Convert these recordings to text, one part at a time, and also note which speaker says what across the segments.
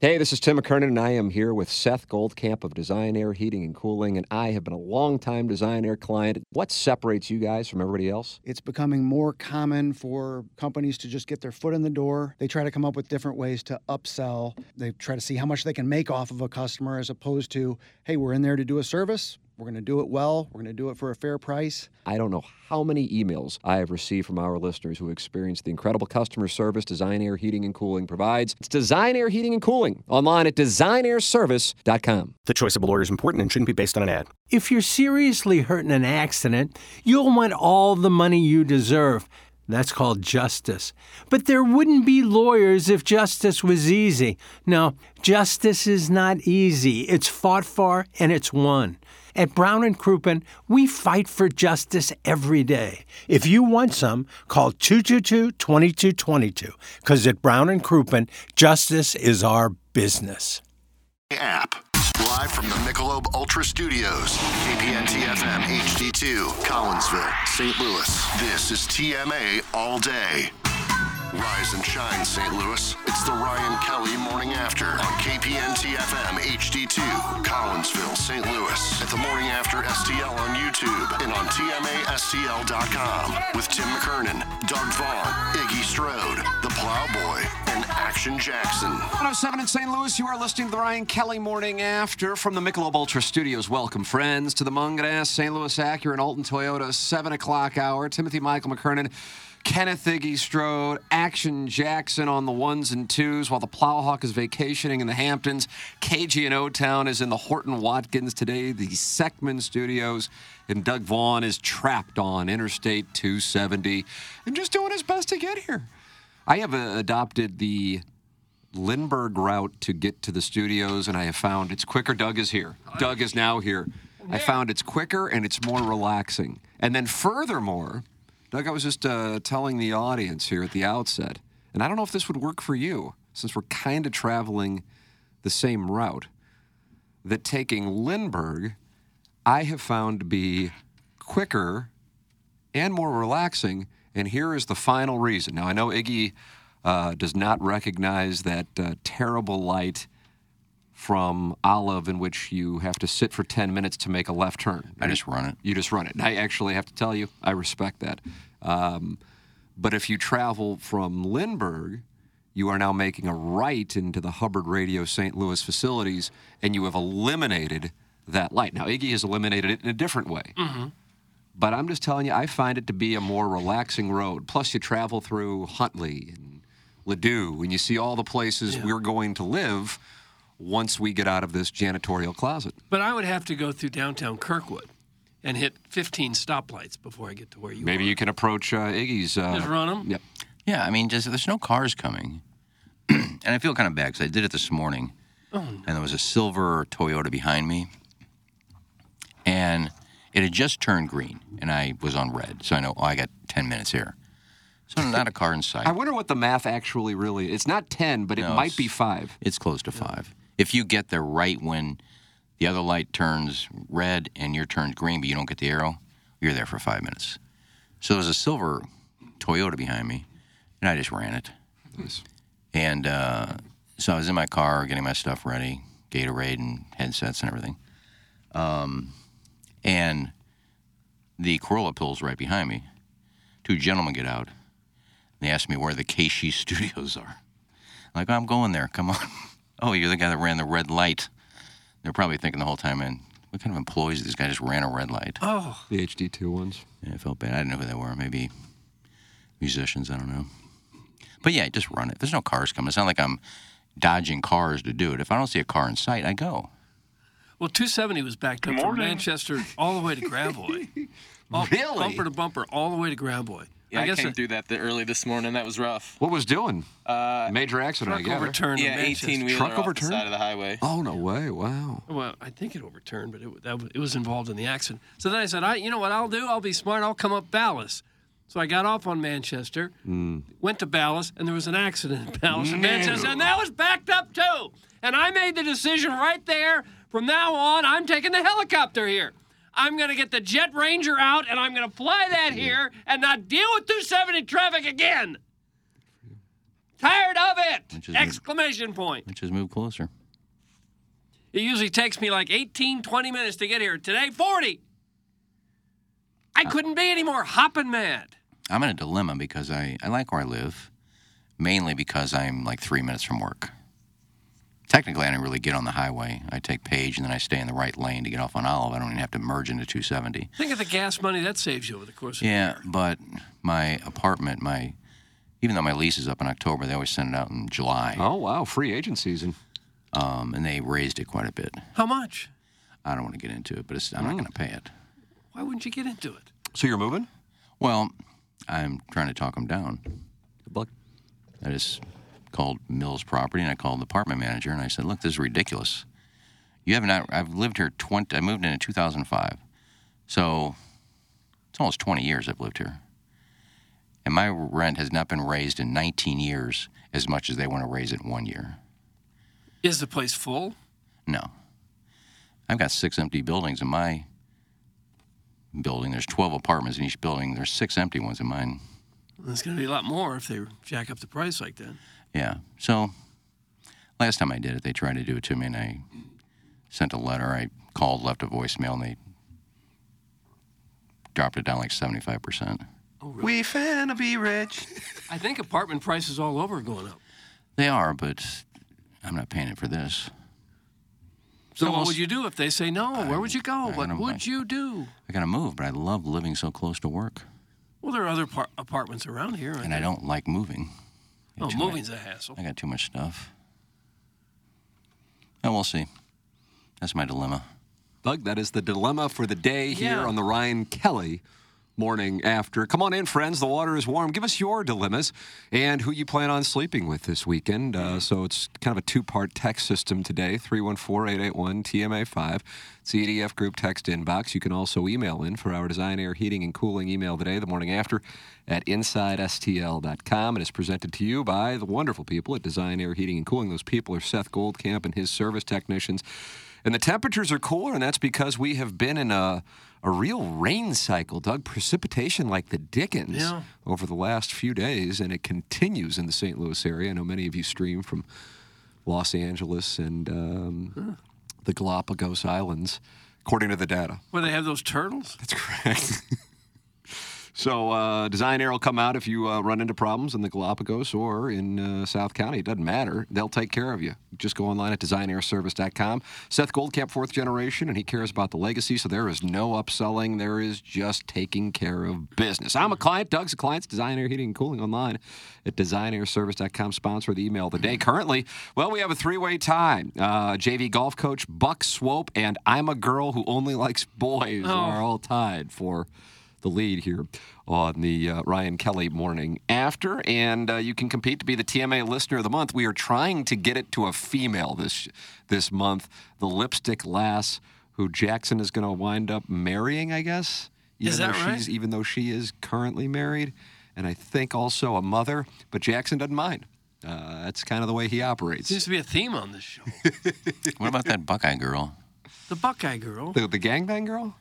Speaker 1: Hey, this is Tim McKernan, and I am here with Seth Goldcamp of Design Air Heating and Cooling, and I have been a longtime Design Air client. What separates you guys from everybody else?
Speaker 2: It's becoming more common for companies to just get their foot in the door. They try to come up with different ways to upsell. They try to see how much they can make off of a customer as opposed to, hey, we're in there to do a service. We're going to do it well. We're going to do it for a fair price.
Speaker 1: I don't know how many emails I have received from our listeners who experience the incredible customer service Design Air Heating and Cooling provides. It's Design Air Heating and Cooling online at designairservice.com.
Speaker 3: The choice of a lawyer is important and shouldn't be based on an ad.
Speaker 4: If you're seriously hurt in an accident, you'll want all the money you deserve. That's called justice. But there wouldn't be lawyers if justice was easy. No, justice is not easy. It's fought for and it's won. At Brown and Crouppen, we fight for justice every day. If you want some, call 222-2222 cuz at Brown and Crouppen, justice is our business.
Speaker 5: app. Live from the Michelob Ultra Studios, KPN TFM HD2, Collinsville, St. Louis. This is TMA All Day. Rise and shine, St. Louis. It's the Ryan Kelly Morning After on KPN TFM HD2, Collinsville, St. Louis. At the Morning After STL on YouTube and on TMASTL.com with Tim McKernan, Doug Vaughn, Iggy Strode, The Plowboy, and Action Jackson.
Speaker 1: 107 in St. Louis, you are listening to the Ryan Kelly Morning After from the Michelob Ultra Studios. Welcome, friends, to the Munganess, St. Louis Acura, and Alton Toyota 7 o'clock hour. Timothy Michael McKernan, Kenneth Iggy Strode, Action Jackson on the ones and twos while the Plowhawk is vacationing in the Hamptons. KG and O-Town is in the Horton Watkins today, the Seckman Studios, and Doug Vaughn is trapped on Interstate 270 and just doing his best to get here. I have uh, adopted the Lindbergh route to get to the studios, and I have found it's quicker. Doug is here. Doug is now here. I found it's quicker and it's more relaxing. And then, furthermore, Doug, I was just uh, telling the audience here at the outset, and I don't know if this would work for you since we're kind of traveling the same route, that taking Lindbergh, I have found to be quicker and more relaxing. And here is the final reason. Now, I know Iggy uh, does not recognize that uh, terrible light from Olive in which you have to sit for 10 minutes to make a left turn.
Speaker 6: I just run it.
Speaker 1: You just run it. And I actually have to tell you, I respect that. Um, but if you travel from Lindbergh, you are now making a right into the Hubbard Radio St. Louis facilities, and you have eliminated that light. Now, Iggy has eliminated it in a different way. But I'm just telling you, I find it to be a more relaxing road. Plus, you travel through Huntley and Ladue, and you see all the places we're going to live once we get out of this janitorial closet.
Speaker 7: But I would have to go through downtown Kirkwood and hit 15 stoplights before I get to where you
Speaker 1: Maybe
Speaker 7: are.
Speaker 1: you can approach uh, Iggy's. Uh,
Speaker 7: Just run 'em?
Speaker 1: Yep.
Speaker 6: Yeah, I mean, just there's no cars coming, and I feel kind of bad because I did it this morning, and there was a silver Toyota behind me, and it had just turned green, and I was on red, so I know oh, I got 10 minutes here, so not a car in sight.
Speaker 1: I wonder what the math actually really. It's not ten, but it
Speaker 6: No,
Speaker 1: might
Speaker 6: it's-
Speaker 1: be five.
Speaker 6: It's close to five. If you get there right when the other light turns red and your turns green, but you don't get the arrow, you're there for five minutes. So there's a silver Toyota behind me, and I just ran it. And uh, so I was in my car getting my stuff ready, Gatorade and headsets and everything. Um, and the Corolla pills right behind me. Two gentlemen get out. They ask me where the Keishi Studios are. Like, I'm going there. Come on. oh, you're the guy that ran the red light. They're probably thinking the whole time, man, what kind of employees these guys just ran a red light?
Speaker 7: Oh,
Speaker 1: The HD two ones.
Speaker 6: Yeah, I felt bad. I didn't know who they were. Maybe musicians. I don't know. But yeah, just run it. There's no cars coming. It's not like I'm dodging cars to do it. If I don't see a car in sight, I go.
Speaker 7: well, 270 was backed up from Manchester all the way to Gravois. All-
Speaker 1: Really?
Speaker 7: Bumper to bumper, all the way to Gravois.
Speaker 8: Yeah, I,
Speaker 7: I guess
Speaker 8: came
Speaker 7: a
Speaker 8: through that the, early this morning. That was rough.
Speaker 1: What was doing? Uh, Major accident, I
Speaker 7: truck
Speaker 1: guess.
Speaker 7: overturned in
Speaker 8: Yeah,
Speaker 7: Manchester.
Speaker 8: 18 wheeler
Speaker 1: Truck
Speaker 8: off the
Speaker 1: overturned?
Speaker 8: side of the highway.
Speaker 1: Oh no way! Wow.
Speaker 7: Well, I think it overturned, but it, that, it was involved in the accident. So then I said, I, you know what I'll do? I'll be smart. I'll come up Ballas. So I got off on Manchester,
Speaker 6: Mm.
Speaker 7: went to Ballas, and there was an accident in Ballas and Manchester, and that was backed up too. And I made the decision right there. From now on, I'm taking the helicopter here. I'm going to get the Jet Ranger out, and I'm going to fly that here and not deal with 270 traffic again. tired of
Speaker 6: Which
Speaker 7: it!
Speaker 6: is-
Speaker 7: Exclamation point.
Speaker 6: Which is move closer.
Speaker 7: It usually takes me like 18, 20 minutes to get here. Today, 40. I couldn't be any more hopping mad.
Speaker 6: I'm in a dilemma because I, I like where I live, mainly because I'm like three minutes from work. Technically, I don't really get on the highway. I take Page and then I stay in the right lane to get off on Olive. I don't even have to merge into 270.
Speaker 7: Think of the gas money that saves you over the course of
Speaker 6: Yeah, but my apartment, my even though my lease is up in October, they always send it out in July,
Speaker 1: Oh wow, free agent season.
Speaker 6: um, and they raised it quite a bit.
Speaker 7: How much?
Speaker 6: I don't want to get into it, but it's, I'm not going to pay it.
Speaker 7: Why wouldn't you get into it?
Speaker 1: So you're moving?
Speaker 6: Well, I'm trying to talk them down.
Speaker 1: Good luck.
Speaker 6: I just called Mills Property and I called the apartment manager and I said, "Look, this is ridiculous. You have not. I've lived here 20. I moved in in 2005, so it's almost 20 years I've lived here, and my rent has not been raised in 19 years as much as they want to raise it in one year.
Speaker 7: Is the place full?
Speaker 6: No, I've got six empty buildings in my building. There's 12 apartments in each building. There's six empty ones in mine.
Speaker 7: There's going to be a lot more if they jack up the price like that.
Speaker 6: Yeah. So last time I did it, they tried to do it to me, and I sent a letter. I called, left a voicemail, and they dropped it down like 75%.
Speaker 1: We finna be rich.
Speaker 7: I think apartment prices all over are going up.
Speaker 6: They are, but I'm not paying it for this.
Speaker 7: So what
Speaker 6: almost-
Speaker 7: would you do if they say no? Where would you go?
Speaker 6: I
Speaker 7: What
Speaker 6: don't
Speaker 7: would
Speaker 6: like-
Speaker 7: you do?
Speaker 6: I got to move, but I love living so close to work,
Speaker 7: Well, there are other par- apartments around here.
Speaker 6: and I don't like moving.
Speaker 7: Oh,
Speaker 6: too
Speaker 7: moving's a hassle.
Speaker 6: I got too much stuff. And we'll see. That's my dilemma.
Speaker 1: Doug, that is the dilemma for the day here
Speaker 7: Yeah.
Speaker 1: on the Ryan Kelly morning after. Come on in, friends. The water is warm. Give us your dilemmas and who you plan on sleeping with this weekend. Uh, so it's kind of a two part text system today 314 881 TMA5. It's the EDF group text inbox. You can also email in for our design, air, heating, and cooling email today, the morning after, at InsideSTL.com. It is presented to you by the wonderful people at Design, Air, Heating, and Cooling. Those people are Seth Goldcamp and his service technicians. And the temperatures are cooler, and that's because we have been in a, a real rain cycle, Doug. Precipitation like the dickens
Speaker 7: Yeah.
Speaker 1: over the last few days, and it continues in the St. Louis area. I know many of you stream from Los Angeles and um, the Galapagos Islands, according to the data.
Speaker 7: Where they have those turtles?
Speaker 1: That's correct. so, uh, Design Air will come out if you uh, run into problems in the Galapagos or in uh, South County. It doesn't matter. They'll take care of you. Just go online at designairservice.com. Seth Goldcamp, fourth generation, and he cares about the legacy, so there is no upselling. There is just taking care of business. I'm a client. Doug's a client. It's Design Air Heating and Cooling online at designairservice.com. Sponsor of the email of the day. Currently, well, we have a three-way tie. Uh, JV golf coach Buck Swope and I'm a girl who only likes boys are all tied for the lead here on the uh, Ryan Kelly morning after. And uh, you can compete to be the TMA Listener of the Month. We are trying to get it to a female this this month. The lipstick lass who Jackson is going to wind up marrying, I guess. Even
Speaker 7: Is that
Speaker 1: though
Speaker 7: right?
Speaker 1: She's, even though she is currently married, and I think also a mother, but Jackson doesn't mind. Uh, that's kind of the way he operates.
Speaker 7: Seems to be a theme on this show.
Speaker 6: What about that Buckeye girl?
Speaker 7: the Buckeye Girl.
Speaker 1: the, the gangbang girl?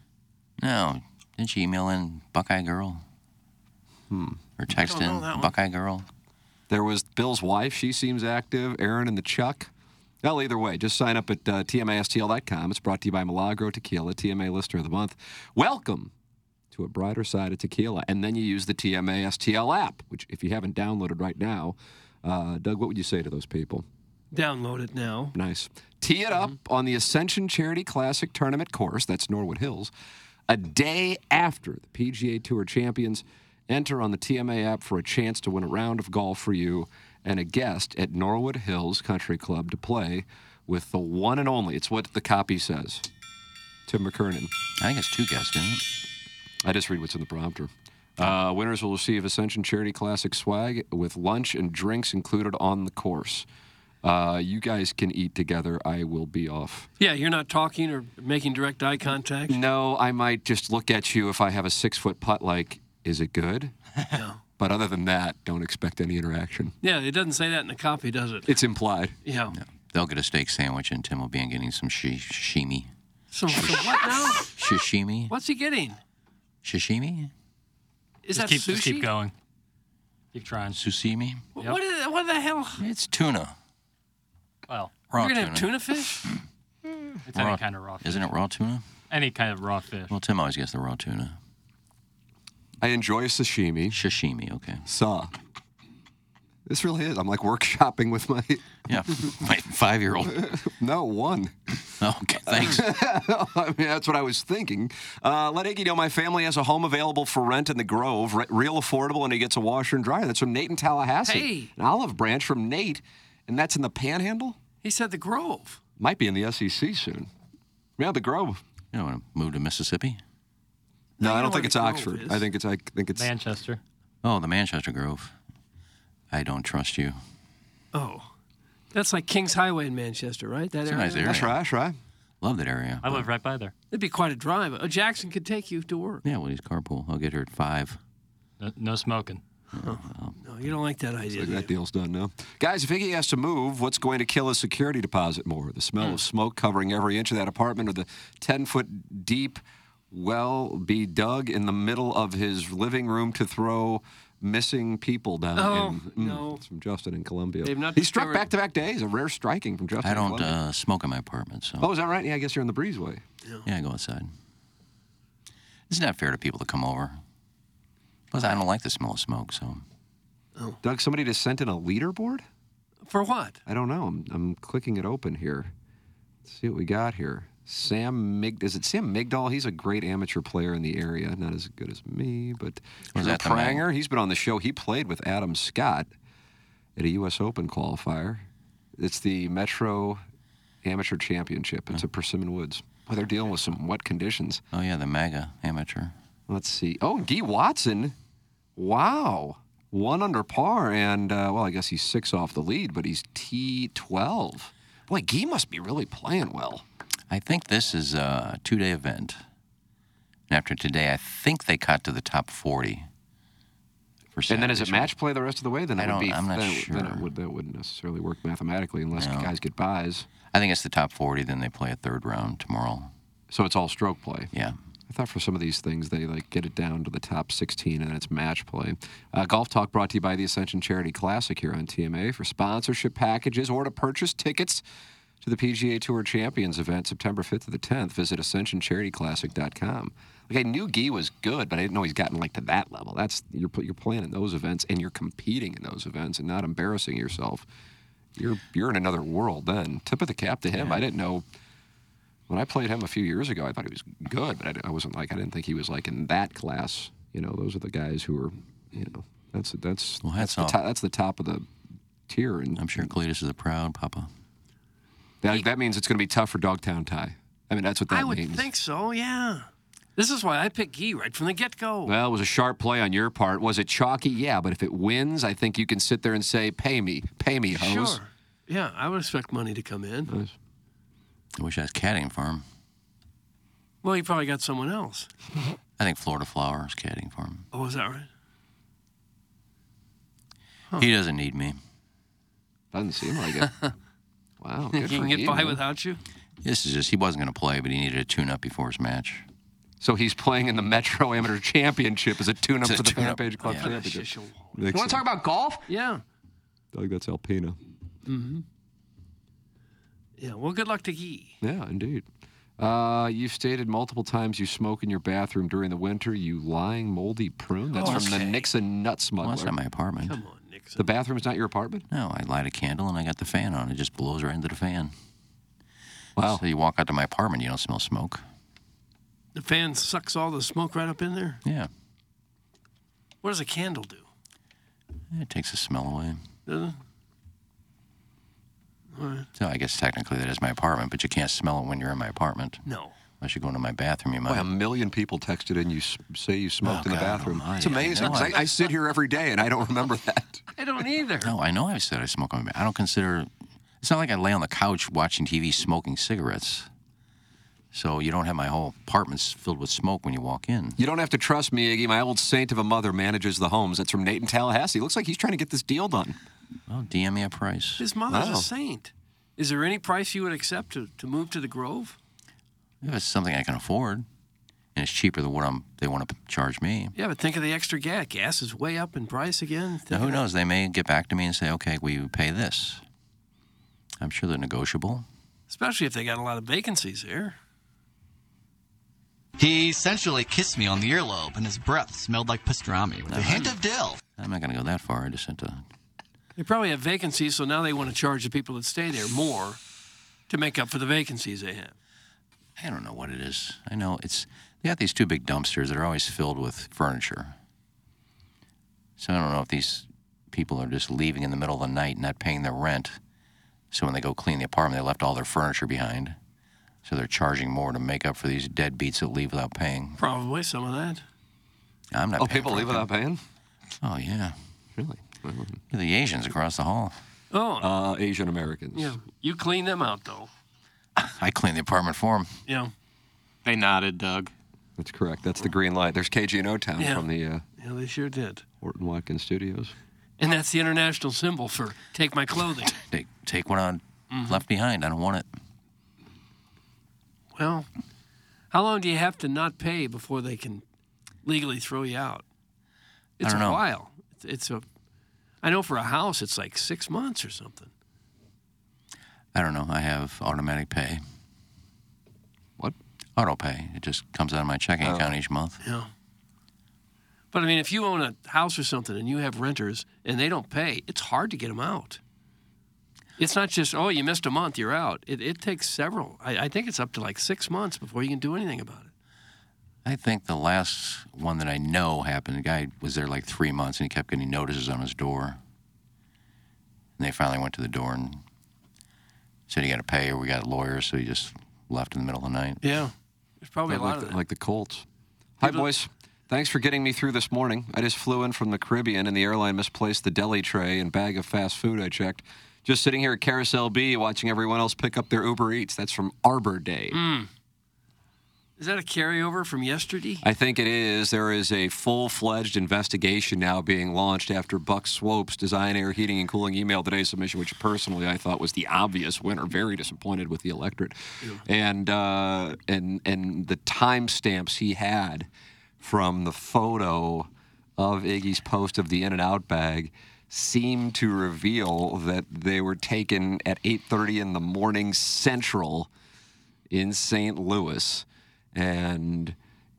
Speaker 6: No, didn't she email in Buckeye girl? Hmm. Or text
Speaker 7: know that
Speaker 6: in
Speaker 7: one.
Speaker 6: Buckeye girl?
Speaker 1: There was Bill's wife. She seems active. Aaron and the Chuck. Well, either way, just sign up at uh, TMASTL.com. It's brought to you by Milagro Tequila, TMA Listener of the Month. Welcome to a brighter side of tequila. And then you use the TMASTL app, which, if you haven't downloaded right now, uh, Doug, what would you say to those people?
Speaker 7: Download it now.
Speaker 1: Nice. Tee it up on the Ascension Charity Classic Tournament course, that's Norwood Hills, a day after the PGA Tour champions. Enter on the TMA app for a chance to win a round of golf for you and a guest at Norwood Hills Country Club to play with the one and only. It's what the copy says. Tim McKernan.
Speaker 6: I think it's two guests, isn't it?
Speaker 1: I just read what's in the prompter. Uh, winners will receive Ascension Charity Classic swag with lunch and drinks included on the course. Uh, you guys can eat together. I will be off.
Speaker 7: Yeah, you're not talking or making direct eye contact.
Speaker 1: No, I might just look at you if I have a six foot putt, like, is it good?
Speaker 7: No.
Speaker 1: But other than that, don't expect any interaction.
Speaker 7: Yeah, it doesn't say that in the copy, does it?
Speaker 1: It's implied.
Speaker 7: Yeah.
Speaker 6: They'll get a steak sandwich, and Tim will be in getting some shi- shishimi.
Speaker 7: So, so what now?
Speaker 6: Shishimi?
Speaker 7: What's he getting?
Speaker 6: Shishimi?
Speaker 7: Is that
Speaker 9: Just keep,
Speaker 7: sushi?
Speaker 9: just keep going. Keep trying.
Speaker 6: Susimi?
Speaker 7: Wh- What, is, what the hell?
Speaker 6: It's tuna.
Speaker 9: Well,
Speaker 6: Raw
Speaker 7: You're gonna
Speaker 6: tuna.
Speaker 7: have tuna fish?
Speaker 9: it's any
Speaker 6: Raw-
Speaker 9: kind of raw fish.
Speaker 6: Isn't it raw tuna?
Speaker 9: Any kind of raw fish.
Speaker 6: Well, Tim always gets the raw tuna.
Speaker 1: I enjoy sashimi.
Speaker 6: Sashimi, okay.
Speaker 1: Saw. This really is. I'm like workshopping with my
Speaker 6: Yeah, my five-year-old.
Speaker 1: no one.
Speaker 6: Okay, thanks.
Speaker 1: I mean, that's what I was thinking. Uh, let Iggy know my family has a home available for rent in the Grove, re- real affordable, and he gets a washer and dryer. That's from Nate in Tallahassee.
Speaker 7: Hey.
Speaker 1: An olive branch from Nate, and that's in the Panhandle.
Speaker 7: He said the Grove.
Speaker 1: Might be in the SEC soon. Yeah, the Grove.
Speaker 6: You don't want to move to Mississippi?
Speaker 1: No,
Speaker 7: you
Speaker 1: I
Speaker 7: know
Speaker 1: don't think
Speaker 7: where
Speaker 1: it's
Speaker 7: the Grove
Speaker 1: Oxford.
Speaker 7: is.
Speaker 1: I think it's. I think it's.
Speaker 9: Manchester.
Speaker 6: Oh, the Manchester Grove. I don't trust you.
Speaker 7: Oh. That's like Kings Highway in Manchester, right? That
Speaker 6: It's a
Speaker 7: area.
Speaker 6: nice area.
Speaker 1: That's right. That's right.
Speaker 6: Love that area.
Speaker 9: I live right by there.
Speaker 7: It'd be quite a drive. Oh, Jackson could take you to work.
Speaker 6: Yeah, well, he's carpool. I'll get here at five.
Speaker 9: No, no smoking.
Speaker 7: No, you don't like that idea.
Speaker 1: Look,
Speaker 7: do you?
Speaker 1: That deal's done now. Guys, if Iggy has to move, what's going to kill his security deposit more? The smell
Speaker 7: Hmm.
Speaker 1: of smoke covering every inch of that apartment or the 10 foot deep well be dug in the middle of his living room to throw missing people down?
Speaker 7: Oh,
Speaker 1: in, hmm,
Speaker 7: no.
Speaker 1: It's from Justin in Columbia.
Speaker 7: They've not
Speaker 1: he struck
Speaker 7: discovered-
Speaker 1: back to back days, a rare striking from Justin.
Speaker 6: I
Speaker 1: in
Speaker 6: don't
Speaker 1: Columbia.
Speaker 6: uh, smoke in my apartment, so
Speaker 1: Oh, is that right? Yeah, I guess you're in the breezeway.
Speaker 6: yeah, I go outside. It's not fair to people that come over. Plus, I don't like the smell of smoke, so
Speaker 1: Doug, somebody just sent in a leaderboard?
Speaker 7: For what?
Speaker 1: I don't know. I'm, I'm clicking it open here. Let's see what we got here. Sam Mig is it Sam Migdal? He's a great amateur player in the area. Not as good as me, but
Speaker 6: Was
Speaker 1: Drew
Speaker 6: that the man?
Speaker 1: Pranger. He's been on the show. He played with Adam Scott at a U.S. Open qualifier. It's the Metro Amateur Championship. It's at Persimmon Woods. Well, they're dealing with some wet conditions.
Speaker 6: oh yeah, the MAGA amateur.
Speaker 1: Let's see. Oh, D. Watson. Wow. One under par, and uh, well, I guess he's six off the lead, but he's T12. Boy, Guy must be really playing well.
Speaker 6: I think this is a two-day event. And after today, I think they cut to the top forty. For
Speaker 1: and then is
Speaker 6: Saturday's
Speaker 1: it match play the rest of the way? Then
Speaker 6: I
Speaker 1: it would
Speaker 6: don't-
Speaker 1: be.
Speaker 6: I'm not
Speaker 1: then, it- then it
Speaker 6: sure.
Speaker 1: would, that wouldn't necessarily work mathematically unless guys get buys.
Speaker 6: round. I think it's the top forty. Then they play a third round tomorrow.
Speaker 1: So it's all stroke play.
Speaker 6: Yeah.
Speaker 1: I thought for some of these things they like get it down to the top 16 and then it's match play. Uh, Golf Talk brought to you by the Ascension Charity Classic here on TMA for sponsorship packages or to purchase tickets to the PGA Tour Champions event September 5th to the 10th. Visit ascensioncharityclassic.com. Like I knew Guy was good, but I didn't know he's gotten like to that level. That's you're pl- you're playing in those events and you're competing in those events and not embarrassing yourself. You're you're in another world then. Tip of the cap to him. I didn't know when I played him a few years ago, I thought he was good, but I, didn't- I wasn't like I didn't think he was like in that class. You know, those are the guys who are, you know, that's that's
Speaker 6: Well, hats
Speaker 1: that's the,
Speaker 6: off.
Speaker 1: top, that's the top of the tier, and
Speaker 6: I'm sure Cletus is a proud papa.
Speaker 1: that, that means it's going to be tough for Dogtown Ty. I mean, that's what that
Speaker 7: I would
Speaker 1: means.
Speaker 7: think so, yeah. This is why I picked Gee right from the get go.
Speaker 1: Well, it was a sharp play on your part. Was it chalky? Yeah, but if it wins, I think you can sit there and say, "Pay me, pay me, hose."
Speaker 7: Sure. Yeah, I would expect money to come in.
Speaker 1: Nice.
Speaker 6: I wish I was caddying for him.
Speaker 7: Well, you probably got someone else.
Speaker 6: I think Florida Flower is caddying for him.
Speaker 7: Oh, is that right?
Speaker 6: He doesn't need me.
Speaker 1: Doesn't seem like it. wow, good
Speaker 7: he
Speaker 1: for
Speaker 7: can get
Speaker 1: you,
Speaker 7: by
Speaker 1: man.
Speaker 7: without you?
Speaker 6: This is just he wasn't going to play, but he needed a tune-up before his match.
Speaker 1: So he's playing in the Metro Amateur Championship as a tune-up
Speaker 6: It's a
Speaker 1: for the
Speaker 6: tune-up.
Speaker 1: Fanpage Club
Speaker 6: Yeah.
Speaker 1: Championship.
Speaker 7: Shush,
Speaker 1: You want to talk about
Speaker 7: Yeah.
Speaker 1: Doug? That's Alpina.
Speaker 7: Yeah, well, good luck to Gee.
Speaker 1: Yeah, indeed. Uh, you've stated multiple times you smoke in your bathroom during the winter. You lying moldy prune. That's from the Nixon nut
Speaker 6: Oh, Well, that's
Speaker 1: smuggler.
Speaker 6: not my apartment.
Speaker 7: Come on, Nixon.
Speaker 1: the bathroom's not your apartment.
Speaker 6: No, I light a candle and I got the fan on. It just blows right into the fan.
Speaker 1: Wow.
Speaker 6: So you walk out to my apartment, you don't smell smoke.
Speaker 7: The fan sucks all the smoke right up in there.
Speaker 6: Yeah,
Speaker 7: What does a candle do?
Speaker 6: it takes the smell away.
Speaker 7: Does it?
Speaker 6: So I guess technically that is my apartment, but you can't smell it when you're in my apartment.
Speaker 7: No.
Speaker 6: Unless you go into my bathroom, you might.
Speaker 1: Boy, a million people texted in. You s- say you smoked in the
Speaker 6: Oh, God
Speaker 1: bathroom.
Speaker 6: almighty,
Speaker 1: it's amazing.
Speaker 6: I know.
Speaker 1: 'cause I, I sit here every day and I don't remember that.
Speaker 7: I don't either.
Speaker 6: no, I know I've said I smoke on my. I don't consider. It's not like I lay on the couch watching TV smoking cigarettes. So you don't have my whole apartment filled with smoke when you walk in.
Speaker 1: You don't have to trust me, Iggy. My old saint of a mother manages the homes. That's from Nate in Tallahassee. Looks like he's trying to get this deal done.
Speaker 6: Well, DM me a price.
Speaker 7: His mother's
Speaker 1: Wow.
Speaker 7: a saint. Is there any price you would accept to, to move to the Grove?
Speaker 6: If it's something I can afford, and it's cheaper than what I'm, they want to charge me.
Speaker 7: Yeah, but think of the extra gas. Gas is way up in price again.
Speaker 6: Now,
Speaker 7: Think
Speaker 6: who
Speaker 7: of-
Speaker 6: knows? They may get back to me and say, okay, we pay this. I'm sure they're negotiable.
Speaker 7: Especially if they got a lot of vacancies there.
Speaker 10: He essentially kissed me on the earlobe, and his breath smelled like pastrami
Speaker 8: Uh-huh.
Speaker 10: with a hint of dill.
Speaker 6: I'm not going to go that far. I just sent a.
Speaker 7: They probably have vacancies, so now they want to charge the people that stay there more to make up for the vacancies they have.
Speaker 6: I don't know what it is. I know it's. They got these two big dumpsters that are always filled with furniture. So I don't know if these people are just leaving in the middle of the night, not paying their rent. So when they go clean the apartment, they left all their furniture behind. So they're charging more to make up for these deadbeats that leave without paying.
Speaker 7: Probably some of that.
Speaker 6: I'm not.
Speaker 1: Oh,
Speaker 6: paying
Speaker 1: people
Speaker 6: for
Speaker 1: leave
Speaker 6: anything.
Speaker 1: without paying?
Speaker 6: Oh yeah,
Speaker 1: Really?
Speaker 6: Look at the Asians across the hall.
Speaker 7: Oh,
Speaker 1: Uh, Asian Americans.
Speaker 7: yeah. You clean them out, though.
Speaker 6: I cleaned the apartment for them.
Speaker 7: Yeah.
Speaker 8: They nodded, Doug.
Speaker 1: That's correct. That's the green light. There's KG and O Town
Speaker 7: Yeah.
Speaker 1: from the uh,
Speaker 7: Yeah, they sure did.
Speaker 1: Orton Watkins Studios.
Speaker 7: And that's the international symbol for take my clothing.
Speaker 6: Take take what I left behind. I don't want it.
Speaker 7: well, how long do you have to not pay before they can legally throw you out? It's
Speaker 6: don't
Speaker 7: a
Speaker 6: know.
Speaker 7: while. It's, it's a. I know for a house, it's like six months or something.
Speaker 6: I don't know. I have automatic pay.
Speaker 1: What?
Speaker 6: Auto pay. It just comes out of my checking account each month.
Speaker 7: Yeah. But I mean, if you own a house or something and you have renters and they don't pay, it's hard to get them out. It's not just oh you missed a month you're out. It, it takes several. I, I think it's up to like six months before you can do anything about it.
Speaker 6: I think the last one that I know happened, the guy was there like three months and he kept getting notices on his door. And they finally went to the door and said, You got to pay or we got lawyers. So he just left in the middle of the night.
Speaker 7: Yeah. There's probably a lot
Speaker 1: like,
Speaker 7: of
Speaker 1: the,
Speaker 7: that.
Speaker 1: like the Colts. Hi, boys. Thanks for getting me through this morning. I just flew in from the Caribbean and the airline misplaced the deli tray and bag of fast food I checked. Just sitting here at Carousel B watching everyone else pick up their Uber Eats. That's from Arbor Day.
Speaker 7: Is that a carryover from yesterday?
Speaker 1: I think it is. There is a full fledged investigation now being launched after Buck Swope's Design, Air, Heating, and Cooling email today submission, which personally I thought was the obvious winner. Very disappointed with the electorate, and uh, and and the timestamps he had from the photo of Iggy's post of the In and Out bag seemed to reveal that they were taken at 8:30 in the morning Central in St. Louis, and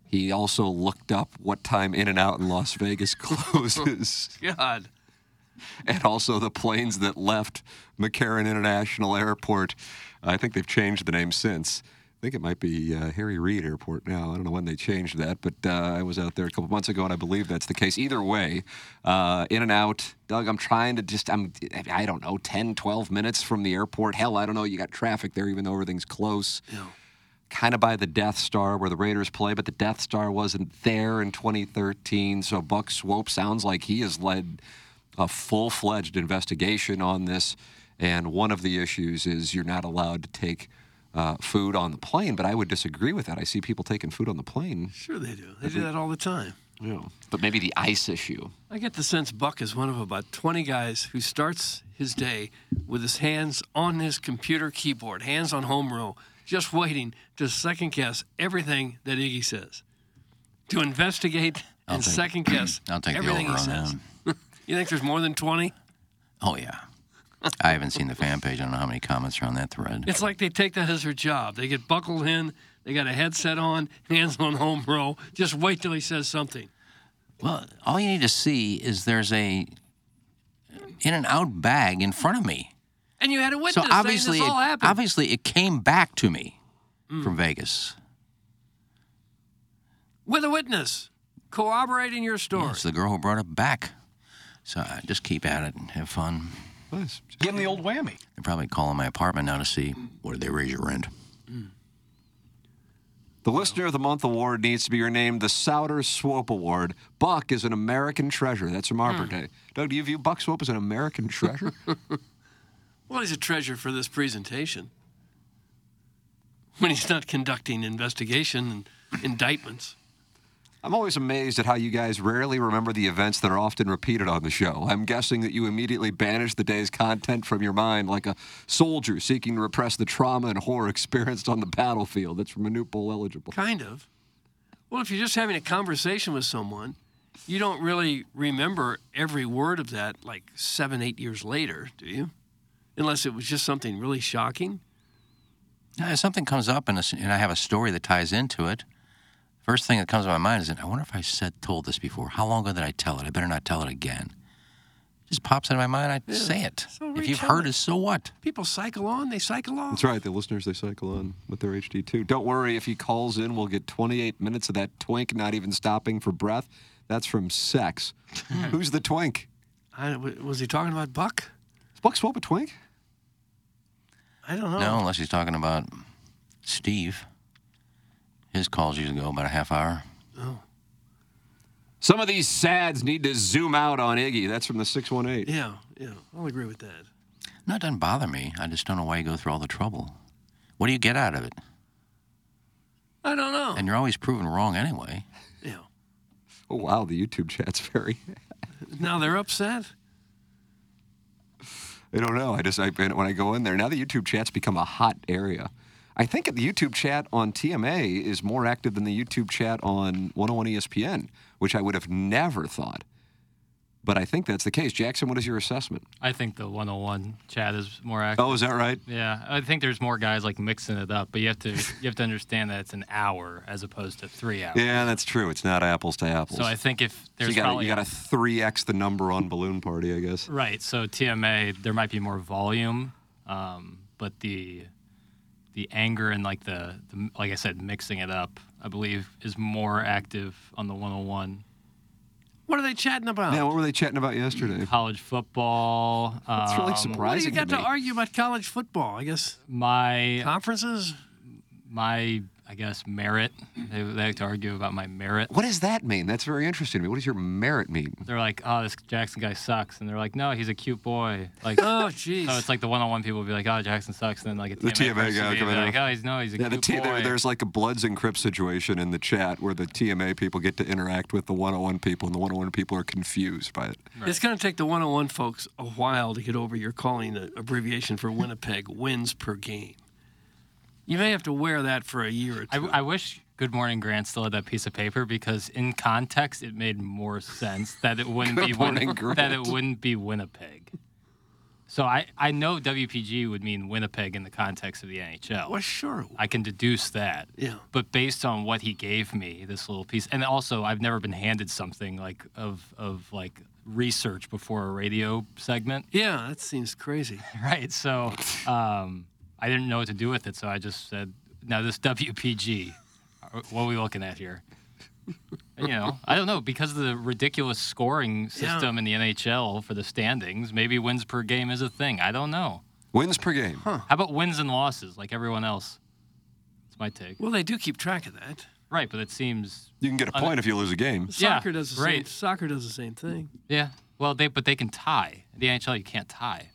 Speaker 1: he also looked up what time In and Out in Las Vegas closes,
Speaker 7: God.
Speaker 1: and also the planes that left McCarran International Airport. I think they've changed the name since. I think it might be uh, Harry Reid Airport now. I don't know when they changed that, but uh, I was out there a couple months ago, and I believe that's the case. Either way, uh, In and Out, Doug. I'm trying to just I'm I don't know 10, 12 minutes from the airport. Hell, I don't know. You got traffic there, even though everything's close kind of by the Death Star where the Raiders play, but the Death Star wasn't there in 2013. So Buck Swope sounds like he has led a full fledged investigation on this. And one of the issues is you're not allowed to take uh, food on the plane, but I would disagree with that. I see people taking food on the plane.
Speaker 7: Sure they do. They do that all the time.
Speaker 1: Yeah. But maybe the ice issue.
Speaker 7: I get the sense Buck is one of about 20 guys who starts his day with his hands on his computer keyboard, hands on home row, just waiting to second guess everything that Iggy says, to investigate and
Speaker 6: take-
Speaker 7: second guess
Speaker 6: I'll take
Speaker 7: everything
Speaker 6: the over
Speaker 7: he
Speaker 6: on
Speaker 7: says.
Speaker 6: him.
Speaker 7: You think there's more than 20?
Speaker 6: Oh, yeah. I haven't seen the fan page. I don't know how many comments are on that thread.
Speaker 7: It's like they take that as their job. They get buckled in, they got a headset on, hands on home row, just wait till he says something.
Speaker 6: Well, all you need to see is there's a in and out bag in front of me.
Speaker 7: And you had a witness
Speaker 6: So obviously,
Speaker 7: saying this all
Speaker 6: it,
Speaker 7: happened. Mm.
Speaker 6: obviously, it came back to me from Vegas.
Speaker 7: with a witness corroborating your story.
Speaker 6: It's the girl who brought it back. So I just keep at it and have fun.
Speaker 10: Give him the old whammy.
Speaker 6: They're probably calling my apartment now to see what did they raise your rent.
Speaker 1: The Listener of the Month award needs to be renamed the Souter Swope Award. Buck is an American treasure. That's from Arbor Day. Doug, do you view Buck Swope as an American treasure?
Speaker 7: Well, he's a treasure for this presentation. When he's not conducting investigation and indictments.
Speaker 1: I'm always amazed at how you guys rarely remember the events that are often repeated on the show. I'm guessing that you immediately banish the day's content from your mind like a soldier seeking to repress the trauma and horror experienced on the battlefield. That's from a new poll eligible.
Speaker 7: Kind of. Well, if you're just having a conversation with someone, you don't really remember every word of that like seven, eight years later, do you? Unless it was just something really shocking.
Speaker 6: Now, if something comes up and, a s and I have a story that ties into it, first thing that comes to my mind is, I wonder if I said told this before. How long ago did I tell it? I better not tell it again. Just pops into my mind. I
Speaker 7: Yeah.
Speaker 6: say it.
Speaker 7: So
Speaker 6: if you've
Speaker 7: retell
Speaker 6: heard
Speaker 7: it.
Speaker 6: it, so what?
Speaker 7: People cycle on, they cycle off.
Speaker 1: That's right. The listeners, they cycle on with their HD2. Don't worry, if he calls in, we'll get 28 minutes of that twink, not even stopping for breath. That's from sex. Who's the twink?
Speaker 7: I, w- was he talking about Buck?
Speaker 1: Is Buck Swope a twink?
Speaker 7: I don't know.
Speaker 6: No, unless he's talking about Steve. His calls usually go about a half hour.
Speaker 1: Some of these sads need to zoom out on Iggy. That's from the 618.
Speaker 7: Yeah, yeah, I'll agree with that.
Speaker 6: No, it doesn't bother me. I just don't know why you go through all the trouble. What do you get out of it?
Speaker 7: I don't know.
Speaker 6: And you're always proven wrong anyway.
Speaker 7: yeah.
Speaker 1: Oh, wow. The YouTube chat's very.
Speaker 7: Now they're upset.
Speaker 1: I don't know. I just, I, when I go in there, now the YouTube chat's become a hot area. I think the YouTube chat on TMA is more active than the YouTube chat on 101 ESPN, which I would have never thought. But I think that's the case. Jackson, what is your assessment?
Speaker 9: I think the 101 chat is more active.
Speaker 1: Oh, is that right?
Speaker 9: Yeah, I think there's more guys like mixing it up, but you have to you have to understand that it's an hour as opposed to three hours.
Speaker 1: Yeah, that's true. It's not apples to apples.
Speaker 9: So I think if
Speaker 1: So
Speaker 9: there's
Speaker 1: you got
Speaker 9: probably
Speaker 1: you got to three x the number on balloon party, I guess.
Speaker 9: right, so TMA there might be more volume, um, but the the anger and like the, the like I said mixing it up, I believe is more active on the 101.
Speaker 7: What are they chatting about?
Speaker 1: Yeah, what were they chatting about yesterday?
Speaker 9: College football.
Speaker 1: It's
Speaker 9: Um,
Speaker 1: really
Speaker 7: what do you
Speaker 1: surprising
Speaker 7: got
Speaker 1: to
Speaker 7: to,
Speaker 1: me.
Speaker 7: argue about college football? I guess
Speaker 9: my
Speaker 7: conferences.
Speaker 9: my I guess merit. They, they like to argue about my merit.
Speaker 1: what does that mean? That's very interesting to me. What does your merit mean?
Speaker 9: They're like, oh, this Jackson guy sucks, and they're like, no, he's a cute boy. Like,
Speaker 7: Oh,
Speaker 9: so
Speaker 7: jeez.
Speaker 9: it's like the one-on-one people will be like, oh, Jackson sucks, and then like a
Speaker 1: The TMA
Speaker 9: person
Speaker 1: guy
Speaker 9: will be
Speaker 1: coming
Speaker 9: like,
Speaker 1: out.
Speaker 9: oh, he's no, he's a
Speaker 1: Yeah, the
Speaker 9: cute
Speaker 1: t-
Speaker 9: boy.
Speaker 1: there, there's like a Bloods and Crips situation in the chat where the TMA people get to interact with the 101 people, and the 101 people are confused by it.
Speaker 7: It's going to take the 101 folks a while to get over your calling the abbreviation for Winnipeg wins per game. You may have to wear that for a year or
Speaker 9: I,
Speaker 7: two.
Speaker 9: I wish Good Morning Grant still had that piece of paper because in context it made more sense that it wouldn't be
Speaker 1: Good Morning
Speaker 9: Win-
Speaker 1: Grant.
Speaker 9: that it wouldn't be Winnipeg. So I, I know WPG would mean Winnipeg in the context of the NHL.
Speaker 7: well, sure. it would.
Speaker 9: I can deduce that.
Speaker 7: Yeah.
Speaker 9: But based on what he gave me, this little piece, and also I've never been handed something like of of like research before a radio segment,
Speaker 7: Yeah, that seems crazy.
Speaker 9: right? So um, I didn't know what to do with it, so I just said, "Now this WPG, uh, what are we looking at here?" And, you know, I don't know because of the ridiculous scoring system in the NHL for the standings. Maybe wins per game is a thing. I don't know.
Speaker 1: Wins per game.
Speaker 9: How about wins and losses, like everyone else? That's my take.
Speaker 7: Well, they do keep track of that.
Speaker 9: Right, but it seems
Speaker 1: You can get a point if you lose a game.
Speaker 9: Yeah,
Speaker 7: Soccer does the same.
Speaker 9: right.
Speaker 7: Soccer does the same thing.
Speaker 9: Yeah. Well, they but they can tie. The NHL, you can't tie.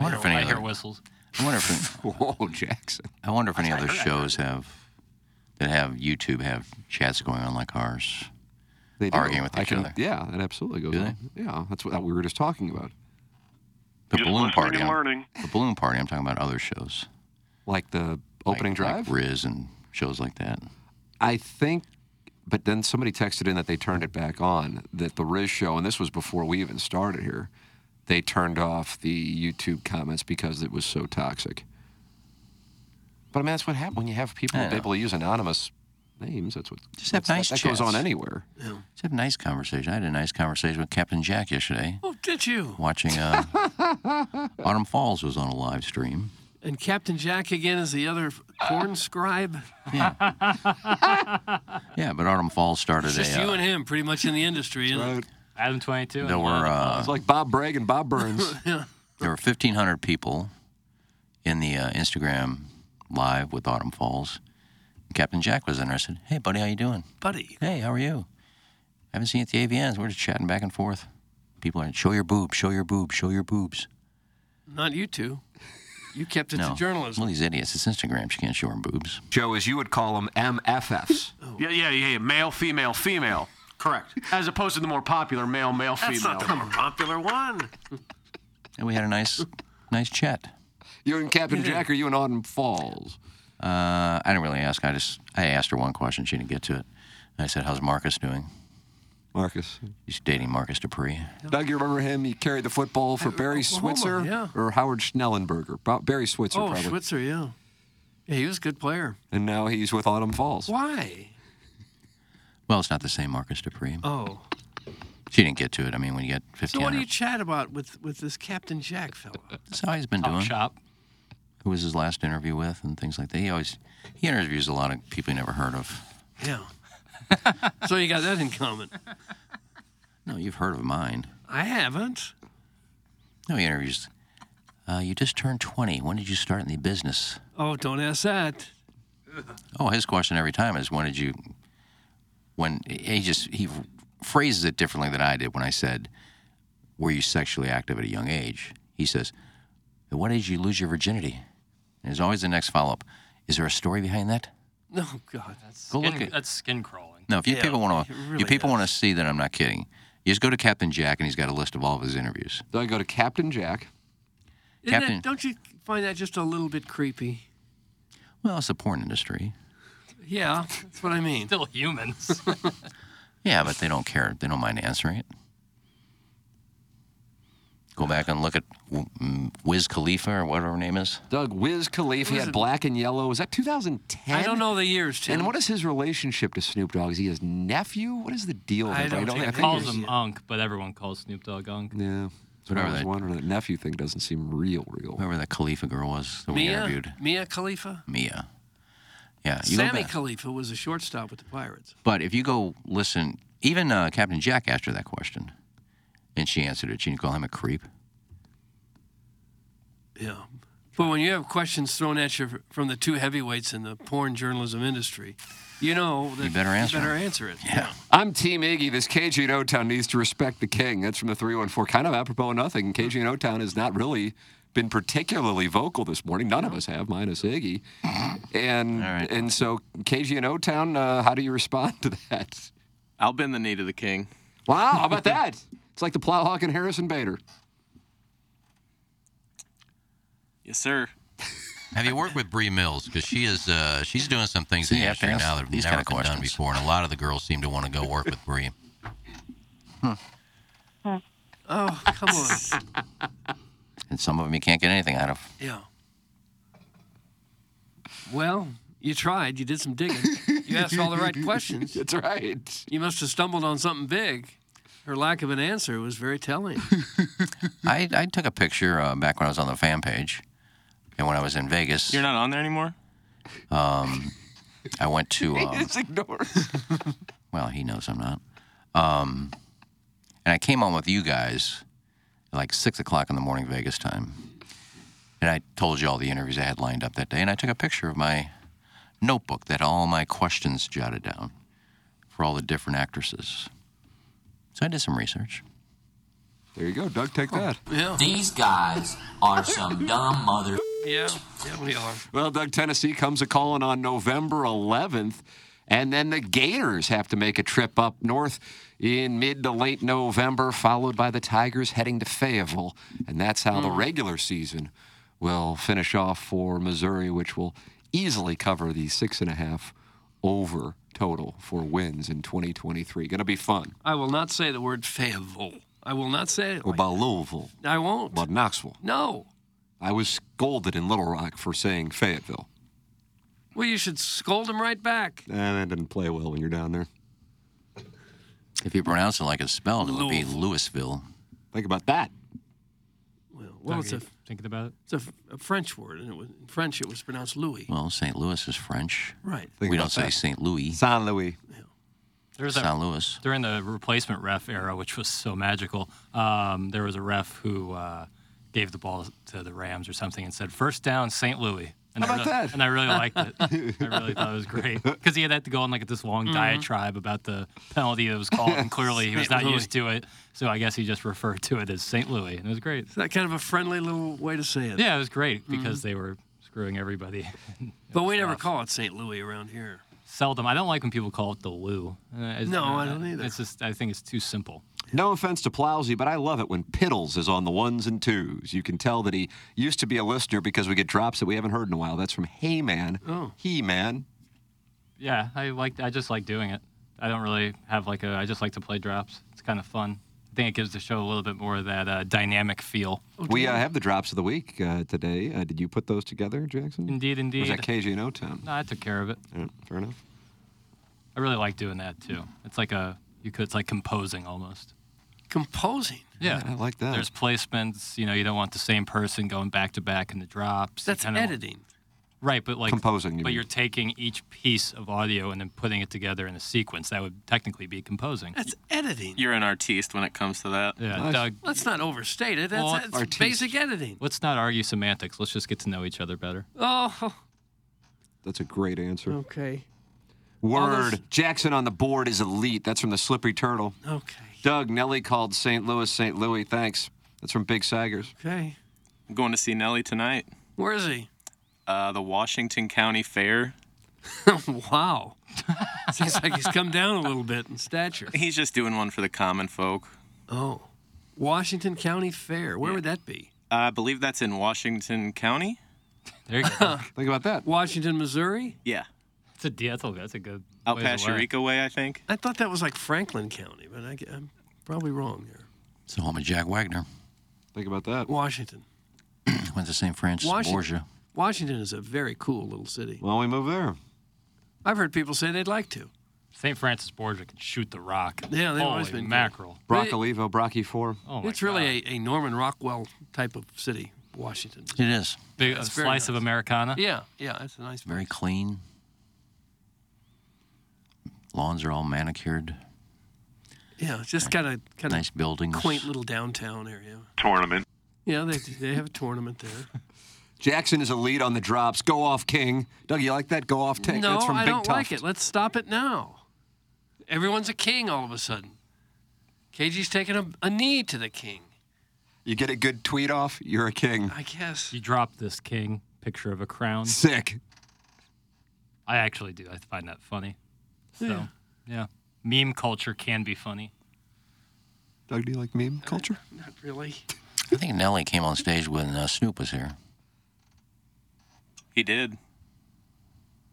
Speaker 6: I wonder if any
Speaker 9: I hear
Speaker 6: other,
Speaker 9: whistles.
Speaker 6: I wonder if,
Speaker 1: Whoa, Jackson.
Speaker 6: I wonder if any other shows have that have YouTube have chats going on like ours.
Speaker 1: They do.
Speaker 6: Arguing with
Speaker 1: I
Speaker 6: each
Speaker 1: can-
Speaker 6: other.
Speaker 1: Yeah, that absolutely goes
Speaker 6: Do they?
Speaker 1: on. Yeah, that's what we were just talking about.
Speaker 6: The balloon party. I'm- The balloon party. I'm talking about other shows.
Speaker 1: Like the opening
Speaker 6: like,
Speaker 1: drive?
Speaker 6: like Riz and shows like that.
Speaker 1: I think, but then somebody texted in that they turned it back on, that the Riz show, and this was before we even started here, they turned off the YouTube comments because it was so toxic. But I mean, that's what happens when you have people
Speaker 6: I know.
Speaker 1: able to use anonymous names. That's what
Speaker 6: Just have
Speaker 1: that's-
Speaker 6: nice
Speaker 1: that, that goes
Speaker 6: chats.
Speaker 1: on anywhere.
Speaker 6: Just have a nice conversation. I had a nice conversation with Captain Jack yesterday.
Speaker 7: Oh, did you?
Speaker 6: Watching uh, Autumn Falls was on a live stream.
Speaker 7: And Captain Jack again is the other f- corn scribe.
Speaker 6: Yeah, but Autumn Falls started
Speaker 7: Just
Speaker 6: a.
Speaker 7: you
Speaker 6: uh,
Speaker 7: and him, pretty much in the industry. isn't it?
Speaker 9: Adam 22.
Speaker 6: there
Speaker 9: and
Speaker 6: were uh,
Speaker 1: It's like Bob Bragg and Bob Burns.
Speaker 6: there were 1,500 people in the uh, Instagram live with Autumn Falls. Captain Jack was in there. I said, "Hey, buddy, how you doing?
Speaker 7: buddy.
Speaker 6: Hey, how are you? I haven't seen you at the AVNs. We're just chatting back and forth. People are show your boobs, show your boobs, show your boobs.
Speaker 7: Not you two. You kept it to journalism.
Speaker 6: Well, these idiots. It's Instagram. She can't show her boobs.
Speaker 1: Joe, as you would call them, MFFs.
Speaker 11: Yeah, yeah, yeah, yeah. Male, female, female. Correct. As opposed to the more popular male, male,
Speaker 7: That's
Speaker 11: female.
Speaker 7: not the more popular one.
Speaker 6: And we had a nice, nice chat.
Speaker 1: You're in Captain Jack or you in Autumn Falls?
Speaker 6: Uh, I didn't really ask. I just I asked her one question. She didn't get to it. I said, "How's Marcus doing?"
Speaker 1: Marcus.
Speaker 6: He's dating Marcus Dupree.
Speaker 1: Doug, you remember him? He carried the football for Barry
Speaker 7: Oklahoma,
Speaker 1: Switzer
Speaker 7: yeah.
Speaker 1: or Howard Schnellenberger. Bo- Barry Switzer,
Speaker 7: oh,
Speaker 1: probably.
Speaker 7: Switzer, yeah. yeah. He was a good player.
Speaker 1: And now he's with Autumn Falls.
Speaker 7: Why?
Speaker 6: Well, it's not the same Marcus Dupree.
Speaker 7: Oh.
Speaker 6: She didn't get to it. I mean, when you get 15,
Speaker 7: So what do you chat about with with this Captain Jack fella?
Speaker 6: That's how he's been doing. Who was his last interview with and things like that. He always he interviews a lot of people you never heard of.
Speaker 7: Yeah. so you got that in common.
Speaker 6: No, you've heard of mine.
Speaker 7: I haven't.
Speaker 6: No, he interviews. Uh, you just turned 20. When did you start in the business?
Speaker 7: Oh, don't ask that.
Speaker 6: Oh, his question every time is when did you? When he just he phrases it differently than I did when I said, "Were you sexually active at a young age?" He says, "At what age did you lose your virginity?" And there's always the next follow-up. Is there a story behind that?
Speaker 7: No, God. That's
Speaker 6: Go look
Speaker 9: skin-
Speaker 6: at-
Speaker 9: That's skin crawling.
Speaker 6: No, if you
Speaker 9: Yeah,
Speaker 6: people want to,
Speaker 9: it
Speaker 6: you
Speaker 9: really
Speaker 6: people want to see that I'm not kidding. You just go to Captain Jack, and he's got a list of all of his interviews.
Speaker 1: Do I go to Captain Jack?
Speaker 7: Isn't
Speaker 6: Captain-
Speaker 7: that, don't you find that just a little bit creepy?
Speaker 6: Well, it's the porn industry.
Speaker 7: Yeah, that's what I mean.
Speaker 9: Still humans.
Speaker 6: Yeah, but they don't care. They don't mind answering it. Go back and look at W- mm, Wiz Khalifa or whatever her name is.
Speaker 1: Doug Wiz Khalifa
Speaker 6: Who's
Speaker 1: had
Speaker 6: it?
Speaker 1: Black and Yellow. Was that 2010?
Speaker 7: I don't know the years, Tim.
Speaker 1: And what is his relationship to Snoop Dogg? Is he his nephew? What is the deal? with
Speaker 9: I
Speaker 1: him?
Speaker 9: don't
Speaker 1: think-
Speaker 9: think
Speaker 1: think
Speaker 9: calls
Speaker 1: he's-
Speaker 9: him Unk, but everyone calls Snoop Dogg Unk.
Speaker 1: Yeah. That's what I was wondering. That nephew thing doesn't seem real, real.
Speaker 6: Whoever that Khalifa girl was that we
Speaker 7: Mia?
Speaker 6: interviewed.
Speaker 7: Mia Khalifa?
Speaker 6: Mia. Yeah. You go
Speaker 7: Sammy
Speaker 6: back-
Speaker 7: Khalifa was a shortstop with the Pirates.
Speaker 6: But if you go listen, even uh, Captain Jack asked her that question, and she answered it. She didn't call him a creep.
Speaker 7: Yeah. But when you have questions thrown at you from the two heavyweights in the porn journalism industry, you know that
Speaker 1: You better answer
Speaker 7: you better
Speaker 1: them.
Speaker 7: answer it.
Speaker 1: I'm Team Iggy. This KG in O-Town needs to respect the king. That's from the 314. Kind of apropos of nothing. KG in O-Town has not really been particularly vocal this morning. None of us have, minus Iggy. And and so KG in O-Town, uh, how do you respond to that?
Speaker 8: I'll bend the knee to the king.
Speaker 1: Wow, how about that? It's like the Plowhawk and Harrison Bader.
Speaker 8: Yes, sir.
Speaker 6: Have you worked with Bree Mills? Because she is, uh, she's doing some things in
Speaker 8: See,
Speaker 6: the
Speaker 8: you have to
Speaker 6: industry
Speaker 8: ask
Speaker 6: now that have
Speaker 8: these
Speaker 6: never
Speaker 8: kinda
Speaker 6: been done
Speaker 8: questions.
Speaker 6: before, and a lot of the girls seem to want to go work with Bree.
Speaker 7: Oh, come on.
Speaker 6: And some of them you can't get anything out of.
Speaker 7: Yeah. Well, you tried. You did some digging. You asked all the right questions.
Speaker 1: That's right.
Speaker 7: You must have stumbled on something big. Her lack of an answer was very telling.
Speaker 6: I, I took a picture uh, back when I was on the fan page, and when I was in Vegas. You're
Speaker 8: not on there anymore.
Speaker 6: Um, I went to. Um,
Speaker 1: ignores.
Speaker 6: Well, he knows I'm not. Um, and I came on with you guys at like six o'clock in the morning Vegas time, and I told you all the interviews I had lined up that day, and I took a picture of my notebook that all my questions jotted down for all the different actresses. So I did some research.
Speaker 1: There you go, Doug. Take that.
Speaker 12: These guys are some dumb mother.
Speaker 7: Yeah, yeah, we are.
Speaker 1: Well, Doug, Tennessee comes a calling on November 11th, and then the Gators have to make a trip up north in mid to late November, followed by the Tigers heading to Fayetteville, and that's how the regular season will finish off for Missouri, which will easily cover the six and a half over total for wins in 2023. Going to be fun.
Speaker 7: I will not say the word Fayetteville. I will not say it.
Speaker 1: What about Louisville?
Speaker 7: I won't.
Speaker 1: What about Knoxville?
Speaker 7: No.
Speaker 1: I was scolded in Little Rock for saying Fayetteville.
Speaker 7: Well, you should scold him right back.
Speaker 1: Eh, that didn't play well when you're down there.
Speaker 6: If you pronounce it like it's spelled, it would be Louisville.
Speaker 1: Think about that.
Speaker 7: Well, it's a,
Speaker 9: thinking about it.
Speaker 7: it's a, a French word, and it was, in French it was pronounced Louis.
Speaker 6: Well, St. Louis is French.
Speaker 7: Right.
Speaker 9: Think
Speaker 6: we
Speaker 9: about
Speaker 6: don't say
Speaker 9: that.
Speaker 6: St. Louis.
Speaker 1: Saint Louis.
Speaker 9: There was
Speaker 6: St.
Speaker 9: a,
Speaker 6: Louis.
Speaker 9: during the replacement ref era, which was so magical. Um, there was a ref who uh, gave the ball to the Rams or something and said, first down, St. Louis. And
Speaker 7: How
Speaker 9: I
Speaker 7: about
Speaker 9: really-
Speaker 7: that?
Speaker 9: And I really liked it. I really thought it was great because he had to go on like this long
Speaker 7: Mhm.
Speaker 9: diatribe about the penalty that was called, and clearly he was
Speaker 7: St.
Speaker 9: not
Speaker 7: Louis.
Speaker 9: used to it. So I guess he just referred to it as St. Louis, and it was great.
Speaker 7: Is that kind of a friendly little way to say it?
Speaker 9: Yeah, it was great because
Speaker 7: Mhm.
Speaker 9: they were screwing everybody.
Speaker 7: But we never call it St. Louis around here.
Speaker 9: Seldom. I don't like when people call it the Lou. Uh, it's-
Speaker 7: No, I
Speaker 9: uh,
Speaker 7: don't either.
Speaker 9: It's just I think it's too simple.
Speaker 1: No offense to Plowsy, but I love it when Piddles is on the ones and twos. You can tell that he used to be a listener because we get drops that we haven't heard in a while. That's from Hey Man.
Speaker 9: Oh.
Speaker 1: He Man.
Speaker 9: Yeah, I like. I just like doing it. I don't really have like a. I just like to play drops. It's kind of fun. I think it gives the show a little bit more of that uh, dynamic feel.
Speaker 1: we uh, have the drops of the week uh, today. Uh, did you put those together, Jackson?
Speaker 9: Indeed,
Speaker 1: Or was that
Speaker 9: indeed.
Speaker 1: KJNO Town?
Speaker 9: No, I took care of it.
Speaker 1: Yeah, fair enough.
Speaker 9: I really like doing that too. It's like a. You could. It's like composing almost.
Speaker 7: Composing.
Speaker 9: Yeah,
Speaker 1: I like that.
Speaker 9: There's placements. You know, you don't want the same person going back to back in the drops. You
Speaker 7: That's
Speaker 9: kinda want-
Speaker 7: editing.
Speaker 9: Right, but like
Speaker 1: Composing, you
Speaker 9: but
Speaker 1: mean.
Speaker 9: you're taking each piece of audio and then putting it together in a sequence. That would technically be composing.
Speaker 7: That's editing.
Speaker 8: You're an artiste when it comes to that.
Speaker 9: Yeah, Doug.
Speaker 7: Let's not overstate it. That's,
Speaker 9: Well,
Speaker 7: that's
Speaker 9: artiste.
Speaker 7: basic editing.
Speaker 9: Let's not argue semantics. Let's just get to know each other better.
Speaker 7: Oh,
Speaker 1: That's a great answer.
Speaker 9: Oh.
Speaker 7: okay.
Speaker 1: Word. Jackson on the board is elite. That's from the Slippery Turtle.
Speaker 7: Okay.
Speaker 1: Doug Nelly called St. Louis, St. Louis. Thanks. That's from Big Sagers.
Speaker 7: Okay.
Speaker 8: I'm going to see Nelly tonight.
Speaker 7: Where is he?
Speaker 8: Uh, the Washington County Fair.
Speaker 7: wow. Seems like he's come down a little bit in stature.
Speaker 8: He's just doing one for the common folk.
Speaker 7: Oh, Washington County Fair. Where would that be?
Speaker 8: I believe that's in Washington County.
Speaker 9: There you go.
Speaker 1: Think about that.
Speaker 7: Washington, Missouri.
Speaker 8: Yeah.
Speaker 9: That's a yeah, that's a, that's a good.
Speaker 8: Out
Speaker 9: ways away.
Speaker 8: past Eureka way, I think.
Speaker 7: I thought that was like Franklin County, but I, am probably wrong there.
Speaker 6: It's the home of Jack Wagner.
Speaker 1: Think about that.
Speaker 7: Washington.
Speaker 6: Went to St. Francis
Speaker 7: Washington.
Speaker 6: Borgia.
Speaker 7: Washington is a very cool little city.
Speaker 1: Well, we move there.
Speaker 7: I've heard people say they'd like to.
Speaker 9: St. Francis Borgia can shoot the rock.
Speaker 7: Yeah, they've
Speaker 9: Holy
Speaker 7: always been good.
Speaker 9: mackerel.
Speaker 1: Brock Olivo, Brocky 4.
Speaker 9: Oh my
Speaker 7: it's really a, a Norman Rockwell type of city, Washington.
Speaker 6: It is.
Speaker 9: Big, a
Speaker 7: It's very
Speaker 9: slice of
Speaker 7: nice.
Speaker 9: Americana.
Speaker 7: Yeah, yeah, it's a nice.
Speaker 6: Very clean. Lawns are all manicured.
Speaker 7: Yeah, it's just kind of kind of
Speaker 6: Nice buildings.
Speaker 7: quaint little downtown area.
Speaker 5: Tournament.
Speaker 7: Yeah, they they have a tournament there.
Speaker 1: Jackson is elite on the drops. Go off, King. Doug, you like that? Go off, King.
Speaker 7: no,
Speaker 1: That's from
Speaker 7: I
Speaker 1: Big
Speaker 7: don't
Speaker 1: Tough.
Speaker 7: like it. Let's stop it now. Everyone's a king all of a sudden. KG's taking a, a knee to the king,
Speaker 1: You get a good tweet off, you're a king.
Speaker 7: I guess.
Speaker 9: You drop this king picture of a crown.
Speaker 1: Sick.
Speaker 9: I actually do. I find that funny. So, yeah. Meme culture can be funny.
Speaker 1: Doug, do you like meme culture?
Speaker 7: Not really.
Speaker 6: I think Nelly came on stage when uh, Snoop was here.
Speaker 8: He did.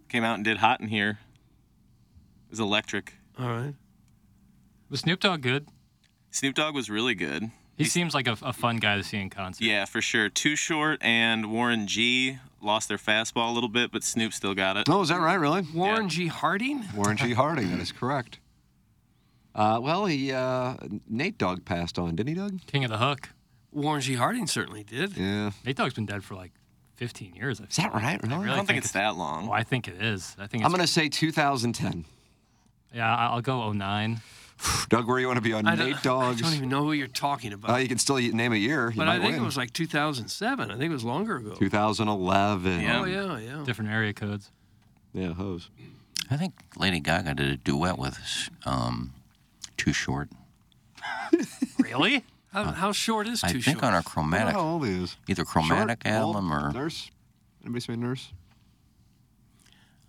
Speaker 8: Came out and did hot in here. It was electric.
Speaker 7: All right.
Speaker 9: Was Snoop Dogg good?
Speaker 8: Snoop Dogg was really good.
Speaker 9: He seems like a, a fun guy to see in concert.
Speaker 8: Yeah, for sure. Too Short and Warren G lost their fastball a little bit, but Snoop still got it.
Speaker 1: No, is that right, really?
Speaker 7: Warren G. Harding?
Speaker 1: Warren G. Harding, that is correct. Uh, well, he uh, Nate Dogg passed on, didn't he, Doug?
Speaker 9: King of the Hook.
Speaker 7: Warren G. Harding certainly did.
Speaker 1: Yeah.
Speaker 9: Nate Dogg's been dead for like 15 years. Is
Speaker 1: that right, really?
Speaker 8: I don't think it's that long.
Speaker 9: Oh, I think it is. I think
Speaker 1: I'm
Speaker 9: it's.
Speaker 1: going to say 2010.
Speaker 9: yeah, I- I'll go 09.
Speaker 1: Doug, where you want to be on
Speaker 7: I don't,
Speaker 1: Nate
Speaker 7: I don't
Speaker 1: Dogs?
Speaker 7: even know who you're talking about.
Speaker 1: Uh, you can still name a year. You
Speaker 7: but
Speaker 1: might
Speaker 7: I think
Speaker 1: win.
Speaker 7: it was like 2007. I think it was longer ago.
Speaker 1: 2011.
Speaker 7: Oh, yeah, yeah.
Speaker 9: Different area codes.
Speaker 1: Yeah, hose.
Speaker 6: I think Lady Gaga did a duet with um, Too Short.
Speaker 9: Really?
Speaker 7: How, how short is too
Speaker 6: I
Speaker 7: short?
Speaker 6: think on her
Speaker 1: I don't know
Speaker 6: chromatic,
Speaker 1: how old he is.
Speaker 6: either chromatic
Speaker 1: Short, old,
Speaker 6: album or
Speaker 1: Nurse? Anybody say nurse?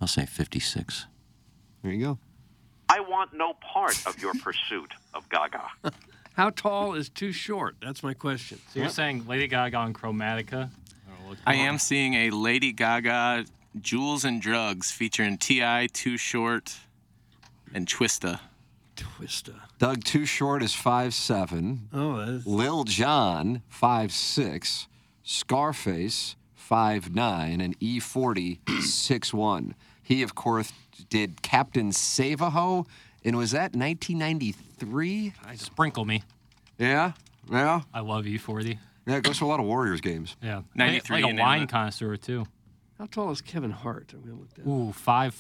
Speaker 6: I'll say 56.
Speaker 1: There you go.
Speaker 13: I want no part of your pursuit of Gaga.
Speaker 7: How tall is too short? That's my question.
Speaker 9: So you're saying Lady Gaga on Chromatica?
Speaker 8: I am seeing a Lady Gaga Jewels and Drugs featuring T.I., Too Short, and Twista.
Speaker 7: Twista.
Speaker 1: Doug Too Short is five seven.
Speaker 7: Oh, that's
Speaker 1: Lil John five six. Scarface five nine, and E40 six one. He of course did Captain Savaho, and was that 1993?
Speaker 9: Sprinkle me.
Speaker 1: Yeah, yeah,
Speaker 9: I love you, 40.
Speaker 1: yeah. It goes to a lot of Warriors games.
Speaker 9: Yeah.
Speaker 8: 93,
Speaker 9: Like
Speaker 8: you
Speaker 9: a
Speaker 8: name
Speaker 9: wine
Speaker 8: it.
Speaker 9: connoisseur, too.
Speaker 7: How tall is Kevin Hart? I'm gonna look that. up.
Speaker 9: Ooh, five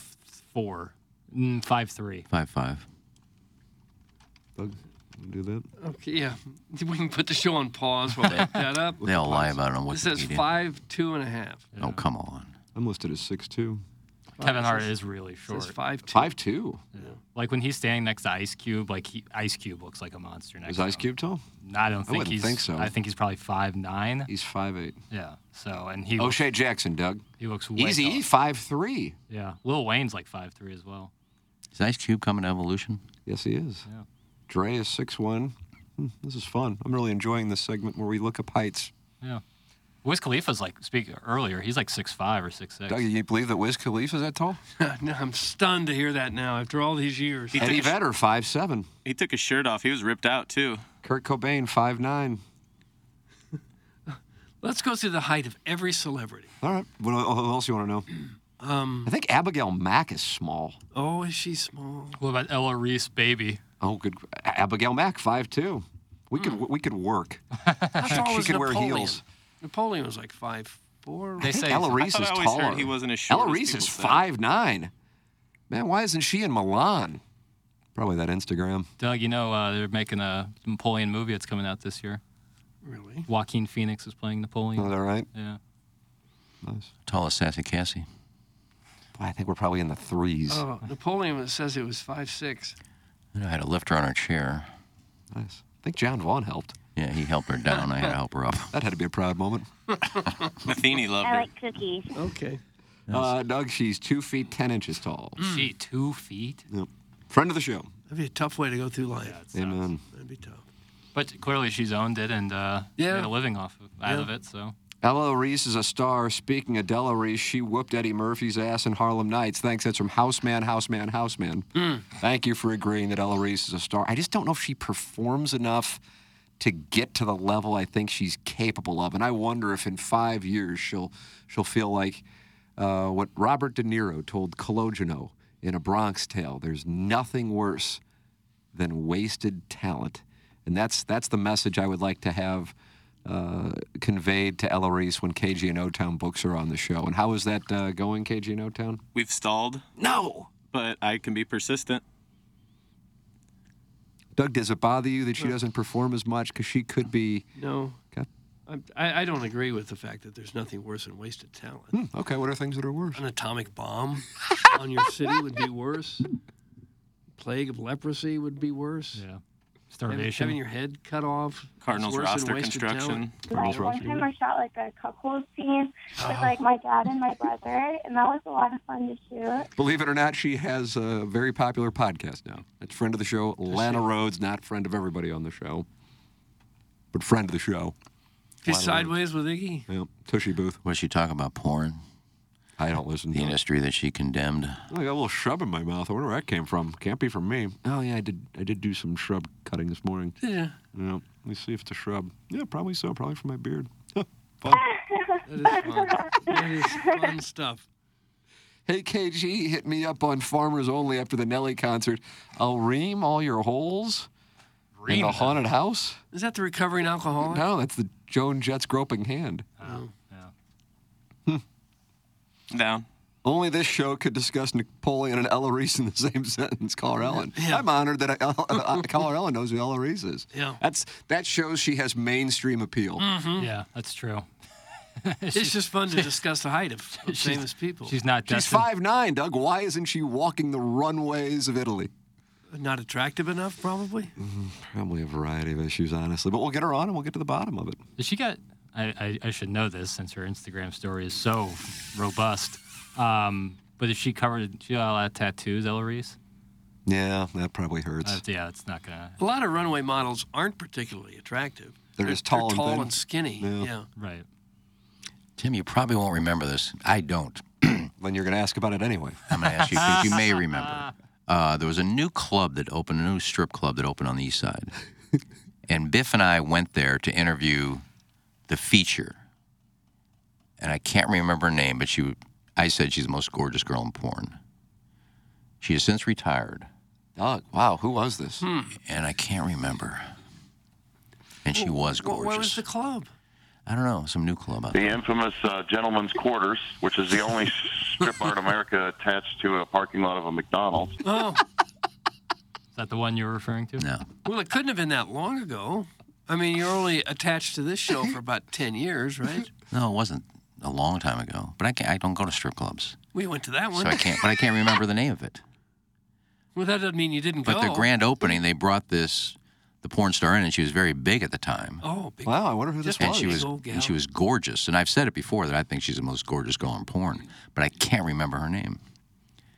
Speaker 9: four, mm, five three.
Speaker 6: 5 5.
Speaker 1: Doug, do that.
Speaker 7: Okay, yeah. We can put the show on pause while I look that up.
Speaker 6: They all lie about it on
Speaker 7: It says
Speaker 6: Wikipedia.
Speaker 7: five two and a half.
Speaker 6: Oh, come on.
Speaker 1: I'm listed as six two.
Speaker 9: Kevin Hart is really
Speaker 7: It
Speaker 9: short.
Speaker 7: says five two.
Speaker 1: Five two.
Speaker 9: Like when he's standing next to Ice Cube, like he, Ice Cube looks like a monster next.
Speaker 1: Is
Speaker 9: to
Speaker 1: Ice
Speaker 9: him.
Speaker 1: Cube tall?
Speaker 9: No, I don't think
Speaker 1: wouldn't
Speaker 9: he's.
Speaker 1: think so.
Speaker 9: I think he's probably five nine.
Speaker 1: He's five eight.
Speaker 9: Yeah. So and he looks,
Speaker 1: O'Shea Jackson, Doug.
Speaker 9: he looks way
Speaker 1: Oh, Easy E
Speaker 9: taller.
Speaker 1: five three.
Speaker 9: Yeah. Lil Wayne's like five three as well.
Speaker 6: Is Ice Cube coming to Evolution?
Speaker 1: Yes, he is.
Speaker 9: Yeah.
Speaker 1: Dre is six one. Hmm, This is fun. I'm really enjoying this segment where we look up heights.
Speaker 9: Yeah. Wiz Khalifa's like speak earlier. He's like six five or six six.
Speaker 1: Doug, you believe that Wiz Khalifa's that tall?
Speaker 7: no, I'm stunned to hear that now after all these years.
Speaker 1: Eddie Vedder, five seven.
Speaker 8: He took his shirt off. He was ripped out too.
Speaker 1: Kurt Cobain, five nine.
Speaker 7: Let's go through the height of every celebrity.
Speaker 1: All right. What what else you want to know?
Speaker 7: Um,
Speaker 1: I think Abigail Mack is small.
Speaker 7: Oh, is she small?
Speaker 9: What about Ella Reese, baby?
Speaker 1: Oh, good. Hmm. Abigail Mack, five two. We could we could work.
Speaker 7: How
Speaker 1: She-
Speaker 7: tall
Speaker 1: she
Speaker 7: was
Speaker 1: could wear
Speaker 7: Napoleon?
Speaker 1: heels.
Speaker 7: Napoleon was like five four.
Speaker 1: I think Ella Reese is taller. Ella Reese is five nine. Man, why isn't she in Milan? Probably that Instagram.
Speaker 9: Doug, you know uh, they're making a Napoleon movie that's coming out this year.
Speaker 7: Really?
Speaker 9: Joaquin Phoenix is playing Napoleon.
Speaker 1: Is Oh, that right?
Speaker 9: Yeah.
Speaker 1: Nice.
Speaker 6: Tallest sassy Cassie.
Speaker 1: I think we're probably in the threes.
Speaker 7: Oh, Napoleon was- says it was five six.
Speaker 6: I had to lift her on her chair.
Speaker 1: Nice. I think John Vaughn helped.
Speaker 6: Yeah, he helped her down. I had to help her up.
Speaker 1: That had to be a proud moment.
Speaker 8: Matheny loved her.
Speaker 14: cookies.
Speaker 7: Okay.
Speaker 1: Uh, Doug, she's two feet ten inches tall.
Speaker 7: Mm.
Speaker 9: She two feet.
Speaker 1: Yep. Friend of the show.
Speaker 7: That'd be a tough way to go through life.
Speaker 1: Amen.
Speaker 7: That'd be tough.
Speaker 9: But clearly she's owned it and uh,
Speaker 7: Yeah.
Speaker 9: made a living off of, out
Speaker 7: Yeah.
Speaker 9: of it. So
Speaker 1: Ella Reese is a star. Speaking of Della Reese, she whooped Eddie Murphy's ass in Harlem Nights. Thanks. That's from Houseman, Houseman, Houseman. Thank you for agreeing that Ella Reese is a star. I just don't know if she performs enough to get to the level I think she's capable of, and I wonder if in five years she'll she'll feel like uh, what Robert De Niro told Cologeno in A Bronx Tale. There's nothing worse than wasted talent, and that's that's the message I would like to have. Uh, conveyed to Ella Reese when KG and O Town books are on the show. And how is that uh, going, KG and O Town?
Speaker 8: We've stalled.
Speaker 1: No.
Speaker 8: But I can be persistent.
Speaker 1: Doug, does it bother you
Speaker 8: Hmm.
Speaker 1: that she doesn't perform as much? Because she could be.
Speaker 7: No.
Speaker 1: Okay.
Speaker 7: I'm- I, I don't agree with the fact that there's nothing worse than wasted talent.
Speaker 1: Hmm, okay, what are things that are worse?
Speaker 7: An atomic bomb on your city would be worse. Plague of leprosy would be worse. Yeah.
Speaker 9: Starvation.
Speaker 7: Having, your head cut off. is
Speaker 9: Cardinals
Speaker 7: worse than
Speaker 9: roster
Speaker 7: wasted
Speaker 9: construction.
Speaker 7: talent.
Speaker 14: Like one time I shot like a cuckold scene with like my dad and my brother, and that was a lot of fun to shoot.
Speaker 1: Believe it or not, she has a very popular podcast now. It's friend of the show, Lana Rhodes, not friend of everybody on the show, but friend of the show.
Speaker 7: He's sideways with Iggy.
Speaker 1: Yeah, Tushy Booth.
Speaker 6: Was she talking about porn?
Speaker 1: I don't listen.
Speaker 6: The industry that she condemned.
Speaker 1: I got a little shrub in my mouth. I wonder where that came from. Can't be from me. Oh yeah, I did. I did do some shrub cutting this morning.
Speaker 7: Yeah.
Speaker 1: Yeah. Let me see if it's a shrub. Yeah, probably so. Probably from my beard.
Speaker 7: That is fun. that is fun stuff.
Speaker 1: Hey KG, hit me up on Farmers Only after the Nelly concert. I'll ream all your holes in the haunted house.
Speaker 7: Is that the recovering alcoholic?
Speaker 1: No, that's the Joan Jett's groping hand.
Speaker 7: Oh.
Speaker 8: Down.
Speaker 1: Only this show could discuss Napoleon and Ella Reese in the same sentence. Caller Ellen. I'm honored that I, uh, Caller Ellen knows who Ella Reese is.
Speaker 7: Yeah.
Speaker 1: That's that shows she has mainstream appeal.
Speaker 7: Hmm.
Speaker 9: Yeah, that's true.
Speaker 7: It's just fun to discuss the height of, of famous people.
Speaker 9: she's not
Speaker 1: She's
Speaker 9: destined-
Speaker 1: five nine, Doug. Why isn't she walking the runways of Italy?
Speaker 7: Not attractive enough, probably.
Speaker 6: Mm-hmm.
Speaker 1: Probably a variety of issues, honestly. But we'll get her on and we'll get to the bottom of it.
Speaker 9: Does she got? I, I, I should know this since her Instagram story is so robust. Um, but is she covered? She got a lot of tattoos, Ella Reese.
Speaker 1: Yeah, that probably hurts.
Speaker 9: Uh, yeah, it's not gonna.
Speaker 7: A lot of runway models aren't particularly attractive.
Speaker 1: They're just tall and
Speaker 7: tall
Speaker 1: thin.
Speaker 7: and skinny.
Speaker 1: Yeah.
Speaker 7: Yeah.
Speaker 9: Right.
Speaker 6: Tim, you probably won't remember this. I don't.
Speaker 1: when you're going to ask about it anyway.
Speaker 6: I'm going to ask you because you may remember. Uh, there was a new club that opened, a new strip club that opened on the east side. and Biff and I went there to interview the feature. And I can't remember her name, but she, I said she's the most gorgeous girl in porn. She has since retired.
Speaker 1: Doug, wow, who was this?
Speaker 7: Hmm.
Speaker 6: And I can't remember. And she was
Speaker 7: Wh- Where was
Speaker 6: gorgeous.
Speaker 7: the club?
Speaker 6: I don't know, some new club out
Speaker 15: The infamous uh, Gentleman's Quarters, which is the only strip bar in America attached to a parking lot of a McDonald's.
Speaker 7: Oh,
Speaker 9: Is that the one you were referring to?
Speaker 6: No.
Speaker 7: well, it couldn't have been that long ago. I mean, you're only attached to this show for about 10 years, right?
Speaker 6: No, it wasn't a long time ago. But I, can't, I don't go to strip clubs,
Speaker 7: We went to that one.
Speaker 6: so I can't. But I can't remember the name of it.
Speaker 7: Well, that doesn't mean you didn't
Speaker 6: But
Speaker 7: go.
Speaker 6: the grand opening, they brought this the porn star in, and she was very big at the time.
Speaker 7: Oh, big.
Speaker 1: Wow, I wonder who this
Speaker 6: and
Speaker 1: was.
Speaker 6: She was and she was gorgeous. And I've said it before that I think she's the most gorgeous girl in porn, but I can't remember her name.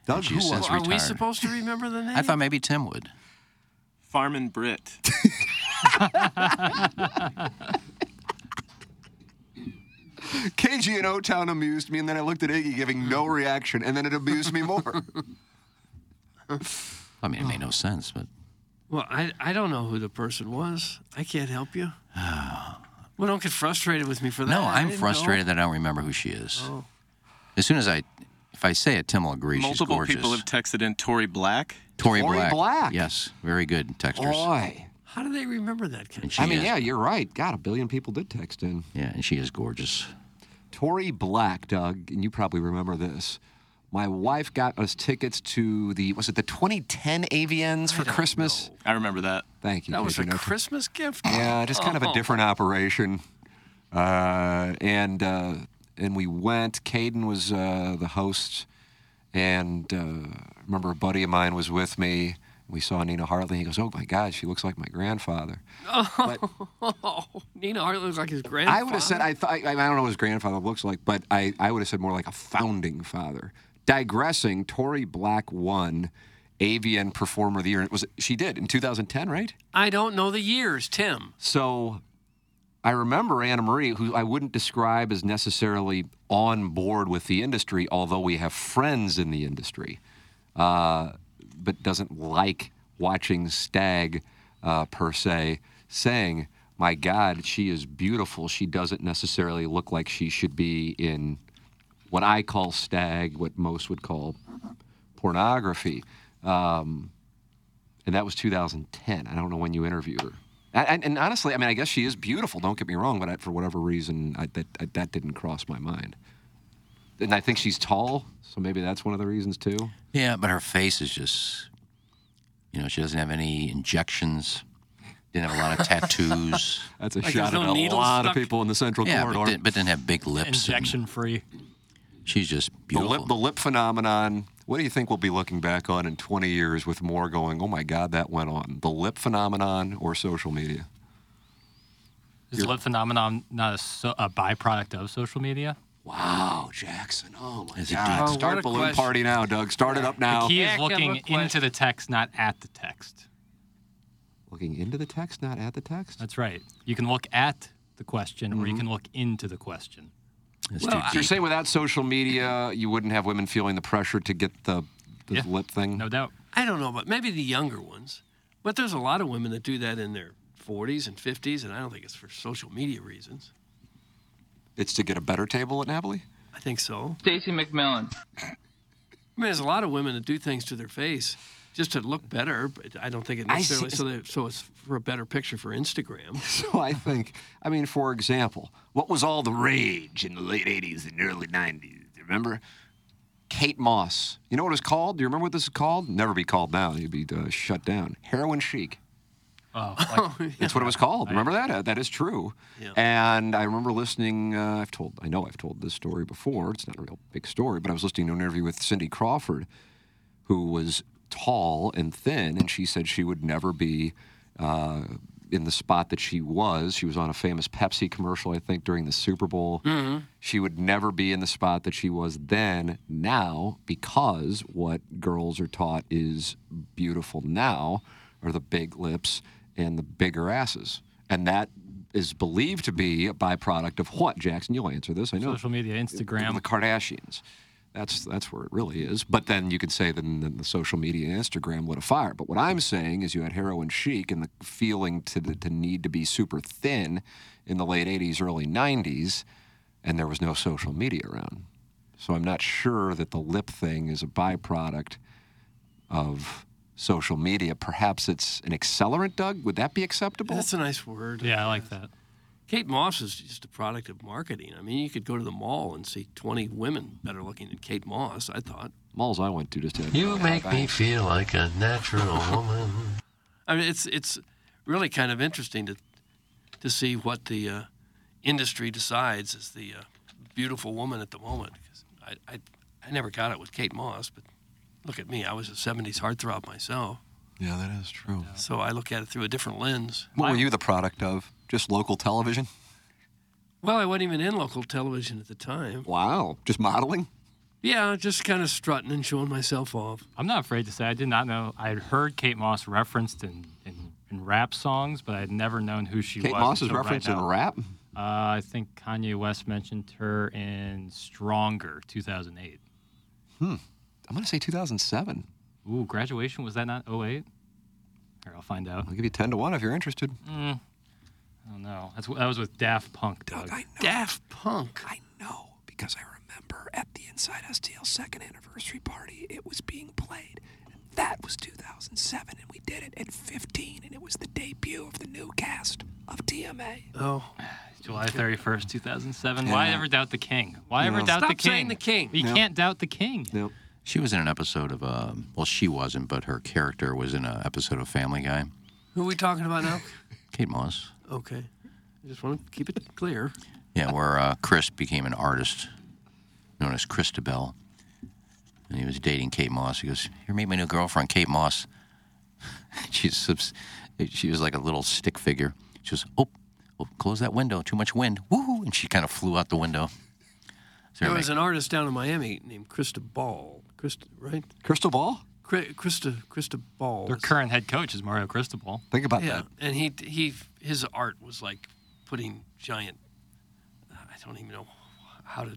Speaker 1: Doug,
Speaker 6: And she has
Speaker 7: Well,
Speaker 6: since
Speaker 7: are we
Speaker 6: retired.
Speaker 7: supposed to remember the name?
Speaker 6: I thought maybe Tim would.
Speaker 8: Farman Britt.
Speaker 1: KG and O Town amused me, and then I looked at Iggy giving no reaction, and then it amused me more.
Speaker 6: I mean, it made no sense, but
Speaker 7: Well, I, I don't know who the person was. I can't help you. well, don't get frustrated with me for that.
Speaker 6: no,
Speaker 7: I
Speaker 6: I'm
Speaker 7: didn't know.
Speaker 6: frustrated that I don't remember who she is.
Speaker 7: Oh.
Speaker 6: As soon as I, if I say it, Tim will agree. she's
Speaker 8: Multiple
Speaker 6: gorgeous.
Speaker 8: people have texted in Tori Black.
Speaker 6: Tori,
Speaker 8: Tori
Speaker 6: Black.
Speaker 8: Black.
Speaker 6: Yes, very good texters.
Speaker 1: Boy.
Speaker 7: How do they remember that? Ken?
Speaker 6: And she is-
Speaker 1: you're right. God, a billion people did text in.
Speaker 6: Yeah, and she is gorgeous.
Speaker 1: Tori Black, Doug, and you probably remember this. My wife got us tickets to the was it the 2010 AVNs for Christmas?
Speaker 8: I remember that.
Speaker 1: Thank you.
Speaker 7: That was
Speaker 1: Casey
Speaker 7: a
Speaker 1: Neistat.
Speaker 7: Christmas gift.
Speaker 1: Yeah, just kind of a
Speaker 7: Oh.
Speaker 1: different operation. Uh, and uh, and we went. Caden was uh, the host, and uh, I remember a buddy of mine was with me. We saw Nina Hartley. He goes, "Oh my God, she looks like my grandfather."
Speaker 7: Oh, Nina Hart looks like his grandfather.
Speaker 1: I would have said I thought I, I don't know what his grandfather looks like, but I, I would have said more like a founding father. Digressing, Tori Black won AVN Performer of the Year. It was she did in 2010, right?
Speaker 7: I don't know the years, Tim.
Speaker 1: So I remember Anna Marie, who I wouldn't describe as necessarily on board with the industry, although we have friends in the industry, uh, but doesn't like watching Stag uh, per se, saying, My God, she is beautiful. She doesn't necessarily look like she should be in what I call Stag, what most would call pornography. Um, and that was 2010. I don't know when you interviewed her. And, and, and honestly, I mean, I guess she is beautiful. Don't get me wrong, but I, for whatever reason, I, that I, that didn't cross my mind. And I think she's tall, so maybe that's one of the reasons too.
Speaker 6: Yeah, but her face is just, you know, she doesn't have any injections. Didn't have a lot of tattoos.
Speaker 1: That's a Like shot there's at no a needles lot of stuck? people in the Central
Speaker 6: yeah, But
Speaker 1: Corridor.
Speaker 6: didn't, but didn't have big lips.
Speaker 1: Injection
Speaker 9: free.
Speaker 6: She's just
Speaker 1: The
Speaker 6: beautiful.
Speaker 1: lip, the lip phenomenon. What do you think we'll be looking back on in 20 years with more going? Oh my God, that went on. The lip phenomenon or social media?
Speaker 9: Is the lip phenomenon not a, so, a byproduct of social media?
Speaker 1: Wow, Jackson. Oh, my
Speaker 9: Is it
Speaker 1: God,
Speaker 9: deep? Oh, what
Speaker 1: start
Speaker 9: a
Speaker 1: balloon
Speaker 9: question.
Speaker 1: party now, Doug. Start it up now.
Speaker 9: The key is looking into the text, not at the text.
Speaker 1: Looking into the text, not at the text?
Speaker 9: That's right. You can look at the question or
Speaker 7: Mm-hmm.
Speaker 9: you can look into the question.
Speaker 1: Well, you're saying without social media, you wouldn't have women feeling the pressure to get the, the lip thing? No
Speaker 9: doubt.
Speaker 7: I don't know, but maybe the younger ones. But there's a lot of women that do that in their 40s and 50s, and I don't think it's for social media reasons.
Speaker 1: It's to get a better table at Napoli?
Speaker 7: I think so.
Speaker 16: Stacy McMillan.
Speaker 7: I mean, there's a lot of women that do things to their face just to look better, but I don't think it
Speaker 1: I
Speaker 7: necessarily
Speaker 1: see-
Speaker 7: so, that, so it's for a better picture for Instagram.
Speaker 1: So I think, I mean, for example, what was all the rage in the late 80s and early 90s? Remember? Kate Moss. You know what it was called? Do you remember what this is called? Never be called now. You'd be uh, shut down. Heroin chic.
Speaker 9: Oh,
Speaker 1: That's what it was called. Remember that? Uh, that is true. And I remember listening. Uh, I've told. I know I've told this story before. It's not a real big story, but I was listening to an interview with Cindy Crawford, who was tall and thin, and she said she would never be. Uh, in the spot that she was, she was on a famous Pepsi commercial, I think, during the Super Bowl. She would never be in the spot that she was then, now, because what girls are taught is beautiful now are the big lips and the bigger asses. And that is believed to be a byproduct of what, Jackson? You'll answer this. I know.
Speaker 9: Social media, Instagram.
Speaker 1: The Kardashians. That's, that's where it really is. But then you could say then then the social media and Instagram lit a fire. But what I'm saying is you had heroin chic and the feeling to, the, to need to be super thin in the late 80s, early 90s and there was no social media around. So I'm not sure that the lip thing is a byproduct of social media. Perhaps it's an accelerant, Doug? Would that be acceptable?
Speaker 7: That's a nice word.
Speaker 9: Yeah, I like that.
Speaker 7: Kate Moss is just a product of marketing. I mean, you could go to the mall and see 20 women better looking than Kate Moss, I thought.
Speaker 1: Malls I went to just had.
Speaker 7: You make me
Speaker 12: feel like a natural woman.
Speaker 7: I mean, it's it's really kind of interesting to to see what the uh, industry decides as the uh, beautiful woman at the moment. 'Cause I, I I never got it with Kate Moss, but look at me, I was a '70s heartthrob myself,
Speaker 1: Yeah, that is true.
Speaker 7: so I look at it through a different lens.
Speaker 1: What were you the product of? Just local television?
Speaker 7: Well, I wasn't even in local television at the time.
Speaker 1: Wow. Just modeling?
Speaker 7: Yeah, just kind of strutting and showing myself off.
Speaker 9: I'm not afraid to say I did not know. I had heard Kate Moss referenced in, in and rap songs, but I'd never known who she
Speaker 1: Kate
Speaker 9: was.
Speaker 1: Moss is
Speaker 9: until right
Speaker 1: referenced in
Speaker 9: now.
Speaker 1: rap?
Speaker 9: Uh, I think Kanye West mentioned her in Stronger 2008.
Speaker 1: Hmm. I'm going to say 2007.
Speaker 9: Ooh, graduation, was that not 08? Here, I'll find out.
Speaker 1: I'll give you 10 to 1 if you're interested.
Speaker 9: Mm, I don't know. That's, that was with Daft Punk, Doug.
Speaker 1: Daft Punk. I know because I remember at the Inside STL second anniversary party, it was being played. And that was 2007, and we did it at 15, and it was the debut of the new cast of TMA.
Speaker 7: Oh.
Speaker 9: July 31st, 2007. Why
Speaker 6: Yeah.
Speaker 9: ever doubt the king? Why ever
Speaker 6: No.
Speaker 9: doubt the
Speaker 6: Stop
Speaker 9: king?
Speaker 6: saying the king.
Speaker 9: You
Speaker 6: No.
Speaker 9: can't doubt the king.
Speaker 1: Nope.
Speaker 6: She was in an episode of, um, well, she wasn't, but her character was in an episode of Family Guy.
Speaker 7: Who are we talking about now?
Speaker 6: Kate Moss.
Speaker 7: Okay. I just want to keep it clear.
Speaker 6: Yeah, where uh, Chris became an artist known as Christabel. And he was dating Kate Moss. He goes, Here, meet my new girlfriend, Kate Moss. She's subs- she was like a little stick figure. She goes, Oh, oh close that window. Too much wind. Woo! And she kind of flew out the window.
Speaker 7: There was an artist down in Miami named Krista Ball. Krista, right?
Speaker 1: Crystal Ball?
Speaker 7: Cri- Krista, Krista Ball.
Speaker 9: Their current head coach is Mario Cristobal.
Speaker 1: Think about
Speaker 7: yeah, and he he his art was like putting giant. uh, I don't even know how to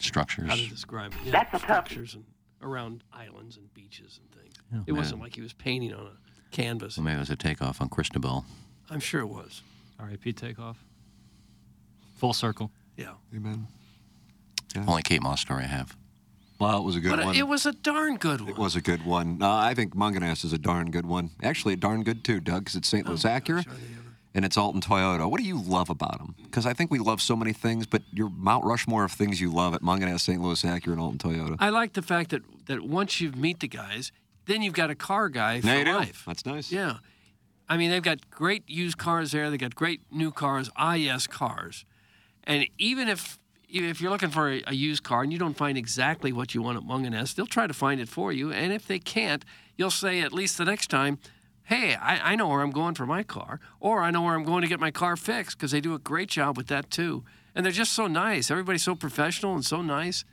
Speaker 6: Structures.
Speaker 7: how to describe it. Yeah,
Speaker 16: That's a tough-
Speaker 7: structures and around islands and beaches and things.
Speaker 6: Yeah,
Speaker 7: it wasn't
Speaker 6: man.
Speaker 7: like he was painting on a canvas.
Speaker 6: Well, maybe it was a takeoff on Christabel.
Speaker 7: I'm sure it was.
Speaker 9: R.I.P. Takeoff. Full circle.
Speaker 7: Yeah.
Speaker 1: Amen.
Speaker 6: Only Kate Moss story I have.
Speaker 1: Well, it was a good
Speaker 7: but
Speaker 1: one.
Speaker 7: it was a darn good one.
Speaker 1: It was a good one. Uh, I think Munganass is a darn good one. Actually, a darn good too, Doug, because it's St.
Speaker 7: Oh,
Speaker 1: Louis Acura and it's Alton Toyota. What do you love about them? Because I think we love so many things, but your Mount Rushmore of things you love at Munganass, St. Louis Acura, and Alton Toyota.
Speaker 7: I like the fact that that once you meet the guys, then you've got a car guy for
Speaker 1: Now you do.
Speaker 7: life.
Speaker 1: That's nice.
Speaker 7: Yeah. I mean, they've got great used cars there. They got great new cars, IS cars, and even if if you're looking for a, a used car and you don't find exactly what you want at Munganess, they'll try to find it for you. And if they can't, you'll say at least the next time, "Hey, I, I know where I'm going for my car, or I know where I'm going to get my car fixed," because they do a great job with that too. And they're just so nice. Everybody's so professional and so nice.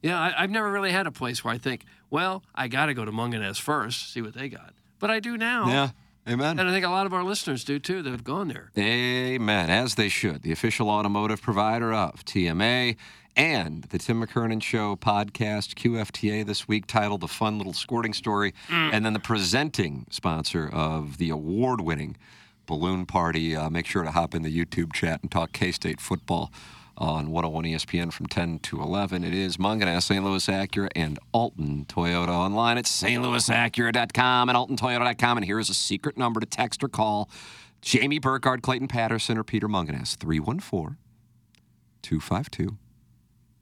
Speaker 7: Yeah, I, I've never really had a place where I think, well, I got to go to Munganess first, see what they got. But I do now.
Speaker 1: Yeah. Amen.
Speaker 7: And I think a lot of our listeners do too that have gone there.
Speaker 1: Amen, as they should. The official automotive provider of TMA and the Tim McKernan Show podcast, QFTA, this week titled The Fun Little Squirting Story, and then the presenting sponsor of the award winning Balloon Party. Uh, make sure to hop in the YouTube chat and talk K State football on 101 ESPN from 10 to 11. It is Munganass, St. Louis Acura, and Alton Toyota online at stlouisacura.com and altontoyota.com. And here is a secret number to text or call Jamie Burkhardt, Clayton Patterson, or Peter Munganass, 314 252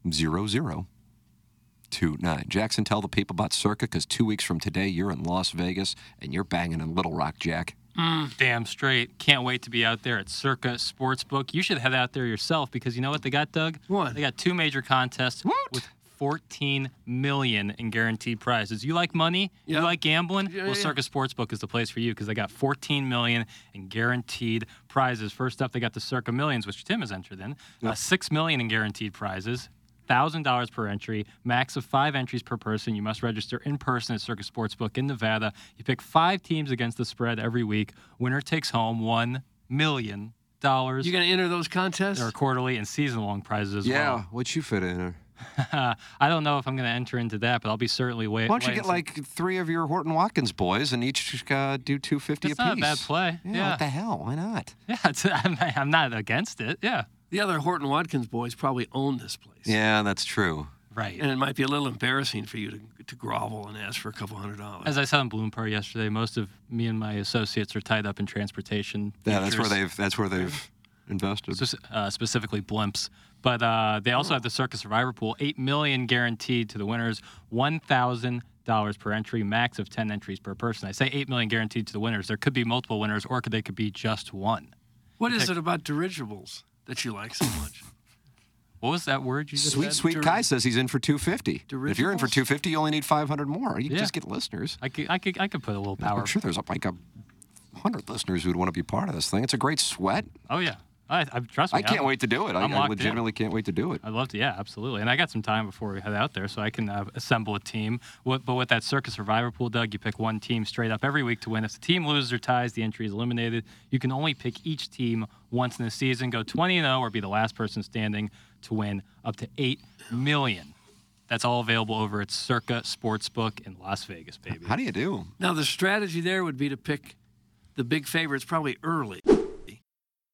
Speaker 1: 0029. Jackson, tell the people about Circa because two weeks from today, you're in Las Vegas and you're banging in Little Rock, Jack.
Speaker 9: Mm, damn straight. Can't wait to be out there at Circa Sportsbook. You should head out there yourself because you know what they got, Doug? What? They got two major contests with 14 million in guaranteed prizes. You like money? You like gambling?
Speaker 7: Yeah,
Speaker 9: well,
Speaker 7: yeah.
Speaker 9: Circa Sportsbook is the place for you because they got 14 million in guaranteed prizes. First up, they got the Circa Millions, which Tim has entered in. Uh, Six million in guaranteed prizes. $1,000 per entry, max of five entries per person. You must register in person at Circus Sportsbook in Nevada. You pick five teams against the spread every week. Winner takes home $1 million.
Speaker 7: You going to enter those contests?
Speaker 9: There are quarterly and season long prizes as
Speaker 1: Yeah, what you fit in? Or?
Speaker 9: well. I don't know if I'm going to enter into that, but I'll be certainly waiting.
Speaker 1: Why don't you get like three of your Horton Watkins boys and each uh, do 250
Speaker 9: That's
Speaker 1: apiece?
Speaker 9: not a bad play.
Speaker 1: Yeah,
Speaker 9: Yeah.
Speaker 1: What the hell? Why not?
Speaker 9: Yeah, it's, I'm, I'm not against it. Yeah.
Speaker 7: The other Horton Watkins boys probably own this place.
Speaker 1: Yeah, that's true.
Speaker 9: Right.
Speaker 7: And it might be a little embarrassing for you to, to grovel and ask for a couple hundred dollars.
Speaker 9: As I said in Bloomper yesterday, most of me and my associates are tied up in transportation.
Speaker 1: Yeah, that's where
Speaker 9: features.
Speaker 1: they've that's where they've invested.
Speaker 9: spec- uh, specifically blimps. But uh, they also have the Circus Survivor Pool, eight million guaranteed to the winners, one thousand dollars per entry, max of ten entries per person. I say eight million guaranteed to the winners. There could be multiple winners, or could they could be just one.
Speaker 7: what is it about dirigibles that you like so much?
Speaker 9: What was that word you just
Speaker 1: Sweet
Speaker 9: said?
Speaker 1: sweet Kai says he's in for 250. If you're in for
Speaker 9: Dirigibles?
Speaker 1: 250, you only need 500 more. You can
Speaker 9: Yeah.
Speaker 1: just get listeners.
Speaker 9: I could, I could, I could put a little power.
Speaker 1: I'm sure there's like a hundred listeners who'd want to be part of this thing. It's a great sweat.
Speaker 9: Oh yeah, I, I trust me.
Speaker 1: I can't
Speaker 9: I'm-
Speaker 1: wait to do it. I,
Speaker 9: I'm
Speaker 1: I
Speaker 9: locked in.
Speaker 1: legitimately can't wait to do it.
Speaker 9: I'd love to, yeah, absolutely. And I got some time before we head out there, so I can uh, assemble a team. What, but with that Circus Survivor pool, Doug, you pick one team straight up every week to win. If the team loses or ties, the entry is eliminated. You can only pick each team once in the season. Go 20 and 0, or be the last person standing to win up to eight million. That's all available over at Circa Sportsbook in Las Vegas, baby.
Speaker 1: How do you do?
Speaker 7: Now, the strategy there would be to pick the big favorites probably early.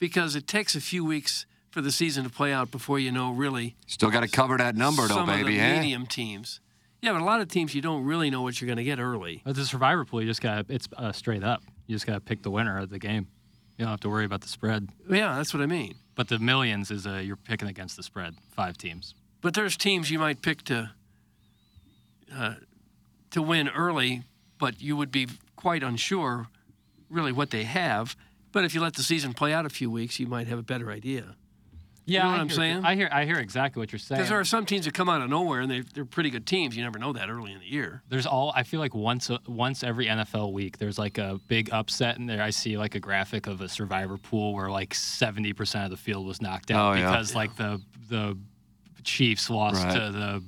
Speaker 7: because it takes a few weeks for the season to play out before you know really
Speaker 1: Still got to cover that number, though,
Speaker 7: some
Speaker 1: baby.
Speaker 7: of the
Speaker 1: eh?
Speaker 7: medium teams. Yeah, but a lot of teams you don't really know what you're going to get early.
Speaker 9: At the survivor pool, you just got it's uh, straight up. You just got to pick the winner of the game. You don't have to worry about the spread.
Speaker 7: Yeah, that's what I mean.
Speaker 9: But the millions is uh, you're picking against the spread, five teams.
Speaker 7: But there's teams you might pick to uh, to win early, but you would be quite unsure really what they have. But if you let the season play out a few weeks, you might have a better idea. you
Speaker 9: Yeah,
Speaker 7: know
Speaker 9: I
Speaker 7: what I'm
Speaker 9: hear-
Speaker 7: saying?
Speaker 9: I hear I hear exactly what you're saying.
Speaker 7: Because there are some teams that come out of nowhere and they they're pretty good teams. You never know that early in the year.
Speaker 9: There's all I feel like once a, once every NFL week there's like a big upset in there. I see like a graphic of a survivor pool where like 70% of the field was knocked out
Speaker 1: Oh, yeah.
Speaker 9: because like the the Chiefs lost
Speaker 1: Right.
Speaker 9: to the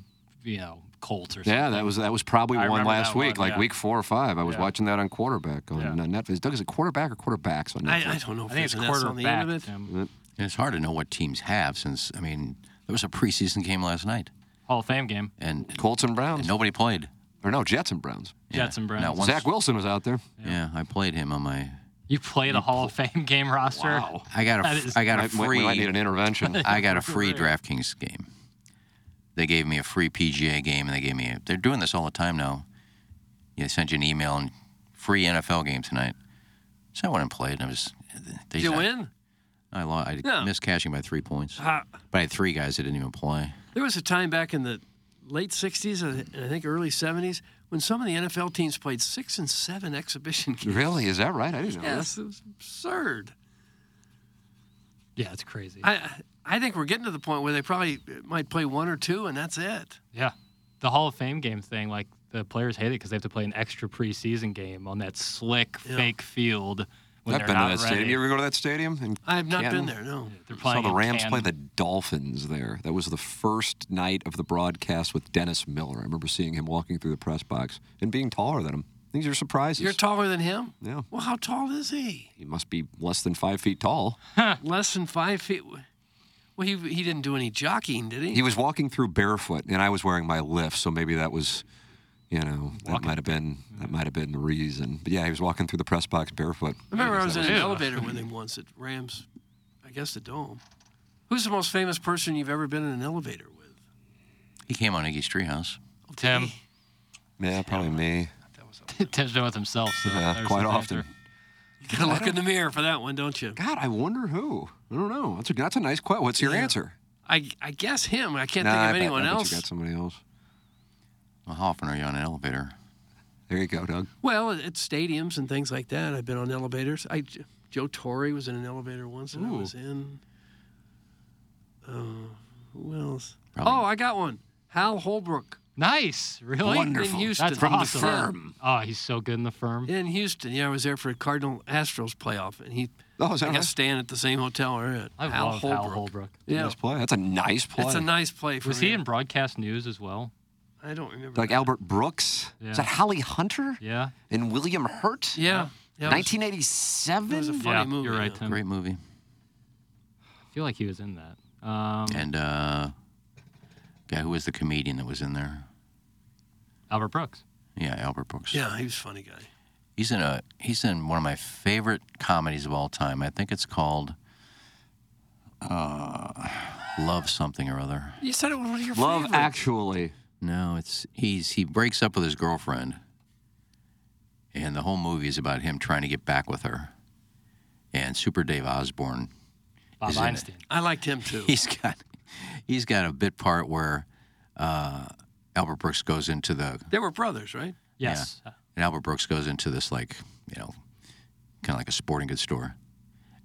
Speaker 9: you know Colts or something.
Speaker 1: Yeah, that was that was probably
Speaker 9: I
Speaker 1: one
Speaker 9: remember
Speaker 1: last
Speaker 9: that one,
Speaker 1: week, like
Speaker 9: yeah.
Speaker 1: week four or five. I was
Speaker 9: Yeah.
Speaker 1: watching that on quarterback on uh, Netflix. Doug, is it quarterback or quarterbacks on
Speaker 7: I-
Speaker 1: Netflix?
Speaker 7: I don't know if I think there's it's an S on the end of quarterback,
Speaker 1: Mm-hmm.
Speaker 6: And it's hard to know what teams have since I mean there was a preseason game last night
Speaker 9: Hall of Fame game.
Speaker 6: and
Speaker 1: Colts and Browns.
Speaker 6: And nobody played.
Speaker 1: Or no, Jets and Browns.
Speaker 9: Jets and Browns.
Speaker 6: Not once.
Speaker 1: Zach Wilson was out there.
Speaker 6: Yeah. I played him on my.
Speaker 9: You played a Hall of Fame game roster.
Speaker 6: I got a.
Speaker 9: That
Speaker 6: f-
Speaker 9: is-
Speaker 6: I got a
Speaker 1: Might- might- we
Speaker 6: free.
Speaker 1: might need an intervention.
Speaker 6: I got a free
Speaker 1: Right.
Speaker 6: DraftKings game. They gave me a free PGA game, and they gave me. A, they're doing this all the time now. They sent you an email and free NFL game tonight. So I went and played, and I was. They,
Speaker 7: Did you win?
Speaker 6: I, lost. I
Speaker 7: No.
Speaker 6: missed cashing by three points.
Speaker 7: Ah.
Speaker 6: But I had three guys that didn't even play.
Speaker 7: There was a time back in the late 60s and I think early 70s when some of the NFL teams played six and seven exhibition games.
Speaker 1: Really? Is that right? I didn't know that.
Speaker 7: Yes, it was absurd.
Speaker 9: Yeah, it's crazy.
Speaker 7: I I think we're getting to the point where they probably might play one or two and that's it.
Speaker 9: Yeah. The Hall of Fame game thing, like the players hate it because they have to play an extra preseason game on that slick
Speaker 7: Yeah.
Speaker 9: fake field when
Speaker 1: I've
Speaker 9: they're
Speaker 1: been to that
Speaker 9: not ready.
Speaker 1: stadium. You ever go to that stadium? in
Speaker 7: I have not
Speaker 1: Canton?
Speaker 7: been there, no.
Speaker 9: They're
Speaker 1: Saw
Speaker 9: playing
Speaker 1: the
Speaker 9: in
Speaker 1: Rams play
Speaker 9: Canton.
Speaker 1: the Dolphins there. That was the first night of the broadcast with Dennis Miller. I remember seeing him walking through the press box and being taller than him. These are surprises.
Speaker 7: You're taller than him?
Speaker 1: Yeah.
Speaker 7: Well, how tall is he?
Speaker 1: he must be less than five feet tall.
Speaker 7: Less than five feet. Well, he, he didn't do any jockeying, did he?
Speaker 1: He was walking through barefoot, and I was wearing my lift, so maybe that was, you know, that might have been that might have been the reason. But yeah, he was walking through the press box barefoot.
Speaker 7: I remember I was in an
Speaker 1: Ew.
Speaker 7: elevator with him once at Rams, I guess the Dome. Who's the most famous person you've ever been in an elevator with?
Speaker 6: He came on Iggy's Treehouse.
Speaker 9: Tim.
Speaker 1: Yeah, probably me.
Speaker 9: Tim's been with himself. So
Speaker 1: Yeah,
Speaker 9: there's
Speaker 1: quite
Speaker 9: the
Speaker 1: often.
Speaker 9: factor.
Speaker 7: You gotta look in the mirror for that one, don't you?
Speaker 1: God, I wonder who. I don't know. That's a that's a nice question. What's your answer?
Speaker 7: I, I guess him. I can't
Speaker 1: Nah,
Speaker 7: think
Speaker 1: I
Speaker 7: of
Speaker 1: bet-
Speaker 7: anyone
Speaker 1: I bet
Speaker 7: else.
Speaker 1: You got somebody else.
Speaker 6: Well, how often are you on an elevator?
Speaker 1: There you go, Doug.
Speaker 7: Well, at at stadiums and things like that, I've been on elevators. I, Joe Torre was in an elevator once that I was in. Oh, who else? Oh, I got one. Hal Holbrook.
Speaker 9: Nice. Really?
Speaker 7: In Houston.
Speaker 9: That's awesome. Oh, he's so good in the firm.
Speaker 7: In Houston, yeah, I was there for a Cardinal Astros playoff, and he.
Speaker 1: Oh, is that
Speaker 7: I
Speaker 1: right?
Speaker 7: guess staying at the same hotel we're at.
Speaker 9: I
Speaker 7: Hal
Speaker 9: love
Speaker 7: Holbrook.
Speaker 9: Hal Holbrook.
Speaker 7: Yeah,
Speaker 1: Nice play. That's a nice play.
Speaker 7: it's a nice play for
Speaker 9: Was
Speaker 7: me.
Speaker 9: he in broadcast news as well?
Speaker 7: I don't remember.
Speaker 1: Like Albert Brooks.
Speaker 9: Yeah.
Speaker 1: Is that Holly Hunter?
Speaker 9: Yeah.
Speaker 1: And William Hurt?
Speaker 7: Yeah. Yeah, it was-
Speaker 1: 1987?
Speaker 7: it was a funny movie,
Speaker 9: You're right,
Speaker 7: yeah.
Speaker 9: Tim.
Speaker 6: Great movie.
Speaker 9: I feel like he was in that. Um,
Speaker 6: And uh, guy who was the comedian that was in there?
Speaker 9: Albert Brooks.
Speaker 6: Yeah, Albert Brooks.
Speaker 7: Yeah, he was a funny guy.
Speaker 6: He's in a he's in one of my favorite comedies of all time. I think it's called uh, Love Something or Other.
Speaker 7: You said it was one of your
Speaker 1: Love
Speaker 7: favorites.
Speaker 1: Actually.
Speaker 6: No, it's he's he breaks up with his girlfriend, and the whole movie is about him trying to get back with her. And Super Dave Osborne
Speaker 9: Bob
Speaker 6: Isn't it?
Speaker 9: Einstein.
Speaker 7: I liked him too.
Speaker 6: He's got he's got a bit part where uh, Albert Brooks goes into the
Speaker 7: They were brothers, right?
Speaker 6: Yes. and Albert Brooks goes into this like you know kind of like a sporting goods store,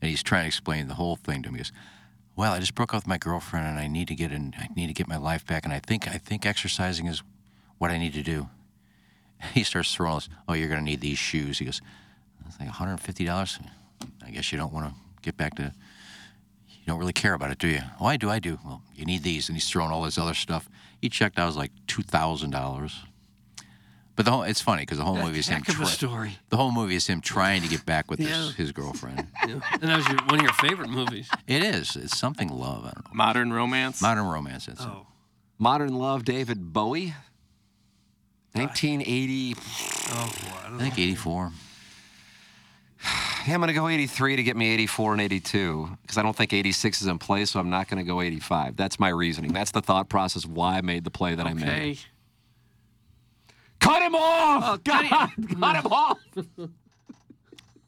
Speaker 6: and he's trying to explain the whole thing to him. He goes, "Well, I just broke up with my girlfriend, and I need to get in. I need to get my life back, and I think I think exercising is what I need to do." He starts throwing us, "Oh, you're going to need these shoes." He goes, "That's like 150 dollars. I guess you don't want to get back to." You don't really care about it, do you? Oh, I do, I do. Well, you need these, and he's throwing all this other stuff. He checked out it was like two thousand dollars. But the whole, it's funny because the whole movie is him.
Speaker 7: Heck of a
Speaker 6: try-
Speaker 7: story.
Speaker 6: The whole movie is him trying to get back with
Speaker 7: Yeah.
Speaker 6: his, his girlfriend.
Speaker 7: Yeah. And that was your, one of your favorite movies.
Speaker 6: It is. It's something love. I don't know.
Speaker 8: Modern romance.
Speaker 6: Modern romance. It's
Speaker 7: Oh.
Speaker 1: Modern Love, David Bowie.
Speaker 7: Oh,
Speaker 1: 1980.
Speaker 7: boy. I,
Speaker 6: I think 84.
Speaker 1: Yeah, I'm going to go 83 to get me 84 and 82 because I don't think 86 is in play, so I'm not going to go 85. That's my reasoning. That's the thought process why I made the play that I made.
Speaker 7: Okay. Oh,
Speaker 1: Cut him off! God, cut him off!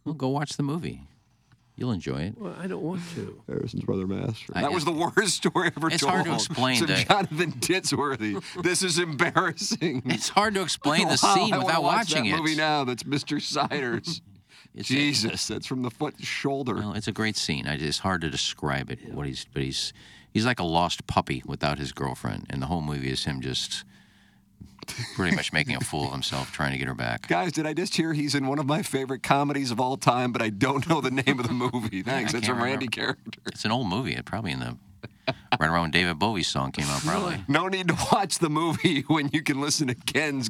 Speaker 6: Well, go watch the movie. You'll enjoy it.
Speaker 7: Well, I don't want to.
Speaker 1: Harrison's brother Master.
Speaker 6: I-
Speaker 1: That was the worst story ever
Speaker 6: It's
Speaker 1: told.
Speaker 6: hard to explain
Speaker 1: So
Speaker 6: that-
Speaker 1: Jonathan Ditzworthy. This is embarrassing.
Speaker 6: It's hard to explain the
Speaker 1: Wow,
Speaker 6: scene
Speaker 1: I wanna
Speaker 6: without
Speaker 1: watch
Speaker 6: watching
Speaker 1: that
Speaker 6: it.
Speaker 1: movie now. That's Mr. Siders. Jesus, that's from the foot to shoulder.
Speaker 6: Well, it's a great scene. I, it's hard to describe it. What he's, but he's, he's like a lost puppy without his girlfriend, and the whole movie is him just pretty much making a fool of himself trying to get her back.
Speaker 1: Guys, did I just hear he's in one of my favorite comedies of all time, but I don't know the name of the movie. Thanks.
Speaker 6: I
Speaker 1: It's a
Speaker 6: can't
Speaker 1: Randy
Speaker 6: remember.
Speaker 1: character.
Speaker 6: It's an old movie. It probably in the right around when David Bowie's song came out. Probably.
Speaker 1: No need to watch the movie when you can listen to Ken's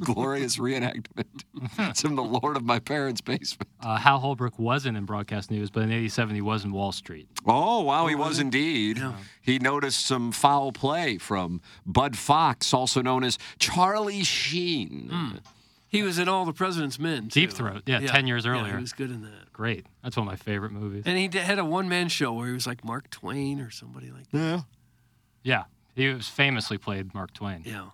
Speaker 1: glorious reenactment. It's from the Lord of my parents' basement.
Speaker 9: Uh, Hal Holbrook wasn't in broadcast news, but in '87 he was in Wall Street.
Speaker 1: Oh, wow, he was indeed. He noticed some foul play from Bud Fox, also known as Charlie Sheen.
Speaker 7: He was in All the President's Men.
Speaker 9: Deep
Speaker 7: too.
Speaker 9: Throat, yeah, 10 years
Speaker 7: Yeah,
Speaker 9: earlier.
Speaker 7: he was good in that.
Speaker 9: Great. That's one of my favorite movies.
Speaker 7: And he d- had a one man show where he was like Mark Twain or somebody like that.
Speaker 1: Yeah.
Speaker 9: Yeah, he was famously played Mark Twain.
Speaker 7: Yeah.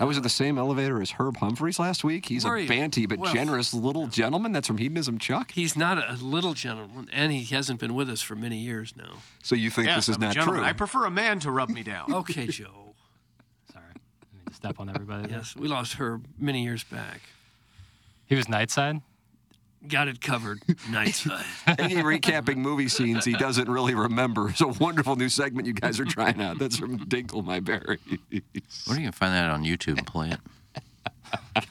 Speaker 1: I was in the same elevator as Herb Humphreys last week. He's
Speaker 7: Were
Speaker 1: a
Speaker 7: you?
Speaker 1: banty but
Speaker 7: Well-
Speaker 1: generous little gentleman. That's from Hedonism Chuck.
Speaker 7: He's not a little gentleman, and he hasn't been with us for many years now.
Speaker 1: So you think
Speaker 11: Yes,
Speaker 1: this is
Speaker 11: I'm a
Speaker 1: not
Speaker 11: gentleman.
Speaker 1: true?
Speaker 11: I prefer a man to rub me down.
Speaker 7: Okay, Joe.
Speaker 9: Step on everybody.
Speaker 7: Yes, we lost her many years back.
Speaker 9: He was Nightside.
Speaker 7: Got it covered. Nightside.
Speaker 1: Any recapping movie scenes he doesn't really remember. It's a wonderful new segment you guys are trying out. That's from Dinkle My Berry.
Speaker 6: Where do you find that on YouTube and play it?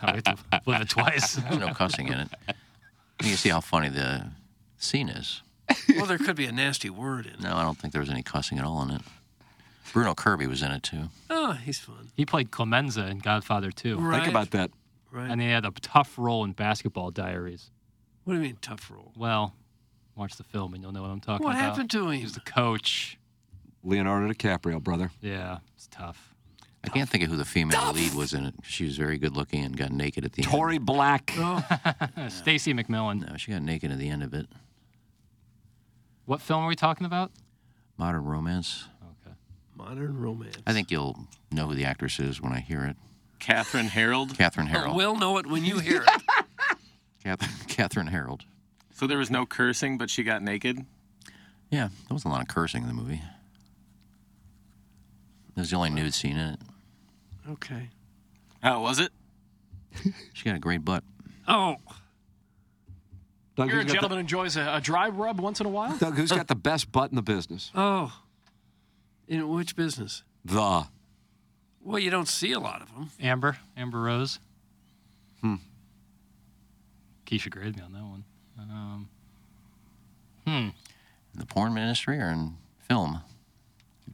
Speaker 9: I have to live it twice.
Speaker 6: There's no cussing in it. You can see how funny the scene is.
Speaker 7: well, there could be a nasty word in it.
Speaker 6: No, I don't think there was any cussing at all in it. Bruno Kirby was in it too.
Speaker 7: Oh, he's fun.
Speaker 9: He played Clemenza in Godfather 2.
Speaker 7: Right. Think about
Speaker 1: that.
Speaker 7: Right.
Speaker 9: And he had a tough role in Basketball Diaries.
Speaker 7: What do you mean, tough role?
Speaker 9: Well, watch the film and you'll know what I'm talking
Speaker 7: What
Speaker 9: about.
Speaker 7: happened to him?
Speaker 9: He was the coach.
Speaker 1: Leonardo DiCaprio, brother.
Speaker 9: Yeah, it's tough.
Speaker 6: I can't think of who the female lead was in it. She was very good looking and got naked at the end.
Speaker 1: Tori Black.
Speaker 9: Stacy McMillan.
Speaker 6: No, she got naked at the end of it.
Speaker 9: What film are we talking about?
Speaker 6: Modern Romance.
Speaker 7: Modern romance.
Speaker 6: I think you'll know who the actress is when I hear it.
Speaker 8: Catherine Harold.
Speaker 6: Catherine Harold.
Speaker 7: We'll know it when you hear it.
Speaker 6: Catherine, Catherine Harold.
Speaker 8: So there was no cursing, but she got naked.
Speaker 6: Yeah, there wasn't a lot of cursing in the movie. There's the only nude scene in it.
Speaker 7: okay.
Speaker 8: How was it?
Speaker 6: She got a great butt.
Speaker 7: Oh.
Speaker 1: Doug, who's got the-
Speaker 11: enjoys a, a dry rub once in a while.
Speaker 1: Doug, who's got the best butt in the business?
Speaker 7: Oh. In which business?
Speaker 1: The.
Speaker 7: Well, you don't see a lot of them.
Speaker 9: Amber. Amber Rose.
Speaker 1: Hmm.
Speaker 9: Keisha graded me on that one. Um, hmm.
Speaker 6: In the porn ministry or in film?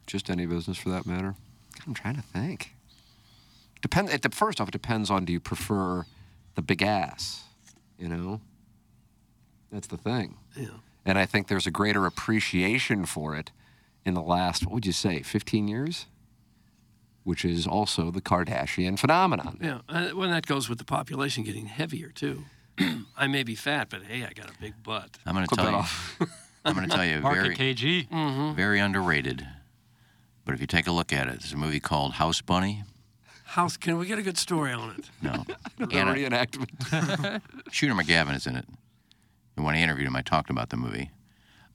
Speaker 1: Just any business for that matter. God, I'm trying to think. Depend, it, first off, it depends on do you prefer the big ass? You know? That's the thing.
Speaker 7: Yeah.
Speaker 1: And I think there's a greater appreciation for it in the last, what would you say, 15 years? Which is also the Kardashian phenomenon.
Speaker 7: Yeah. Uh, well, that goes with the population getting heavier, too. I may be fat, but hey, I got a big butt.
Speaker 6: I'm going to
Speaker 1: Clip
Speaker 6: tell
Speaker 1: that
Speaker 6: you.
Speaker 1: off.
Speaker 6: I'm going to tell you a
Speaker 9: Market
Speaker 6: very,
Speaker 9: KG.
Speaker 1: Mm-hmm.
Speaker 6: very underrated. But if you take a look at it, there's a movie called House Bunny.
Speaker 7: House, can we get a good story on it?
Speaker 6: No.
Speaker 1: The reenactment.
Speaker 6: Shooter McGavin is in it. And when I interviewed him, I talked about the movie.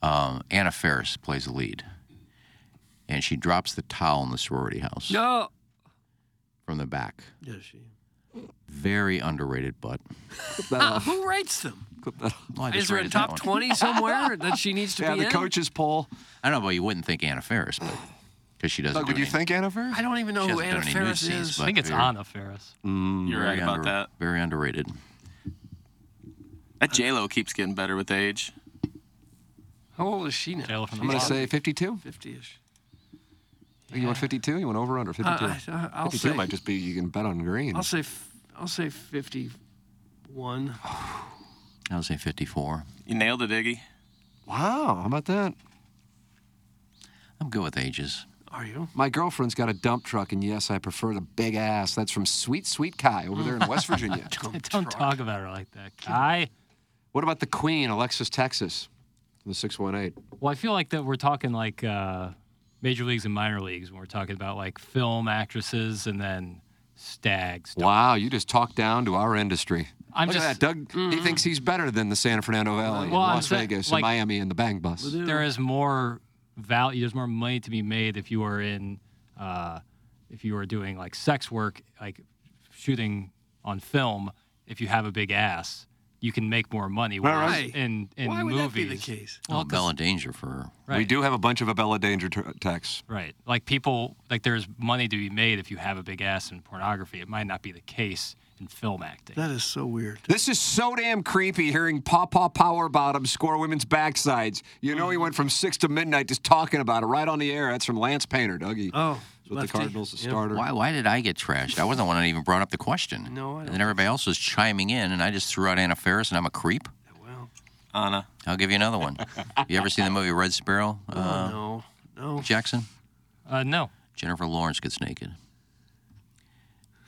Speaker 6: um, Anna Ferris plays the lead, and she drops the towel in the sorority house
Speaker 7: No.
Speaker 6: from the back.
Speaker 7: Yeah, she.
Speaker 6: Very underrated, but
Speaker 7: Uh, who rates them?
Speaker 6: Well, I
Speaker 7: Is
Speaker 6: just
Speaker 7: there a
Speaker 6: rated that
Speaker 7: top
Speaker 6: one.
Speaker 7: 20 somewhere that she needs to
Speaker 6: Yeah,
Speaker 7: be
Speaker 6: the
Speaker 7: in?
Speaker 6: coaches poll. I don't know, but you wouldn't think Anna Ferris, but because she doesn't.
Speaker 1: Doug, would
Speaker 6: do
Speaker 1: you
Speaker 6: any-
Speaker 1: think Anna Ferris?
Speaker 7: I don't even know
Speaker 6: she
Speaker 7: who
Speaker 6: hasn't
Speaker 7: Anna
Speaker 6: done any nude
Speaker 7: Ferris
Speaker 6: scenes,
Speaker 7: is.
Speaker 6: but very- Mm,
Speaker 8: You're right
Speaker 6: very
Speaker 8: about
Speaker 6: under-
Speaker 8: that.
Speaker 6: Very underrated.
Speaker 8: That J Lo keeps getting better with age.
Speaker 7: How old is she now?
Speaker 1: I'm going to say 52.
Speaker 7: 50-ish.
Speaker 1: You went 52? You went over under 52.
Speaker 7: Uh, I- I- I'll
Speaker 1: 52
Speaker 7: say-
Speaker 1: might just be you can bet on green.
Speaker 7: I'll say, f- I'll say 51.
Speaker 6: I would say 54.
Speaker 8: You nailed it, Iggy.
Speaker 1: Wow, how about that?
Speaker 6: I'm good with ages.
Speaker 7: Are you?
Speaker 1: My girlfriend's got a dump truck, and yes, I prefer the big ass. That's from Sweet Sweet Kai over there in West Virginia.
Speaker 9: Don't talk about her like that. I
Speaker 1: What about the Queen, Alexis, Texas, the 618?
Speaker 9: well, I feel like that we're talking like uh, major leagues and minor leagues when we're talking about like film actresses and then stags.
Speaker 1: Wow, you just talked down to our industry.
Speaker 9: I'm
Speaker 1: Look at
Speaker 9: just- Mm-hmm.
Speaker 1: that. Doug, he thinks he's better than the San Fernando Valley,
Speaker 9: Well,
Speaker 1: and
Speaker 9: I'm
Speaker 1: Las
Speaker 9: saying,
Speaker 1: Vegas,
Speaker 9: like-
Speaker 1: and Miami, and the Bang Bus.
Speaker 9: There is more value. There's more money to be made if you are in, uh, if you are doing like sex work, like shooting on film. If you have a big ass, you can make more money.
Speaker 1: Right,
Speaker 9: whereas
Speaker 1: right.
Speaker 9: In in
Speaker 7: Why would
Speaker 9: movies,
Speaker 7: that be the case?
Speaker 9: Well,
Speaker 6: Oh,
Speaker 9: 'cause-
Speaker 6: Bella Danger for her.
Speaker 9: Right.
Speaker 1: We do have a bunch of Abella Danger t- texts.
Speaker 9: Right. Like people, like there's money to be made if you have a big ass in pornography. It might not be the case in film acting.
Speaker 7: That is so weird.
Speaker 1: This is so damn creepy hearing Papa Power Bottom score women's backsides. You know,
Speaker 9: Mm-hmm.
Speaker 1: he went from six to midnight just talking about it right on the air. That's from Lance Painter, Dougie.
Speaker 7: Oh,
Speaker 1: That's what the Cardinals, the starter.
Speaker 6: Why, why did I get trashed? I wasn't the one that even brought up the question. No, I And then everybody else was chiming in, and I just threw out Anna Ferris, and I'm a creep.
Speaker 8: Anna. Oh,
Speaker 6: I'll give you another one. you ever seen the movie Red Sparrow? Uh,
Speaker 7: no, no.
Speaker 6: Jackson?
Speaker 9: Uh, no.
Speaker 6: Jennifer Lawrence gets naked.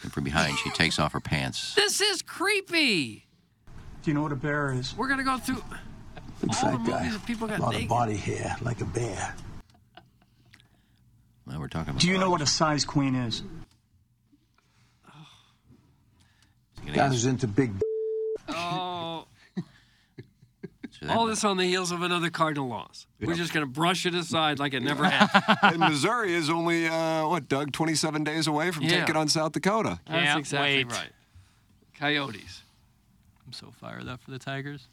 Speaker 6: And from behind, she takes off her pants.
Speaker 7: This is creepy.
Speaker 17: Do you know what a bear is?
Speaker 7: We're gonna go through.
Speaker 17: Big
Speaker 7: all the
Speaker 17: fat guy.
Speaker 7: movies that people got
Speaker 17: a lot
Speaker 7: naked.
Speaker 17: of body hair, like a bear.
Speaker 6: Now we're talking about.
Speaker 17: Do you know what a size queen is? That is into big.
Speaker 7: Oh,
Speaker 6: So that-
Speaker 7: all this on the heels of another cardinal loss. We're just gonna brush it aside like it never happened.
Speaker 1: and Missouri is only uh, what Doug 27 days away from
Speaker 7: Yeah.
Speaker 1: taking on South Dakota.
Speaker 7: That's
Speaker 9: Can't
Speaker 7: exactly
Speaker 9: wait.
Speaker 7: right. Coyotes.
Speaker 9: I'm so fired up for the Tigers.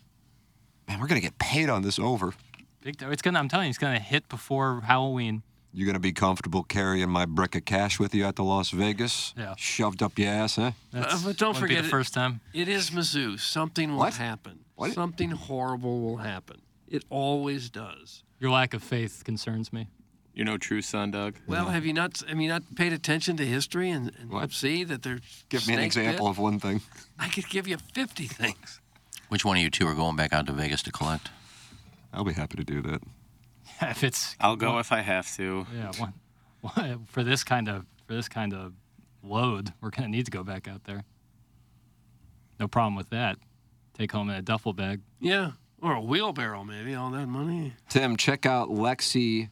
Speaker 1: Man, we're gonna get paid on this over.
Speaker 9: Big, it's gonna. I'm telling you, it's gonna hit before Halloween.
Speaker 1: You gonna be comfortable carrying my brick of cash with you out to Las Vegas?
Speaker 9: Yeah.
Speaker 1: Shoved up your ass, huh?
Speaker 9: That's,
Speaker 7: Uh, but don't
Speaker 9: wouldn't be
Speaker 7: forget
Speaker 9: the
Speaker 7: it-
Speaker 9: first time.
Speaker 7: It is Mizzou. Something will
Speaker 9: What?
Speaker 7: happen. Something horrible will happen. It always does.
Speaker 9: Your lack of faith concerns me.
Speaker 8: You're no true son, Doug.
Speaker 7: Well, have you not? Have you not paid attention to history and, and see that there's
Speaker 1: Give me an example of one thing.
Speaker 7: I could give you 50 things.
Speaker 6: Which one of you two are going back out to Vegas to collect?
Speaker 1: I'll be happy to do that.
Speaker 9: if it's
Speaker 8: I'll go if I have to.
Speaker 9: yeah, one, one, for this kind of for this kind of load, we're gonna need to go back out there. No problem with that. Take home in a duffel bag.
Speaker 7: Yeah, or a wheelbarrow maybe. All that money.
Speaker 1: Tim, check out Lexi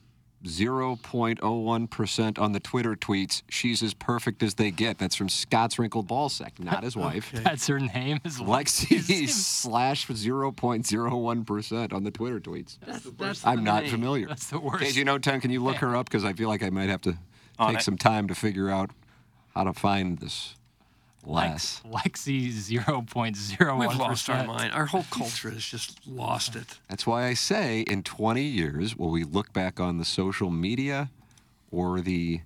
Speaker 1: 0.01% on the Twitter tweets. She's as perfect as they get. That's from Scott's wrinkled ballsack, not his wife.
Speaker 9: That's her name. Is
Speaker 1: Lexi slash 0.01% on the Twitter tweets.
Speaker 9: that's
Speaker 1: I'm
Speaker 9: the
Speaker 1: not
Speaker 9: name.
Speaker 1: familiar.
Speaker 9: That's the worst.
Speaker 1: As you know, Tim, can you look her up? Because I feel like I might have to
Speaker 9: On
Speaker 1: take
Speaker 9: it.
Speaker 1: some time to figure out how to find this lass.
Speaker 9: Lexi 0.01%.
Speaker 7: We've lost our mind. Our whole culture has just lost it.
Speaker 1: That's why I say in 20 years, will we look back on the social media or the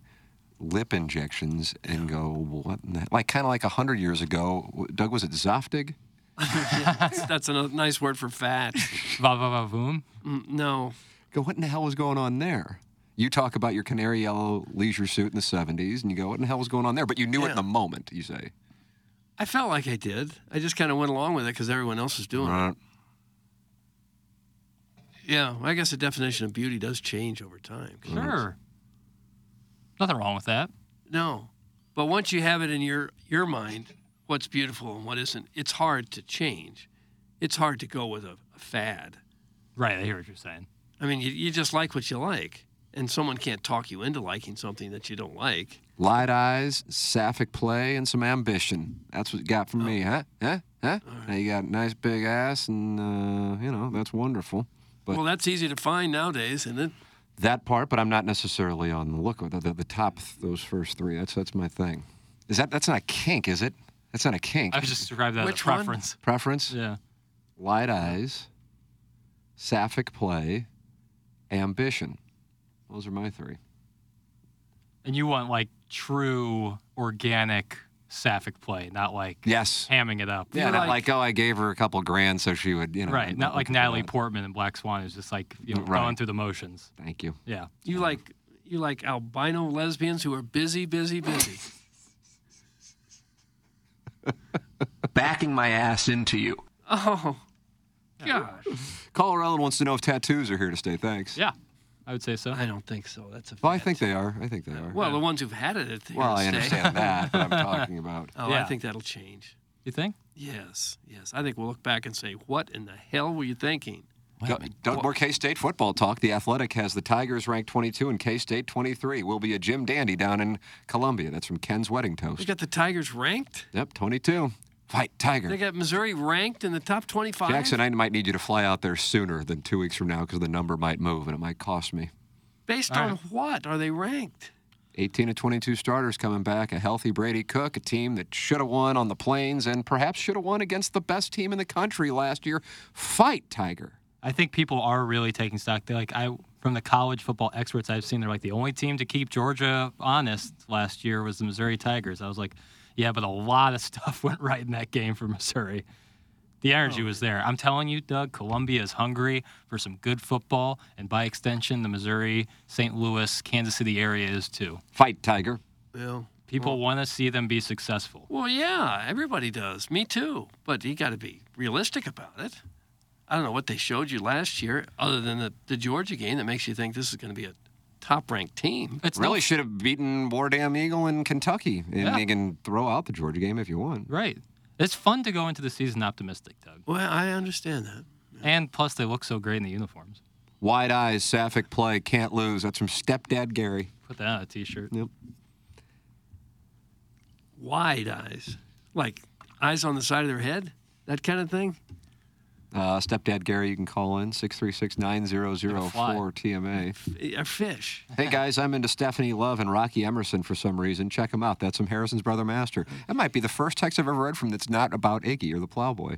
Speaker 1: lip injections and go, what in the Like, kind of like 100 years ago, w- Doug, was it Zoftig?
Speaker 7: that's, that's a nice word for fat.
Speaker 9: Va va va voom.
Speaker 7: Mm, No.
Speaker 1: Go, what in the hell was going on there? You talk about your canary yellow leisure suit in the 70s, and you go, what in the hell was going on there? But you knew it in
Speaker 7: Yeah.
Speaker 1: the moment, you say.
Speaker 7: I felt like I did. I just kind of went along with it because everyone else was doing
Speaker 1: Right.
Speaker 7: it. Yeah, I guess the definition of beauty does change over time.
Speaker 1: Mm.
Speaker 9: Sure. Nothing wrong with that.
Speaker 7: No, but once you have it in your your mind, what's beautiful and what isn't, it's hard to change. It's hard to go with a, a fad.
Speaker 9: Right, I hear what you're saying.
Speaker 7: I mean, you, you just like what you like, and someone can't talk you into liking something that you don't like.
Speaker 1: Light eyes, sapphic play, and some ambition. That's what you got from
Speaker 9: Oh.
Speaker 1: me, huh? Huh? Huh? Now you got a nice big ass, and, uh, you know, that's wonderful. But
Speaker 7: well, that's easy to find nowadays, isn't it?
Speaker 1: that part, but I'm not necessarily on the look the, the, the top th- those first three. That's that's my thing. Is that that's not a kink, is it? That's not a kink.
Speaker 9: I would just describe that as a Which one? preference.
Speaker 1: Preference.
Speaker 9: Yeah.
Speaker 1: Light eyes. Sapphic play. Ambition. Those are my three.
Speaker 9: And you want like true organic sapphic play, not like
Speaker 1: Yes.
Speaker 9: hamming it up.
Speaker 1: Yeah, not like, oh, I gave her a couple grand, so she would, you know.
Speaker 9: right, not like Natalie Portman in Black Swan is just like you know,
Speaker 1: Right.
Speaker 9: going through the motions.
Speaker 1: Thank you.
Speaker 9: Yeah.
Speaker 7: You like you like albino lesbians who are busy, busy, busy.
Speaker 17: Backing my ass into you.
Speaker 7: Oh, gosh.
Speaker 1: Caller Ellen wants to know if tattoos are here to stay. Thanks.
Speaker 9: Yeah, I would say so.
Speaker 7: I don't think so. That's a.
Speaker 1: Well, I think they are. I think they are.
Speaker 7: Well, the ones who've had it. At the
Speaker 1: Well, I
Speaker 7: stay.
Speaker 1: understand that, but I'm talking about-
Speaker 7: Oh,
Speaker 1: Yeah.
Speaker 7: I think that'll change.
Speaker 9: You think?
Speaker 7: Yes, yes. I think we'll look back and say, "What in the hell were you thinking?"
Speaker 1: Go- Doug, more K State football talk. The Athletic has the Tigers ranked 22 and K State 23. Will be a Jim Dandy down in Columbia. That's from Ken's wedding
Speaker 7: We
Speaker 1: toast.
Speaker 7: got the Tigers ranked.
Speaker 1: Yep, 22. Fight Tiger.
Speaker 7: They got Missouri ranked in the top 25.
Speaker 1: Jackson, I might need you to fly out there sooner than two weeks from now because the number might move and it might cost me.
Speaker 7: Based
Speaker 1: All
Speaker 7: on
Speaker 1: right.
Speaker 7: what are they ranked?
Speaker 1: 18 to 22 starters coming back. A healthy Brady Cook, a team that should have won on the Plains and perhaps should have won against the best team in the country last year. Fight Tiger.
Speaker 9: I think people are really taking stock. They like I from the college football experts I've seen, they're like the only team to keep Georgia honest last year was the Missouri Tigers. I was like, yeah, but a lot of stuff went right in that game for Missouri. The energy was there. I'm telling you, Doug, Columbia is hungry for some good football, and by extension, the Missouri, St. Louis, Kansas City area is too.
Speaker 1: Fight Tiger.
Speaker 7: Well,
Speaker 9: People want to see them be successful.
Speaker 7: Well, yeah, everybody does. Me too. But you got to be realistic about it. I don't know what they showed you last year, other than the, the Georgia game that makes you think this is going to be a top ranked team.
Speaker 1: It really should have beaten Wardam Eagle in Kentucky. And
Speaker 9: Yeah.
Speaker 1: you can throw out the Georgia game if you want.
Speaker 9: Right. It's fun to go into the season optimistic, Doug.
Speaker 7: Well, I understand that.
Speaker 9: And plus, they look so great in the uniforms.
Speaker 1: Wide eyes, sapphic play, can't lose. That's from stepdad Gary.
Speaker 9: Put that on a T-shirt.
Speaker 1: Yep.
Speaker 7: Wide eyes, like eyes on the side of their head, that kind of thing.
Speaker 1: Uh, stepdad Gary, you can call in 636 9004 TMA.
Speaker 7: A fish.
Speaker 1: Hey guys, I'm into Stephanie Love and Rocky Emerson for some reason. Check them out. That's from Harrison's brother Master. That might be the first text I've ever read from that's not about Iggy or the Plowboy.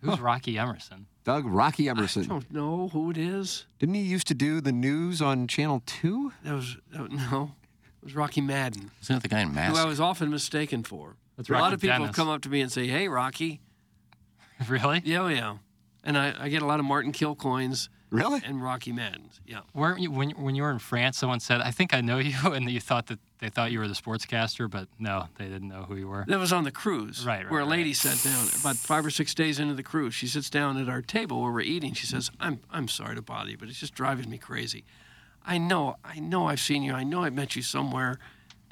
Speaker 9: Who's Rocky Emerson?
Speaker 1: Doug Rocky Emerson.
Speaker 7: Don't know who it is.
Speaker 1: Didn't he used to do the news on Channel 2?
Speaker 7: That was that- no. It was Rocky Madden,
Speaker 6: Isn't that the guy in
Speaker 7: who I
Speaker 6: mask?
Speaker 7: was often mistaken for.
Speaker 9: That's
Speaker 7: a lot
Speaker 9: Rocky
Speaker 7: of people have
Speaker 9: Dennis.
Speaker 7: come up to me and say, "Hey, Rocky."
Speaker 9: Really?
Speaker 7: Yeah, oh, yeah. And I, I get a lot of Martin Kill coins.
Speaker 1: Really?
Speaker 7: And Rocky Maddens. Yeah.
Speaker 9: Weren't you when when you were in France? Someone said, "I think I know you," and you thought that they thought you were the sportscaster, but no, they didn't know who you were.
Speaker 7: That was on the cruise.
Speaker 9: Right, right,
Speaker 7: Where a lady sat down about five or six days into the cruise. She sits down at our table where we're eating. She says, I'm, I'm sorry to bother you, but it's just driving me crazy. I know, I know I've seen you. I know I met you somewhere.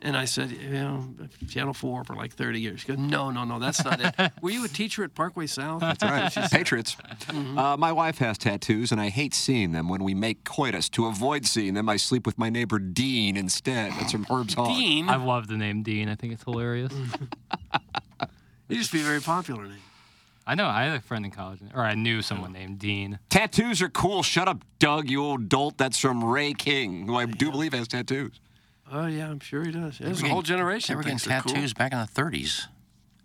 Speaker 7: And I said, you know, Channel 4 for like 30 years. She goes, no, no, no, that's not it. Were you a teacher at Parkway South?
Speaker 1: That's right. Patriots.
Speaker 7: Mm-hmm.
Speaker 1: Uh, my wife has tattoos, and I hate seeing them when we make coitus. To avoid seeing them, I sleep with my neighbor Dean instead. That's from Herb's Hog.
Speaker 7: Dean?
Speaker 9: I love the name Dean. I think it's hilarious.
Speaker 7: It used to be a very popular name.
Speaker 9: I know. I had a friend in college, or I knew someone named Dean.
Speaker 1: Tattoos are cool. Shut up, Doug, you old dolt. That's from Ray King, who I do believe has tattoos.
Speaker 7: Oh, yeah, I'm sure he does.
Speaker 1: were
Speaker 7: There's a
Speaker 1: getting-
Speaker 7: whole generation.
Speaker 1: they were
Speaker 7: of
Speaker 1: getting
Speaker 7: things that are cool.
Speaker 1: tattoos
Speaker 6: back in the 30s.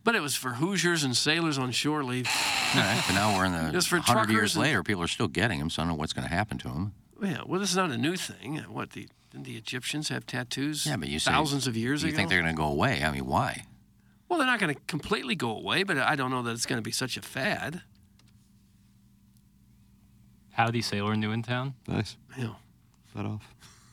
Speaker 7: But it was for Hoosiers and sailors on shore leave.
Speaker 6: All right, but now we're in the
Speaker 7: Just for
Speaker 6: 100
Speaker 7: truckers
Speaker 6: years
Speaker 7: and-
Speaker 6: later, people are still getting them, so I don't know what's going to happen to them.
Speaker 7: Yeah, well, this is not a new thing. Uh, What the didn't the Egyptians have tattoos?
Speaker 6: Yeah, but you say,
Speaker 7: thousands of years
Speaker 6: you
Speaker 7: ago.
Speaker 6: think they're going to go away? I mean, why?
Speaker 7: well, they're not going to completely go away, but I don't know that it's going to be such a fad.
Speaker 9: Howdy, sailor, new in town.
Speaker 1: Nice.
Speaker 7: Yeah.
Speaker 1: That off.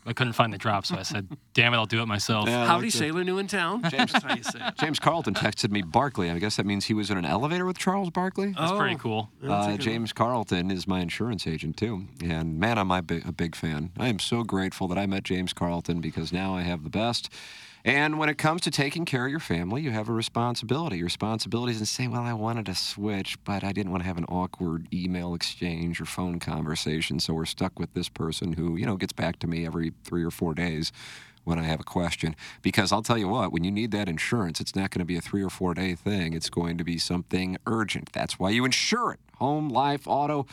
Speaker 9: I couldn't find the drop, so I said, "Damn it, I'll do it myself."
Speaker 1: Yeah, I
Speaker 7: Howdy,
Speaker 1: like that.
Speaker 7: sailor, new in town.
Speaker 1: James-
Speaker 7: That's how you say it.
Speaker 1: James Carlton texted me Barkley. I guess that means he was in an elevator with Charles Barkley.
Speaker 9: That's pretty Oh, cool. that's a good
Speaker 1: Uh,
Speaker 9: one.
Speaker 1: James Carlton is my insurance agent too, and man, am I bi- a big fan. I am so grateful that I met James Carlton because now I have the best. And when it comes to taking care of your family, you have a responsibility. Your responsibility isn't saying, "Well, I wanted to switch, but I didn't want to have an awkward email exchange or phone conversation, so we're stuck with this person who, you know, gets back to me every three or four days." when I have a question. Because I'll tell you what, when you need that insurance, it's not going to be a three or four day thing. It's going to be something urgent. That's why you insure it home, life, auto,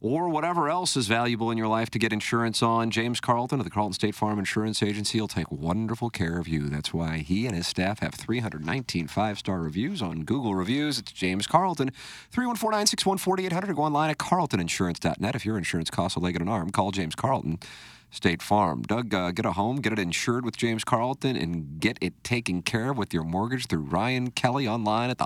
Speaker 1: or whatever else is valuable in your life to get insurance on, James Carlton of the Carlton State Farm Insurance Agency will take wonderful care of you. That's why he and his staff have 319 five star reviews on Google Reviews. It's James Carlton, 314 961 4800, or go online at carltoninsurance.net. If your insurance costs a leg and an arm, call James Carlton. State Farm. Doug, uh, get a home, get it insured with James Carlton, and get it taken care of with your mortgage through Ryan Kelly online at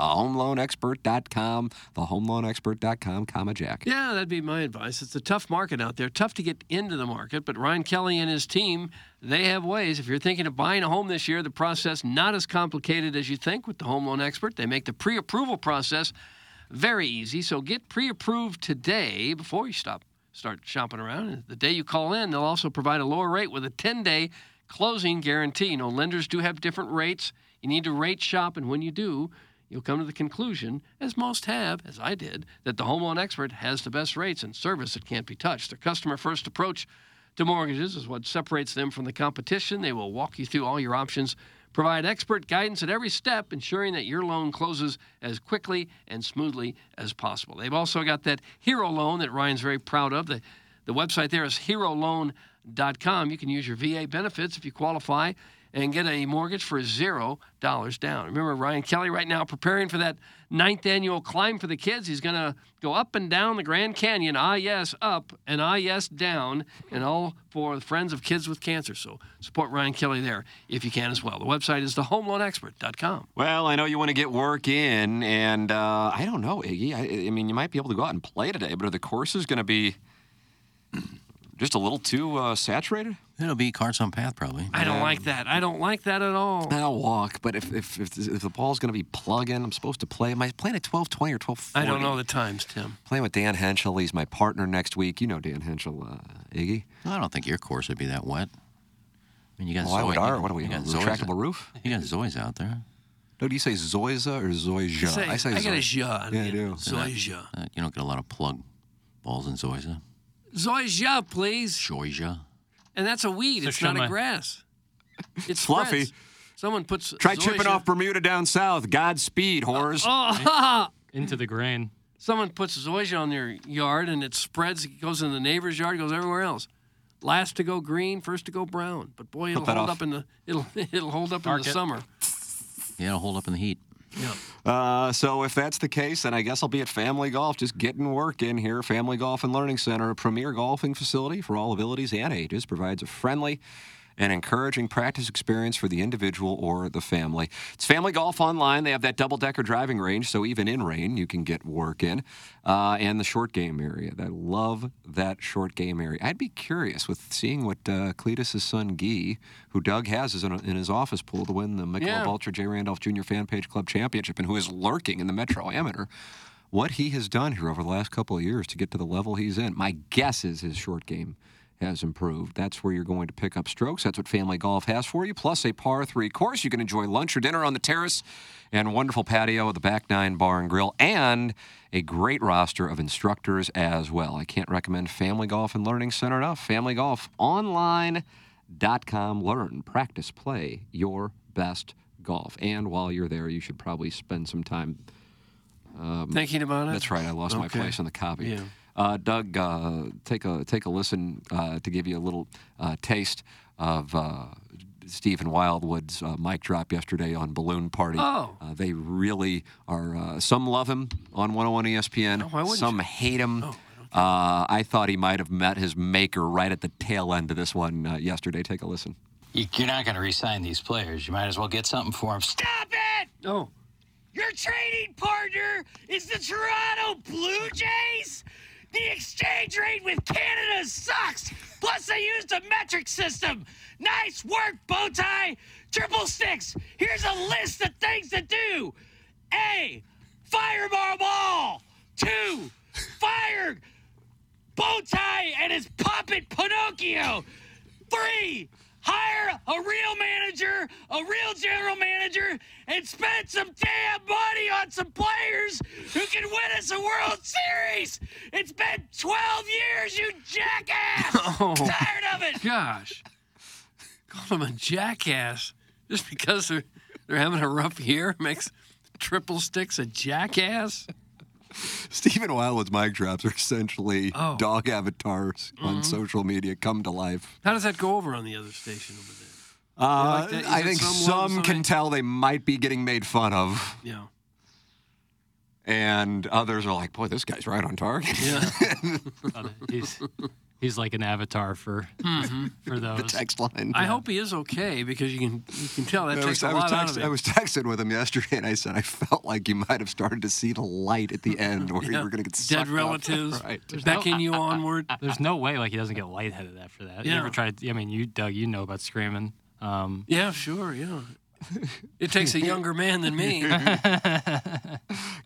Speaker 1: thehomeloanexpert.com. Thehomeloanexpert.com, comma Jack.
Speaker 7: Yeah, that'd be my advice. It's a tough market out there, tough to get into the market, but Ryan Kelly and his team, they have ways. If you're thinking of buying a home this year, the process not as complicated as you think with the home loan expert. They make the pre-approval process very easy. So get pre-approved today before you stop start shopping around. And the day you call in, they'll also provide a lower rate with a 10-day closing guarantee. You know, lenders do have different rates. You need to rate shop, and when you do, you'll come to the conclusion, as most have, as I did, that the home loan expert has the best rates and service that can't be touched. Their customer-first approach to mortgages is what separates them from the competition. They will walk you through all your options, provide expert guidance at every step, ensuring that your loan closes as quickly and smoothly as possible. They've also got that hero loan that Ryan's very proud of. The, the website there is heroloan.com. You can use your VA benefits if you qualify and get a mortgage for zero dollars down. Remember Ryan Kelly right now preparing for that ninth annual climb for the kids. He's going to go up and down the Grand Canyon. Ah yes, up and ah yes, down, and all for the friends of kids with cancer. So support Ryan Kelly there if you can as well. The website is thehomeloanexpert.com.
Speaker 1: Well, I know you want to get work in, and uh, I don't know, Iggy. I, I mean, you might be able to go out and play today, but are the courses going to be just a little too uh, saturated?
Speaker 6: It'll be carts on path probably.
Speaker 7: I don't like that. I don't like that at all.
Speaker 1: I'll walk, but if if, if, if the ball's going to be plugging, I'm supposed to play. Am I playing at 12:20 or 12:40?
Speaker 7: I don't know the times, Tim.
Speaker 1: Playing with Dan Henschel. He's my partner next week. You know Dan Henschel, uh, Iggy.
Speaker 6: I don't think your course would be that wet. I mean, you got
Speaker 1: Oh, I
Speaker 6: Zoe-
Speaker 1: would ar- what are we,
Speaker 6: you got
Speaker 1: a
Speaker 6: Zoe's-
Speaker 1: retractable roof?
Speaker 6: You got Zoys out there.
Speaker 1: No, do you say Zoyza or Zoyja?
Speaker 7: Say-
Speaker 1: I say
Speaker 7: I got a
Speaker 1: Zoy-
Speaker 7: ja.
Speaker 1: Yeah, I do.
Speaker 7: Zoysia.
Speaker 6: Uh, you don't get a lot of plug balls in Zoysia.
Speaker 7: Zoysia, please.
Speaker 6: Zoysia.
Speaker 7: And that's a weed.
Speaker 6: So
Speaker 7: it's not
Speaker 6: Shema-
Speaker 7: a grass. It's
Speaker 1: Fluffy.
Speaker 7: spreads. Someone puts
Speaker 1: Try chipping
Speaker 7: zoysia-
Speaker 1: off Bermuda down south. Godspeed, whores.
Speaker 7: Uh, Oh,
Speaker 9: into the grain.
Speaker 7: Someone puts zoysia on their yard and it spreads. It goes in the neighbor's yard. It goes everywhere else. Last to go green, first to go brown. But boy, it'll
Speaker 6: that
Speaker 7: hold
Speaker 6: off.
Speaker 7: up in the it'll it'll hold up
Speaker 6: Mark
Speaker 7: in the
Speaker 6: it.
Speaker 7: summer.
Speaker 6: Yeah, it'll hold up in the heat.
Speaker 1: Uh, so if that's the case, then I guess I'll be at Family Golf, just getting work in here. Family Golf and Learning Center, a premier golfing facility for all abilities and ages, provides a friendly and encouraging practice experience for the individual or the family. It's Family Golf Online. They have that double decker driving range, so even in rain, you can get work in. Uh, and the short game area. I love that short game area. I'd be curious with seeing what uh, Cletus's son, Guy, who Doug has is in, in his office pool to win the Michelob
Speaker 7: Yeah.
Speaker 1: Ultra J. Randolph Jr. Fan Page Club Championship and who is lurking in the Metro Amateur, what he has done here over the last couple of years to get to the level he's in. My guess is his short game has improved. That's where you're going to pick up strokes. That's what Family Golf has for you, plus a par three course. You can enjoy lunch or dinner on the terrace and wonderful patio at the Back Nine Bar and Grill and a great roster of instructors as well. I can't recommend Family Golf and Learning Center enough. Family Golf online golf.com. Learn, practice, play your best golf. And while you're there, you should probably spend some time um,
Speaker 7: Thinking about it?
Speaker 1: That's right. I lost my
Speaker 7: Okay.
Speaker 1: place on the copy.
Speaker 7: Yeah.
Speaker 1: Uh, Doug, uh, take a take a listen uh, to give you a little uh, taste of uh, Stephen Wildwood's uh, mic drop yesterday on Balloon Party.
Speaker 7: Oh.
Speaker 1: Uh, they really are. Uh, some love him on 101 ESPN.
Speaker 7: why wouldn't
Speaker 1: some
Speaker 7: you? Oh,
Speaker 1: hate him. uh, I thought he might have met his maker right at the tail end of this one uh, yesterday. Take a listen.
Speaker 12: You- You're not going to resign these players. You might as well get something for them. Stop it!
Speaker 7: Oh.
Speaker 18: Your trading partner is the Toronto Blue Jays? The exchange rate with Canada sucks. Plus, they used a metric system. Nice work, bow tie. Triple six. Here's a list of things to do. A. Fire Ball. Two. Fire bow tie and his puppet Pinocchio. Three, hire a real manager, a real general manager, and spend some damn money on some players who can win us a World Series. It's been 12 years, you jackass. Tired of it.
Speaker 7: Oh, Gosh, call them a jackass just because they're they're having a rough year makes triple sticks a jackass.
Speaker 1: Stephen Wildwood's mic drops are essentially
Speaker 7: Oh.
Speaker 1: dog avatars on
Speaker 7: Mhm.
Speaker 1: social media come to life.
Speaker 7: How does that go over on the other station over there?
Speaker 1: Uh,
Speaker 7: like that? Is
Speaker 1: I
Speaker 7: it
Speaker 1: think
Speaker 7: some
Speaker 1: some,
Speaker 7: level, some
Speaker 1: can
Speaker 7: age?
Speaker 1: tell they might be getting made fun of,
Speaker 7: Yeah.
Speaker 1: and others are like, boy, this guy's right on target.
Speaker 9: Uh, he's he's like an avatar for for those.
Speaker 1: text line.
Speaker 7: I hope he is okay because you can you can tell that
Speaker 1: I
Speaker 7: takes
Speaker 1: was,
Speaker 7: a
Speaker 1: I was
Speaker 7: lot out of
Speaker 1: text-
Speaker 7: it.
Speaker 1: I was texting with him yesterday, and I said I felt like you might have started to see the light at the end, where you
Speaker 9: Yeah.
Speaker 1: were going to get sucked
Speaker 7: Dead
Speaker 1: up.
Speaker 7: relatives
Speaker 1: Right.
Speaker 7: becking you onward.
Speaker 9: There's no way like he doesn't get lightheaded after that. You
Speaker 7: Yeah.
Speaker 9: ever tried? I mean, you Doug, you know about screaming. Um,
Speaker 7: Yeah, sure, yeah. It takes a younger man than me.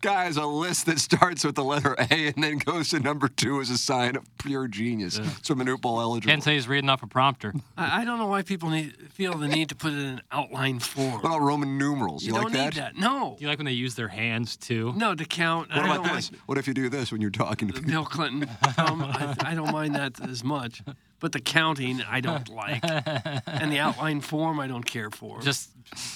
Speaker 1: Guys, a list that starts with the letter A and then goes to number two is a sign of pure genius. It's from Manute Ball eligible.
Speaker 9: Can't say he's reading off a prompter.
Speaker 7: I, I don't know why people need feel the need to put it in an outline form.
Speaker 1: What about Roman numerals?
Speaker 7: You,
Speaker 1: You,
Speaker 7: don't
Speaker 1: like that?
Speaker 7: need that. No.
Speaker 9: Do you like when they use their hands too?
Speaker 7: No, to count.
Speaker 1: What
Speaker 7: I
Speaker 1: about
Speaker 7: don't
Speaker 1: this? What if you do this when you're talking to
Speaker 7: like
Speaker 1: people?
Speaker 7: Bill Clinton. Um, I, I don't mind that as much. But the counting, I don't like. And the outline form, I don't care for.
Speaker 9: Just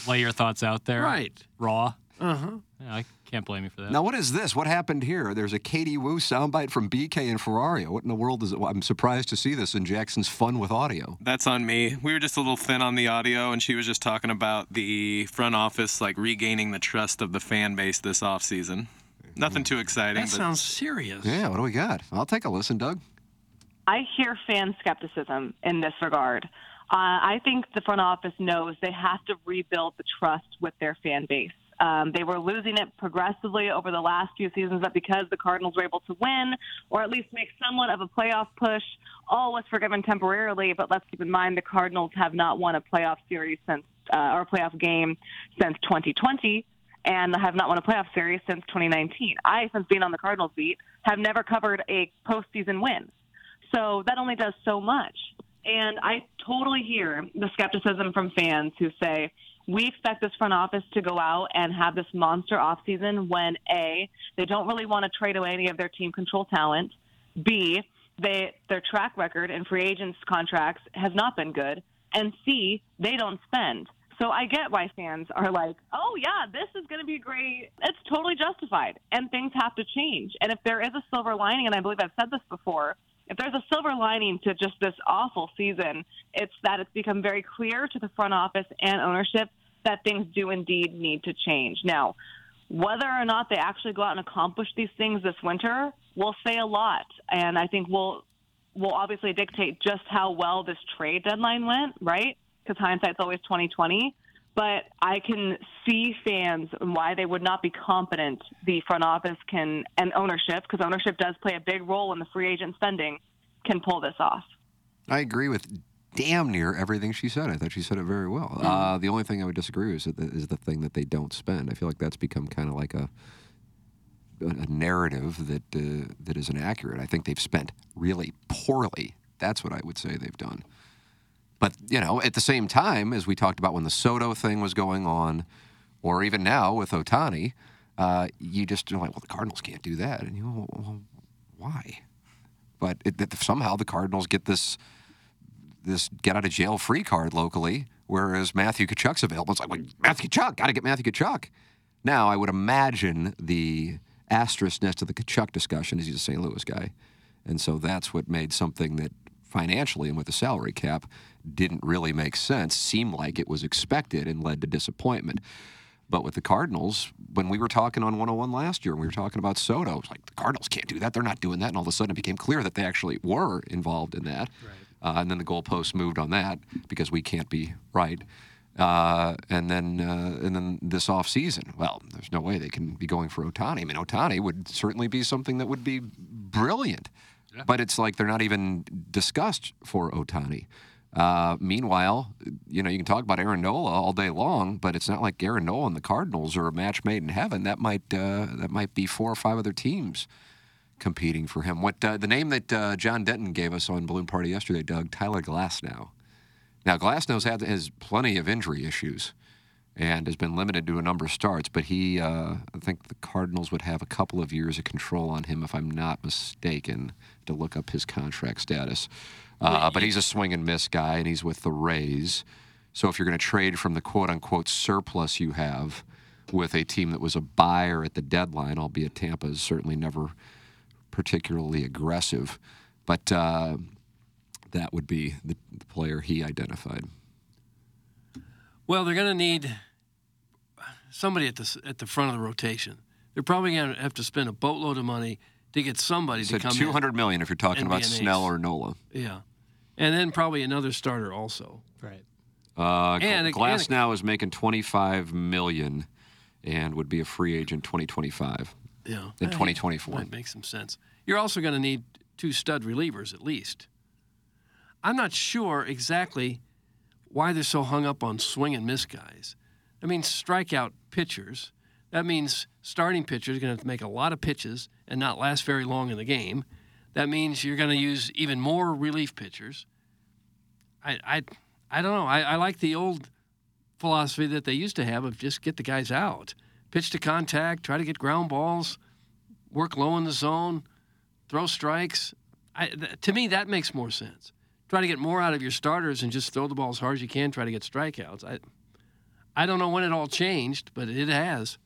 Speaker 9: lay your thoughts out there.
Speaker 7: Right.
Speaker 9: Raw.
Speaker 7: Uh
Speaker 9: Uh-huh.
Speaker 7: huh.
Speaker 9: Yeah, I can't blame you for that.
Speaker 1: Now, what is this? What happened here? There's a Katie Wu soundbite from BK and Ferrario. What in the world is it? Well, I'm surprised to see this in Jackson's Fun with Audio.
Speaker 8: That's on me. We were just a little thin on the audio, and she was just talking about the front office like regaining the trust of the fan base this offseason.
Speaker 7: Mm-hmm.
Speaker 8: Nothing too exciting.
Speaker 7: That
Speaker 8: but
Speaker 7: sounds serious.
Speaker 1: Yeah, what do we got? I'll take a listen, Doug.
Speaker 19: I hear fan skepticism in this regard. Uh, I think the front office knows they have to rebuild the trust with their fan base. Um, they were losing it progressively over the last few seasons, but because the Cardinals were able to win or at least make somewhat of a playoff push, all was forgiven temporarily. But let's keep in mind the Cardinals have not won a playoff series since, uh, or a playoff game since 2020 and have not won a playoff series since 2019. I, since being on the Cardinals beat, have never covered a postseason win. So that only does so much. And I totally hear the skepticism from fans who say, we expect this front office to go out and have this monster offseason when A, they don't really want to trade away any of their team control talent. B, they, their track record in free agents contracts has not been good. And C, they don't spend. So I get why fans are like, oh, yeah, this is going to be great. It's totally justified. And things have to change. And if there is a silver lining, and I believe I've said this before, if there's a silver lining to just this awful season, it's that it's become very clear to the front office and ownership that things do indeed need to change. Now, whether or not they actually go out and accomplish these things this winter will say a lot. And I think we'll will obviously dictate just how well this trade deadline went, right? Because hindsight's always 2020. But I can see fans and why they would not be confident the front office can and ownership, because ownership does play a big role in the free agent spending, can pull this off.
Speaker 1: I agree with damn near everything she said. I thought she said it very well. Uh, the only thing I would disagree with is, that- is the thing that they don't spend. I feel like that's become kind of like a a narrative that uh, that is inaccurate. I think they've spent really poorly. That's what I would say they've done. But you know, at the same time, as we talked about when the Soto thing was going on, or even now with Otani, uh, you just are like, well, the Cardinals can't do that, and you, go, well, why? But it, that somehow the Cardinals get this this get out of jail free card locally, whereas Matthew Kachuk's available. It's like, well, Matthew Kachuk, got to get Matthew Kachuk. Now, I would imagine the asterisk next to the Kachuk discussion is he's a St. Louis guy. And so that's what made something that financially and with the salary cap didn't really make sense, seem like it was expected and led to disappointment. But with the Cardinals, when we were talking on 101 last year, and we were talking about Soto, it's like the Cardinals can't do that. They're not doing that. And all of a sudden, it became clear that they actually were involved in that. Uh, and then the goalposts moved on that because we can't be right. Uh, and then, uh, and then this offseason, well, there's no way they can be going for Otani. I mean, Otani would certainly be something that would be brilliant, but it's like they're not even discussed for Otani. Uh, meanwhile, you know, you can talk about Aaron Nola all day long, but it's not like Aaron Nola and the Cardinals are a match made in heaven. That might uh, that might be four or five other teams competing for him. What uh, the name that uh, John Denton gave us on Balloon Party yesterday, Doug Tyler Glasnow. Now Glasnow's had has plenty of injury issues and has been limited to a number of starts, but he uh, I think the Cardinals would have a couple of years of control on him if I'm not mistaken. To look up his contract status, uh, but he's a swing and miss guy, and he's with the Rays. So if you're going to trade from the quote unquote surplus you have, with a team that was a buyer at the deadline, albeit Tampa is certainly never particularly aggressive. But uh, that would be the, the player he identified.
Speaker 7: Well, they're going to need somebody at the s- at the front of the rotation. They're probably going to have to spend a boatload of money to get somebody
Speaker 1: He said
Speaker 7: to come. in.
Speaker 1: two hundred million if you're talking
Speaker 7: and
Speaker 1: about
Speaker 7: be an ace.
Speaker 1: Snell or Nola.
Speaker 7: Yeah, and then probably another starter also. Right.
Speaker 1: Uh,
Speaker 7: And a-
Speaker 1: Glass
Speaker 7: and a-
Speaker 1: now is making 25 million and would be a free agent 2025
Speaker 7: Yeah.
Speaker 1: in
Speaker 7: Uh,
Speaker 1: 2024.
Speaker 7: That makes some sense. You're also going to need two stud relievers at least. I'm not sure exactly why they're so hung up on swing and miss guys. That means strikeout pitchers. That means starting pitchers are going to have to make a lot of pitches and not last very long in the game. That means you're going to use even more relief pitchers. I, I, I don't know. I, I like the old philosophy that they used to have of just get the guys out, pitch to contact, try to get ground balls, work low in the zone, throw strikes. I, th- to me, that makes more sense. Try to get more out of your starters and just throw the ball as hard as you can. Try to get strikeouts. I, I don't know when it all changed, but it has.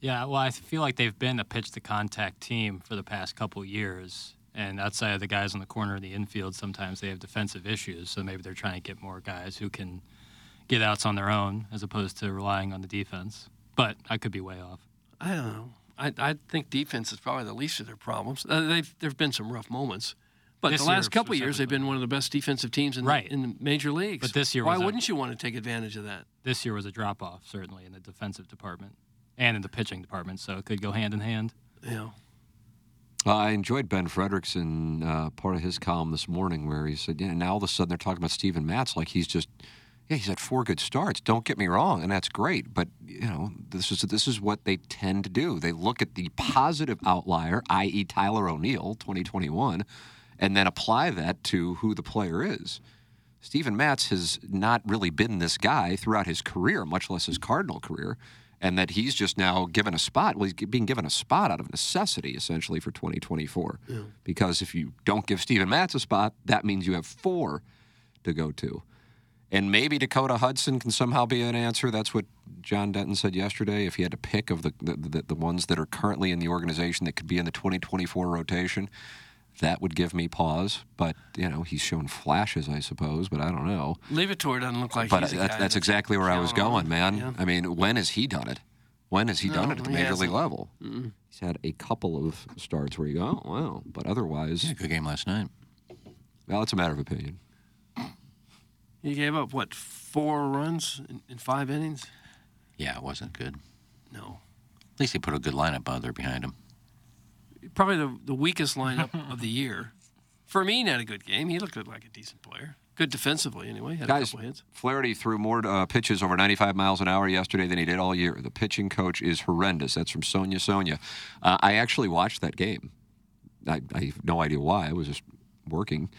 Speaker 9: Yeah, well, I feel like they've been a pitch to contact team for the past couple years. And outside of the guys on the corner of the infield, sometimes they have defensive issues. So maybe they're trying to get more guys who can get outs on their own as opposed to relying on the defense. But I could be way off.
Speaker 7: I don't know. I, I think defense is probably the least of their problems. Uh, they've there've been some rough moments, but
Speaker 9: This
Speaker 7: the
Speaker 9: year
Speaker 7: last couple years they've been one of the best defensive teams in
Speaker 9: Right.
Speaker 7: the, in the major leagues.
Speaker 9: But this year
Speaker 7: why
Speaker 9: was a-
Speaker 7: wouldn't you want to take advantage of that?
Speaker 9: This year was a drop off, certainly, in the defensive department and in the pitching department. So it could go hand in hand.
Speaker 7: Yeah.
Speaker 1: Uh, I enjoyed Ben Fredrickson, uh, part of his column this morning where he said, yeah, now all of a sudden they're talking about Steven Matz like he's just, yeah, he's had four good starts. Don't get me wrong, and that's great, but you know this is this is what they tend to do. They look at the positive outlier, i.e., Tyler O'Neill, 2021, and then apply that to who the player is. Steven Matz has not really been this guy throughout his career, much less his Cardinal career, and that he's just now given a spot. Well, he's being given a spot out of necessity, essentially, for 2024. Because if you don't give Steven Matz a spot, that means you have four to go to. And maybe Dakota Hudson can somehow be an answer. That's what John Denton said yesterday. If he had to pick of the, the, the, the ones that are currently in the organization that could be in the 2024 rotation, that would give me pause. But, you know, he's shown flashes, I suppose, but I don't know.
Speaker 7: Levator doesn't look like
Speaker 1: but uh,
Speaker 7: he's a
Speaker 1: that-
Speaker 7: guy
Speaker 1: that's exactly where I was
Speaker 7: counting on.
Speaker 1: going, man.
Speaker 7: Yeah.
Speaker 1: I mean, when has he done it? When has he done
Speaker 7: No,
Speaker 1: it at the
Speaker 7: he
Speaker 1: major
Speaker 7: hasn't.
Speaker 1: league level?
Speaker 7: Mm-mm.
Speaker 1: He's had a couple of starts where you go, oh, wow. But otherwise. Yeah,
Speaker 6: good game last night.
Speaker 1: Well, it's a matter of opinion.
Speaker 7: He gave up what four runs in, in five innings?
Speaker 6: Yeah, it wasn't good.
Speaker 7: No.
Speaker 6: At least they put a good lineup out there behind him.
Speaker 7: Probably the, the weakest lineup of the year. Fermin had a good game. He looked like a decent player. Good defensively, anyway. Had a
Speaker 1: Guys,
Speaker 7: couple hits.
Speaker 1: Flaherty threw more uh, pitches over 95 miles an hour yesterday than he did all year. The pitching coach is horrendous. That's from Sonia Sonia. Uh, I actually watched that game. I, I have no idea why. I was just working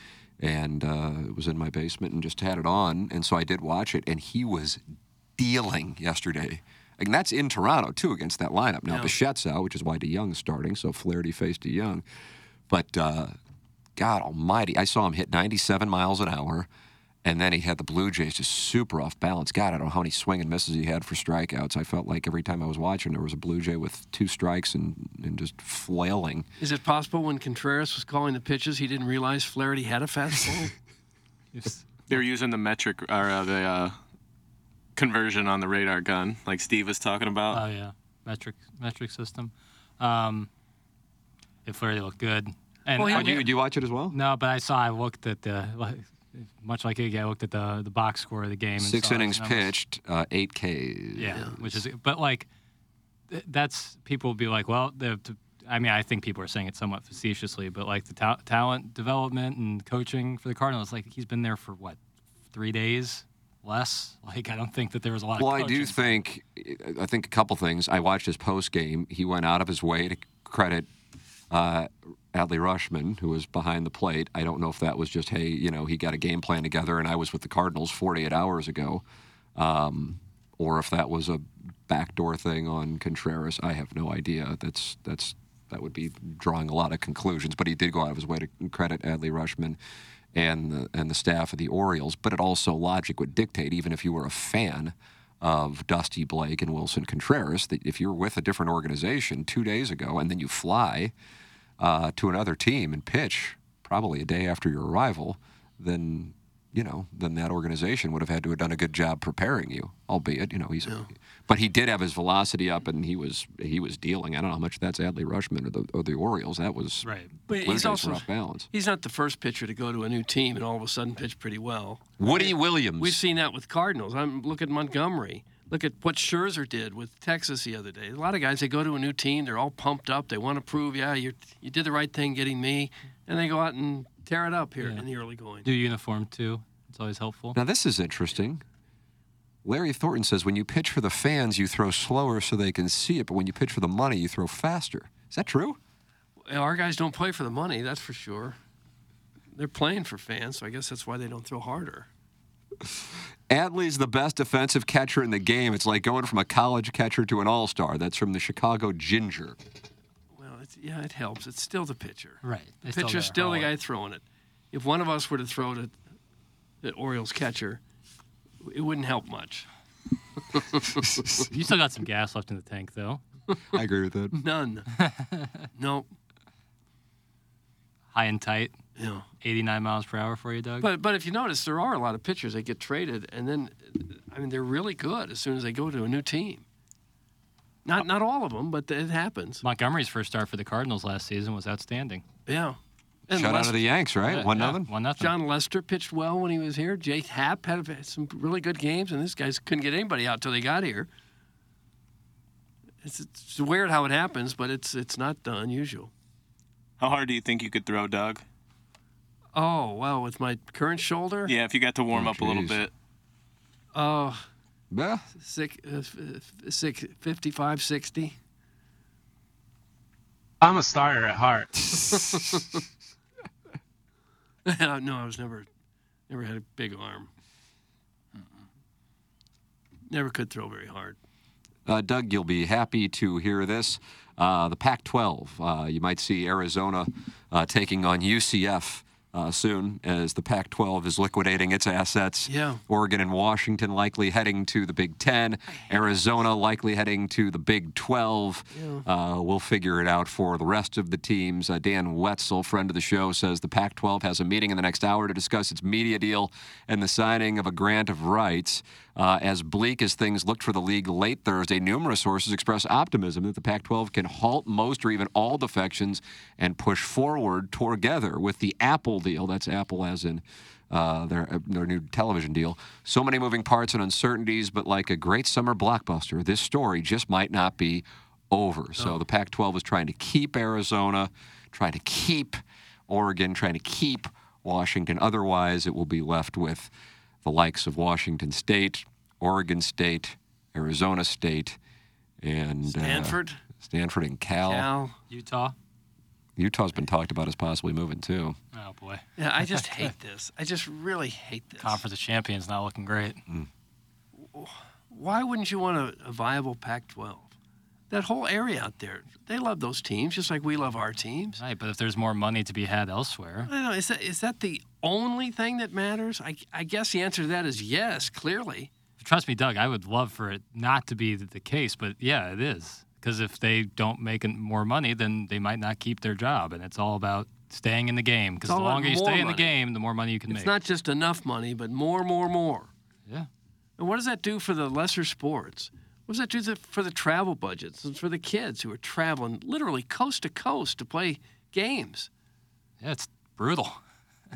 Speaker 1: and uh, it was in my basement and just had it on. And so I did watch it, and he was dealing yesterday. And that's in Toronto, too, against that lineup. Now,
Speaker 6: Yeah.
Speaker 1: Bichette's out, which is why DeYoung's starting. So Flaherty faced DeYoung. But uh, God almighty, I saw him hit 97 miles an hour. And then he had the Blue Jays just super off balance. God, I don't know how many swing and misses he had for strikeouts. I felt like every time I was watching, there was a Blue Jay with two strikes and, and just flailing.
Speaker 7: Is it possible when Contreras was calling the pitches, he didn't realize Flaherty had a fastball?
Speaker 8: They're using the metric or uh, the uh, conversion on the radar gun, like Steve was talking about.
Speaker 9: Oh yeah, metric metric system. Um, it Flaherty looked good.
Speaker 1: Oh, do you- do you watch it as well?
Speaker 9: No, but I saw. I looked at the like, much like Iggy, I looked at the the box score of the game. And
Speaker 1: Six
Speaker 9: saw his
Speaker 1: innings
Speaker 9: numbers.
Speaker 1: pitched, uh, eight Ks.
Speaker 9: Yeah, which is but like th- that's people will be like, well, the. the- I mean, I think people are saying it somewhat facetiously, but like the ta- talent development and coaching for the Cardinals, like he's been there for what, three days less? Like, I don't think that there was a lot
Speaker 1: Well,
Speaker 9: of
Speaker 1: I do think I think a couple things. I watched his post game. He went out of his way to credit uh, Adley Rushman, who was behind the plate. I don't know if that was just hey, you know, he got a game plan together, and I was with the Cardinals 48 hours ago, um, or if that was a backdoor thing on Contreras. I have no idea. That's that's that would be drawing a lot of conclusions. But he did go out of his way to credit Adley Rushman and the, and the staff of the Orioles, but it also logic would dictate, even if you were a fan of Dusty Blake and Wilson Contreras that if you're with a different organization two days ago and then you fly uh, to another team and pitch probably a day after your arrival, then you know then that organization would have had to have done a good job preparing you, albeit you know he's. But he did have his velocity up, and he was he was dealing. I don't know how much that's Adley Rushman or the or the Orioles. That was
Speaker 7: Right. But he's
Speaker 1: Bluejays
Speaker 7: also-
Speaker 1: were off balance.
Speaker 7: He's not the first pitcher to go to a new team and all of a sudden pitch pretty well.
Speaker 1: Woody Williams.
Speaker 7: We've seen that with Cardinals. I'm look at Montgomery. Look at what Scherzer did with Texas the other day. A lot of guys they go to a new team, they're all pumped up, they want to prove, yeah, you you did the right thing getting me, and they go out and tear it up here in the early going.
Speaker 9: Do uniform too. It's always helpful.
Speaker 1: Now, this is interesting. Larry Thornton says when you pitch for the fans, you throw slower so they can see it, but when you pitch for the money, you throw faster. Is that true?
Speaker 7: Our guys don't play for the money, that's for sure. They're playing for fans, so I guess that's why they don't throw harder.
Speaker 1: Adley's the best defensive catcher in the game. It's like going from a college catcher to an all star. That's from the Chicago Ginger.
Speaker 7: Well, it's, yeah, it helps. It's still the pitcher.
Speaker 9: Right.
Speaker 7: The
Speaker 9: They still
Speaker 7: pitcher's
Speaker 9: gotta
Speaker 7: still the
Speaker 9: haul
Speaker 7: guy throwing it. If one of us were to throw it at the Orioles catcher, it wouldn't help much.
Speaker 9: you still got some gas left in the tank, though.
Speaker 1: I agree with that.
Speaker 7: None. nope.
Speaker 9: High and tight.
Speaker 7: Yeah.
Speaker 9: 89 miles per hour for you, Doug.
Speaker 7: But but if you notice, there are a lot of pitchers that get traded, and then, I mean, they're really good as soon as they go to a new team. Not not all of them, but it happens.
Speaker 9: Montgomery's first start for the Cardinals last season was outstanding.
Speaker 7: Yeah.
Speaker 1: Shut out of the Yanks, right? one nothing.
Speaker 9: One nothing.
Speaker 7: John Lester pitched well when he was here. Jake Happ had a- some really good games, and this guys couldn't get anybody out till they got here. It's, it's weird how it happens, but it's it's not the unusual.
Speaker 8: How hard do you think you could throw, Doug?
Speaker 7: Oh well, with my current shoulder,
Speaker 8: Yeah, if you got to warm
Speaker 7: Oh,
Speaker 8: up a little
Speaker 7: jeez.
Speaker 8: bit.
Speaker 7: oh,
Speaker 1: yeah,
Speaker 7: six, uh, f- f- six, 55, 60.
Speaker 20: I'm a starter at heart.
Speaker 7: no, I was never, never had a big arm. Never could throw very hard.
Speaker 1: Uh, Doug, you'll be happy to hear this. Uh, the Pac 12. Uh, you might see Arizona uh, taking on UCF uh, soon as the Pac 12 is liquidating its assets.
Speaker 7: Yeah.
Speaker 1: Oregon and Washington likely heading to the Big 10. Arizona likely heading to the Big 12. Uh, we'll figure it out for the rest of the teams. Uh, Dan Wetzel, friend of the show, says the Pac 12 has a meeting in the next hour to discuss its media deal and the signing of a grant of rights. Uh, as bleak as things looked for the league late Thursday, numerous sources express optimism that the Pac 12 can halt most or even all defections and push forward together with the Apple deal. That's Apple as in uh, their their new television deal. So many moving parts and uncertainties, but like a great summer blockbuster, this story just might not be over. So the Pac-12 is trying to keep Arizona, trying to keep Oregon, trying to keep Washington. Otherwise, it will be left with the likes of Washington State, Oregon State, Arizona State, and uh,
Speaker 7: Stanford.
Speaker 1: Stanford and
Speaker 7: Cal.
Speaker 9: Utah.
Speaker 1: Utah's been talked about as possibly moving too.
Speaker 9: Oh boy.
Speaker 7: Yeah, I just hate this. I just really hate this.
Speaker 9: Conference of Champions not looking great.
Speaker 7: Why wouldn't you want a, a viable Pac-12? That whole area out there, they love those teams just like we love our teams.
Speaker 9: Right, but if there's more money to be had elsewhere,
Speaker 7: I don't know. Is that is that the only thing that matters? I, I guess the answer to that is yes, clearly.
Speaker 9: trust me, Doug, I would love for it not to be th- the case, but yeah, it is. Because if they don't make an- more money, then they might not keep their job, and it's all about staying in the game. Because
Speaker 7: It's
Speaker 9: the
Speaker 7: all about
Speaker 9: longer you
Speaker 7: more
Speaker 9: stay in the
Speaker 7: money.
Speaker 9: game, the more money you can
Speaker 7: It's
Speaker 9: make.
Speaker 7: not just enough money, but more, more, more.
Speaker 9: Yeah.
Speaker 7: And what does that do for the lesser sports? What does that do to- for the travel budgets and for the kids who are traveling literally coast to coast to play games?
Speaker 9: Yeah, it's brutal.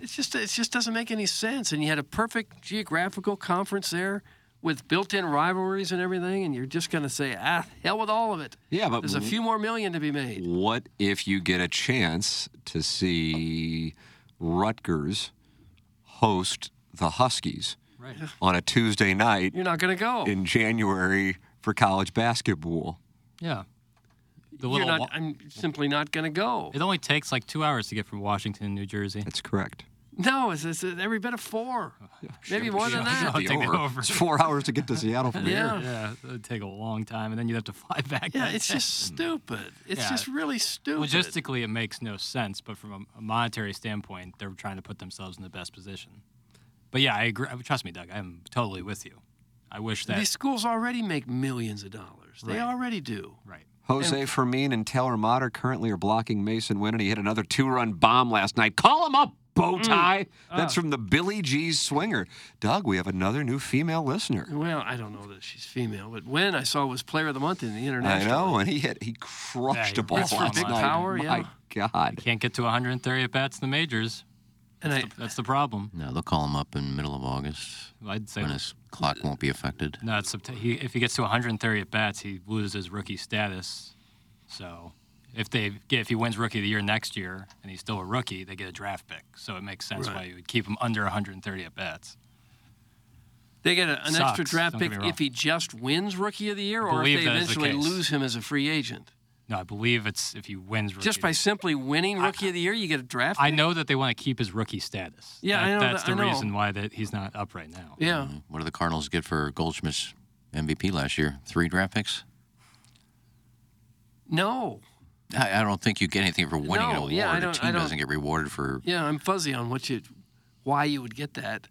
Speaker 7: It's just it just doesn't make any sense. And you had a perfect geographical conference there with built-in rivalries and everything, and you're just going to say, ah, hell with all of it.
Speaker 1: Yeah, but
Speaker 7: there's a few more million to be made.
Speaker 1: What if you get a chance to see Rutgers host the Huskies
Speaker 7: Right.
Speaker 1: on a Tuesday night
Speaker 7: You're not going to go.
Speaker 1: in January for college basketball?
Speaker 9: Yeah. The
Speaker 7: You're
Speaker 9: little
Speaker 7: not,
Speaker 9: wa-
Speaker 7: I'm simply not going to go.
Speaker 9: It only takes like two hours to get from Washington to New Jersey.
Speaker 1: That's correct.
Speaker 7: No, it's, it's every bit of four.
Speaker 9: Oh,
Speaker 7: Maybe more than that.
Speaker 1: It'd be over. It's four hours to get to Seattle from
Speaker 7: Yeah.
Speaker 1: here.
Speaker 9: Yeah, it would take a long time, and then you'd have to fly back.
Speaker 7: Yeah,
Speaker 9: that
Speaker 7: it's
Speaker 9: day.
Speaker 7: just stupid. It's
Speaker 9: Mm. Yeah.
Speaker 7: just really stupid.
Speaker 9: Logistically, it makes no sense, but from a- a monetary standpoint, they're trying to put themselves in the best position. But yeah, I agree. Trust me, Doug, I'm totally with you. I wish that.
Speaker 7: These schools already make millions of dollars. They
Speaker 9: Right.
Speaker 7: already do. Right.
Speaker 1: Jose Fermin and Taylor Motter currently are blocking Mason Wynn, and he hit another two-run bomb last night. Call him up, bow tie.
Speaker 7: Mm.
Speaker 1: That's
Speaker 7: Ah.
Speaker 1: from the Billy G Swinger. Doug, we have another new female listener.
Speaker 7: Well, I don't know that she's female, but when I saw was Player of the Month in the
Speaker 1: I
Speaker 7: international.
Speaker 1: know, and he hit, he crushed
Speaker 9: Yeah,
Speaker 1: a ball
Speaker 9: that's for
Speaker 1: last
Speaker 9: big
Speaker 1: night.
Speaker 9: power,
Speaker 1: My
Speaker 9: yeah.
Speaker 1: God.
Speaker 9: Can't get to 130 at bats in the majors.
Speaker 7: And
Speaker 9: that's, the, that's the problem.
Speaker 6: No, they'll call him up in the middle of August
Speaker 9: I'd say
Speaker 6: when his clock won't be affected.
Speaker 9: no. It's, Sept- he, if he gets to 130 at bats, he loses his rookie status. So if they get, if he wins rookie of the year next year and he's still a rookie, they get a draft pick. So it makes sense
Speaker 7: Right.
Speaker 9: why you would keep him under 130 at bats.
Speaker 7: They get a, an extra
Speaker 9: Sucks,
Speaker 7: draft
Speaker 9: don't
Speaker 7: pick
Speaker 9: get me wrong.
Speaker 7: if he just wins Rookie of the Year, or
Speaker 9: I
Speaker 7: if
Speaker 9: believe
Speaker 7: they
Speaker 9: that is the
Speaker 7: eventually
Speaker 9: case.
Speaker 7: lose him as a free agent.
Speaker 9: No, I believe it's if he wins rookie.
Speaker 7: Just by simply winning Rookie of the Year, you get a draft.
Speaker 9: I
Speaker 7: pick?
Speaker 9: know that they want to keep his rookie status.
Speaker 7: Yeah,
Speaker 9: that,
Speaker 7: I know
Speaker 9: That's
Speaker 7: that-
Speaker 9: the
Speaker 7: I know.
Speaker 9: reason why that he's not up right now.
Speaker 7: Yeah.
Speaker 6: What did the Cardinals get for Goldschmidt's MVP last year? Three draft picks?
Speaker 7: No.
Speaker 6: I, I don't think you get anything for winning an
Speaker 7: No,
Speaker 6: award.
Speaker 7: yeah, I
Speaker 6: a
Speaker 7: don't- I
Speaker 6: team
Speaker 7: don't-
Speaker 6: doesn't get rewarded for.
Speaker 7: Yeah, I'm fuzzy on what you, why you would get that.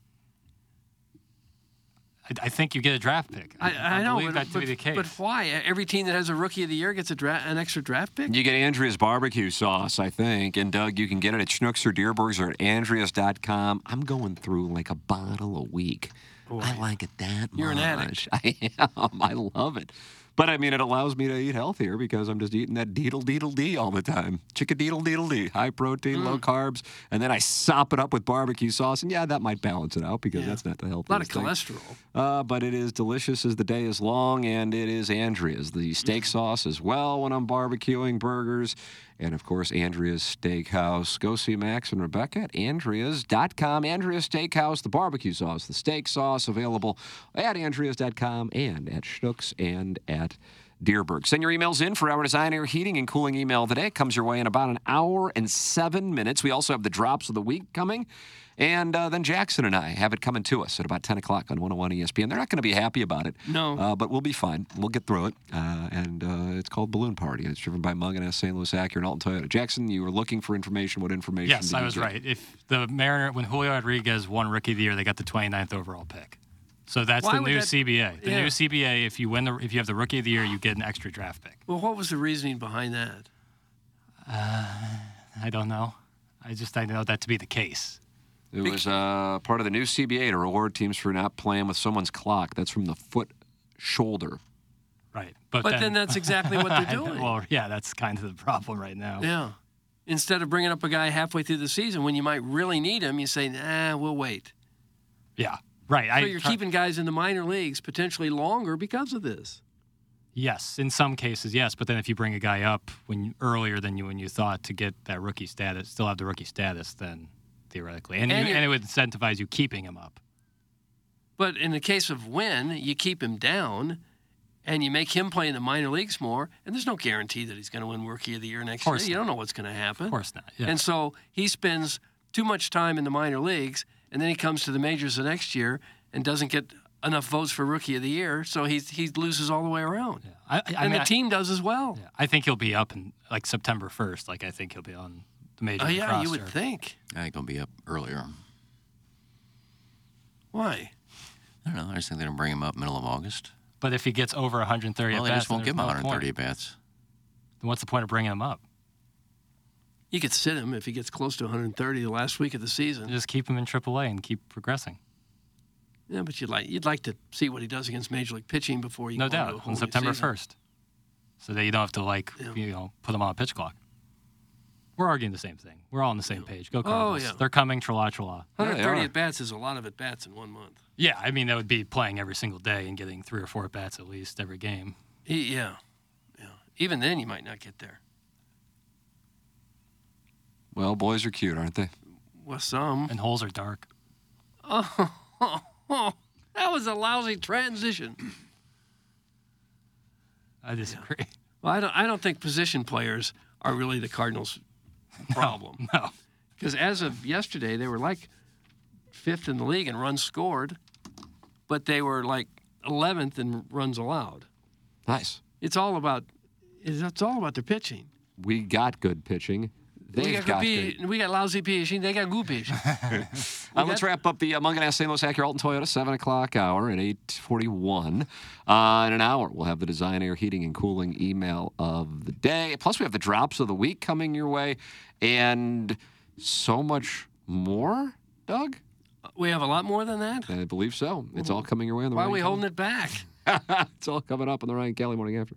Speaker 9: I, I think you get a draft pick.
Speaker 7: I, I, know,
Speaker 9: believe
Speaker 7: but,
Speaker 9: that to
Speaker 7: but,
Speaker 9: be the case.
Speaker 7: but why? Every team that has a Rookie of the Year gets a dra- an extra draft pick.
Speaker 1: You get Andrea's barbecue sauce, I think. And Doug, you can get it at Schnucks or Deerbergs or at Andreas.com. I'm going through like a bottle a week. I like it that
Speaker 7: You're an
Speaker 1: much.
Speaker 7: addict.
Speaker 1: I am. I love it. But I mean, it allows me to eat healthier because I'm just eating that deedle deedle dee all the time. Chickadeedle deedle dee. High protein,
Speaker 7: Mm.
Speaker 1: low carbs. And then I sop it up with barbecue sauce. And yeah, that might balance it out because that's not the healthiest
Speaker 7: A lot of
Speaker 1: thing.
Speaker 7: cholesterol.
Speaker 1: Uh, but it is delicious as the day is long, and it is Andrea's, the steak sauce as well when I'm barbecuing burgers. And of course, Andrea's Steakhouse. Go see Max and Rebecca at andreas.com. Andrea's Steakhouse, the barbecue sauce, the steak sauce available at andreas.com and at Schnucks and at Deerberg. Send your emails in for our design, air, heating, and cooling email today. It comes your way in about an hour and seven minutes. We also have the drops of the week coming. And uh, then Jackson and I have it coming to us at about 10 o'clock on 101 ESPN. They're not going to be happy about it.
Speaker 7: No.
Speaker 1: Uh, but we'll be fine. We'll get through it. Uh, and uh, it's called Balloon Party. It's driven by Mung and S. St. Louis Acura and Alton Toyota. Jackson, you were looking for information. What information?
Speaker 9: yes,
Speaker 1: did
Speaker 9: I
Speaker 1: you
Speaker 9: was
Speaker 1: get?
Speaker 9: right. If the Mariner, when Julio Rodriguez won Rookie of the Year, they got the 29th overall pick. So that's
Speaker 7: Why
Speaker 9: the
Speaker 7: would
Speaker 9: new
Speaker 7: that-
Speaker 9: CBA. The
Speaker 7: Yeah.
Speaker 9: new CBA, if you win the, if you have the Rookie of the Year, you get an extra draft pick.
Speaker 7: Well, what was the reasoning behind that?
Speaker 9: I don't know. I just I know that to be the case.
Speaker 1: It was uh, part of the new CBA to reward teams for not playing with someone's clock. That's from the foot shoulder.
Speaker 9: Right.
Speaker 7: But then that's exactly what they're
Speaker 9: I know-
Speaker 7: doing.
Speaker 9: well, yeah, that's kind of the problem right now.
Speaker 7: Yeah. Instead of bringing up a guy halfway through the season when you might really need him, you say, nah, we'll wait.
Speaker 9: Yeah. Right.
Speaker 7: so you're keeping guys in the minor leagues potentially longer because of this.
Speaker 9: Yes, in some cases, yes. But then if you bring a guy up when earlier than you when you thought to get that rookie status, still have the rookie status, then theoretically, and,
Speaker 7: And
Speaker 9: you,
Speaker 7: you're-
Speaker 9: and it would incentivize you keeping him up.
Speaker 7: But in the case of Wynn, you keep him down and you make him play in the minor leagues more, and there's no guarantee that he's going to win Rookie of the Year next year.
Speaker 9: course
Speaker 7: You don't know what's going to happen. Of
Speaker 9: course not, yeah.
Speaker 7: And so he spends too much time in the minor leagues, and then he comes to the majors the next year and doesn't get enough votes for Rookie of the Year, so he's, he loses all the way around.
Speaker 9: I, I, I
Speaker 7: and
Speaker 9: mean,
Speaker 7: the
Speaker 9: I-
Speaker 7: team does as well.
Speaker 9: I think he'll be up in like September first. Like I think he'll be on the major.
Speaker 7: Oh,
Speaker 9: league
Speaker 7: yeah, you would
Speaker 9: roster.
Speaker 7: think.
Speaker 6: I think it'll be up earlier.
Speaker 7: Why?
Speaker 6: I don't know. I just think they're going to bring him up middle of August.
Speaker 9: But if he gets over 130
Speaker 6: Well,
Speaker 9: at
Speaker 6: they
Speaker 9: bats,
Speaker 6: just won't
Speaker 9: then
Speaker 6: give him
Speaker 9: there's no
Speaker 6: 130
Speaker 9: point.
Speaker 6: at bats.
Speaker 9: Then what's the point of bringing him up?
Speaker 7: You could sit him if he gets close to 130 the last week of the season.
Speaker 9: Just keep him in AAA and keep progressing.
Speaker 7: Yeah, but you'd like you'd like to see what he does against major league pitching before you.
Speaker 9: No
Speaker 7: go into a whole
Speaker 9: doubt on
Speaker 7: new
Speaker 9: September
Speaker 7: season.
Speaker 9: first, so that you don't have to like you know put them on a pitch clock. We're arguing the same thing. We're all on the same page. Go
Speaker 7: Oh,
Speaker 9: Cardinals.
Speaker 7: yeah.
Speaker 9: They're coming. Trala trala.
Speaker 7: 130 at bats is a lot of at bats in one month.
Speaker 9: Yeah, I mean that would be playing every single day and getting three or four at bats at least every game.
Speaker 7: He, yeah, yeah. Even then, you might not get there.
Speaker 1: Well, boys are cute, aren't they?
Speaker 7: Well, some.
Speaker 9: And holes are dark.
Speaker 7: Oh, that was a lousy transition.
Speaker 9: I disagree.
Speaker 7: Well, I don't. I don't think position players are really the Cardinals' problem.
Speaker 9: No.
Speaker 7: Because as of yesterday, they were like fifth in the league in runs scored, but they were like 11th in runs allowed.
Speaker 1: Nice.
Speaker 7: It's all about. It's, it's all about their pitching.
Speaker 1: We got good pitching. They've
Speaker 7: we got,
Speaker 1: got
Speaker 7: good
Speaker 1: good
Speaker 7: pea- we got lousy pitching. They got good pitching.
Speaker 1: Uh, let's wrap up the uh, Mungan St. Louis Acura Alton Toyota 7 o'clock hour at 841. Uh, in an hour, we'll have the Design Air Heating and Cooling email of the day. Plus, we have the drops of the week coming your way and so much more, Doug?
Speaker 7: We have a lot more than that.
Speaker 1: I believe so. It's all coming your way on the
Speaker 7: Why are
Speaker 1: Ryan
Speaker 7: we
Speaker 1: Kelly-
Speaker 7: holding it back?
Speaker 1: it's all coming up on the Ryan Kelly Morning After.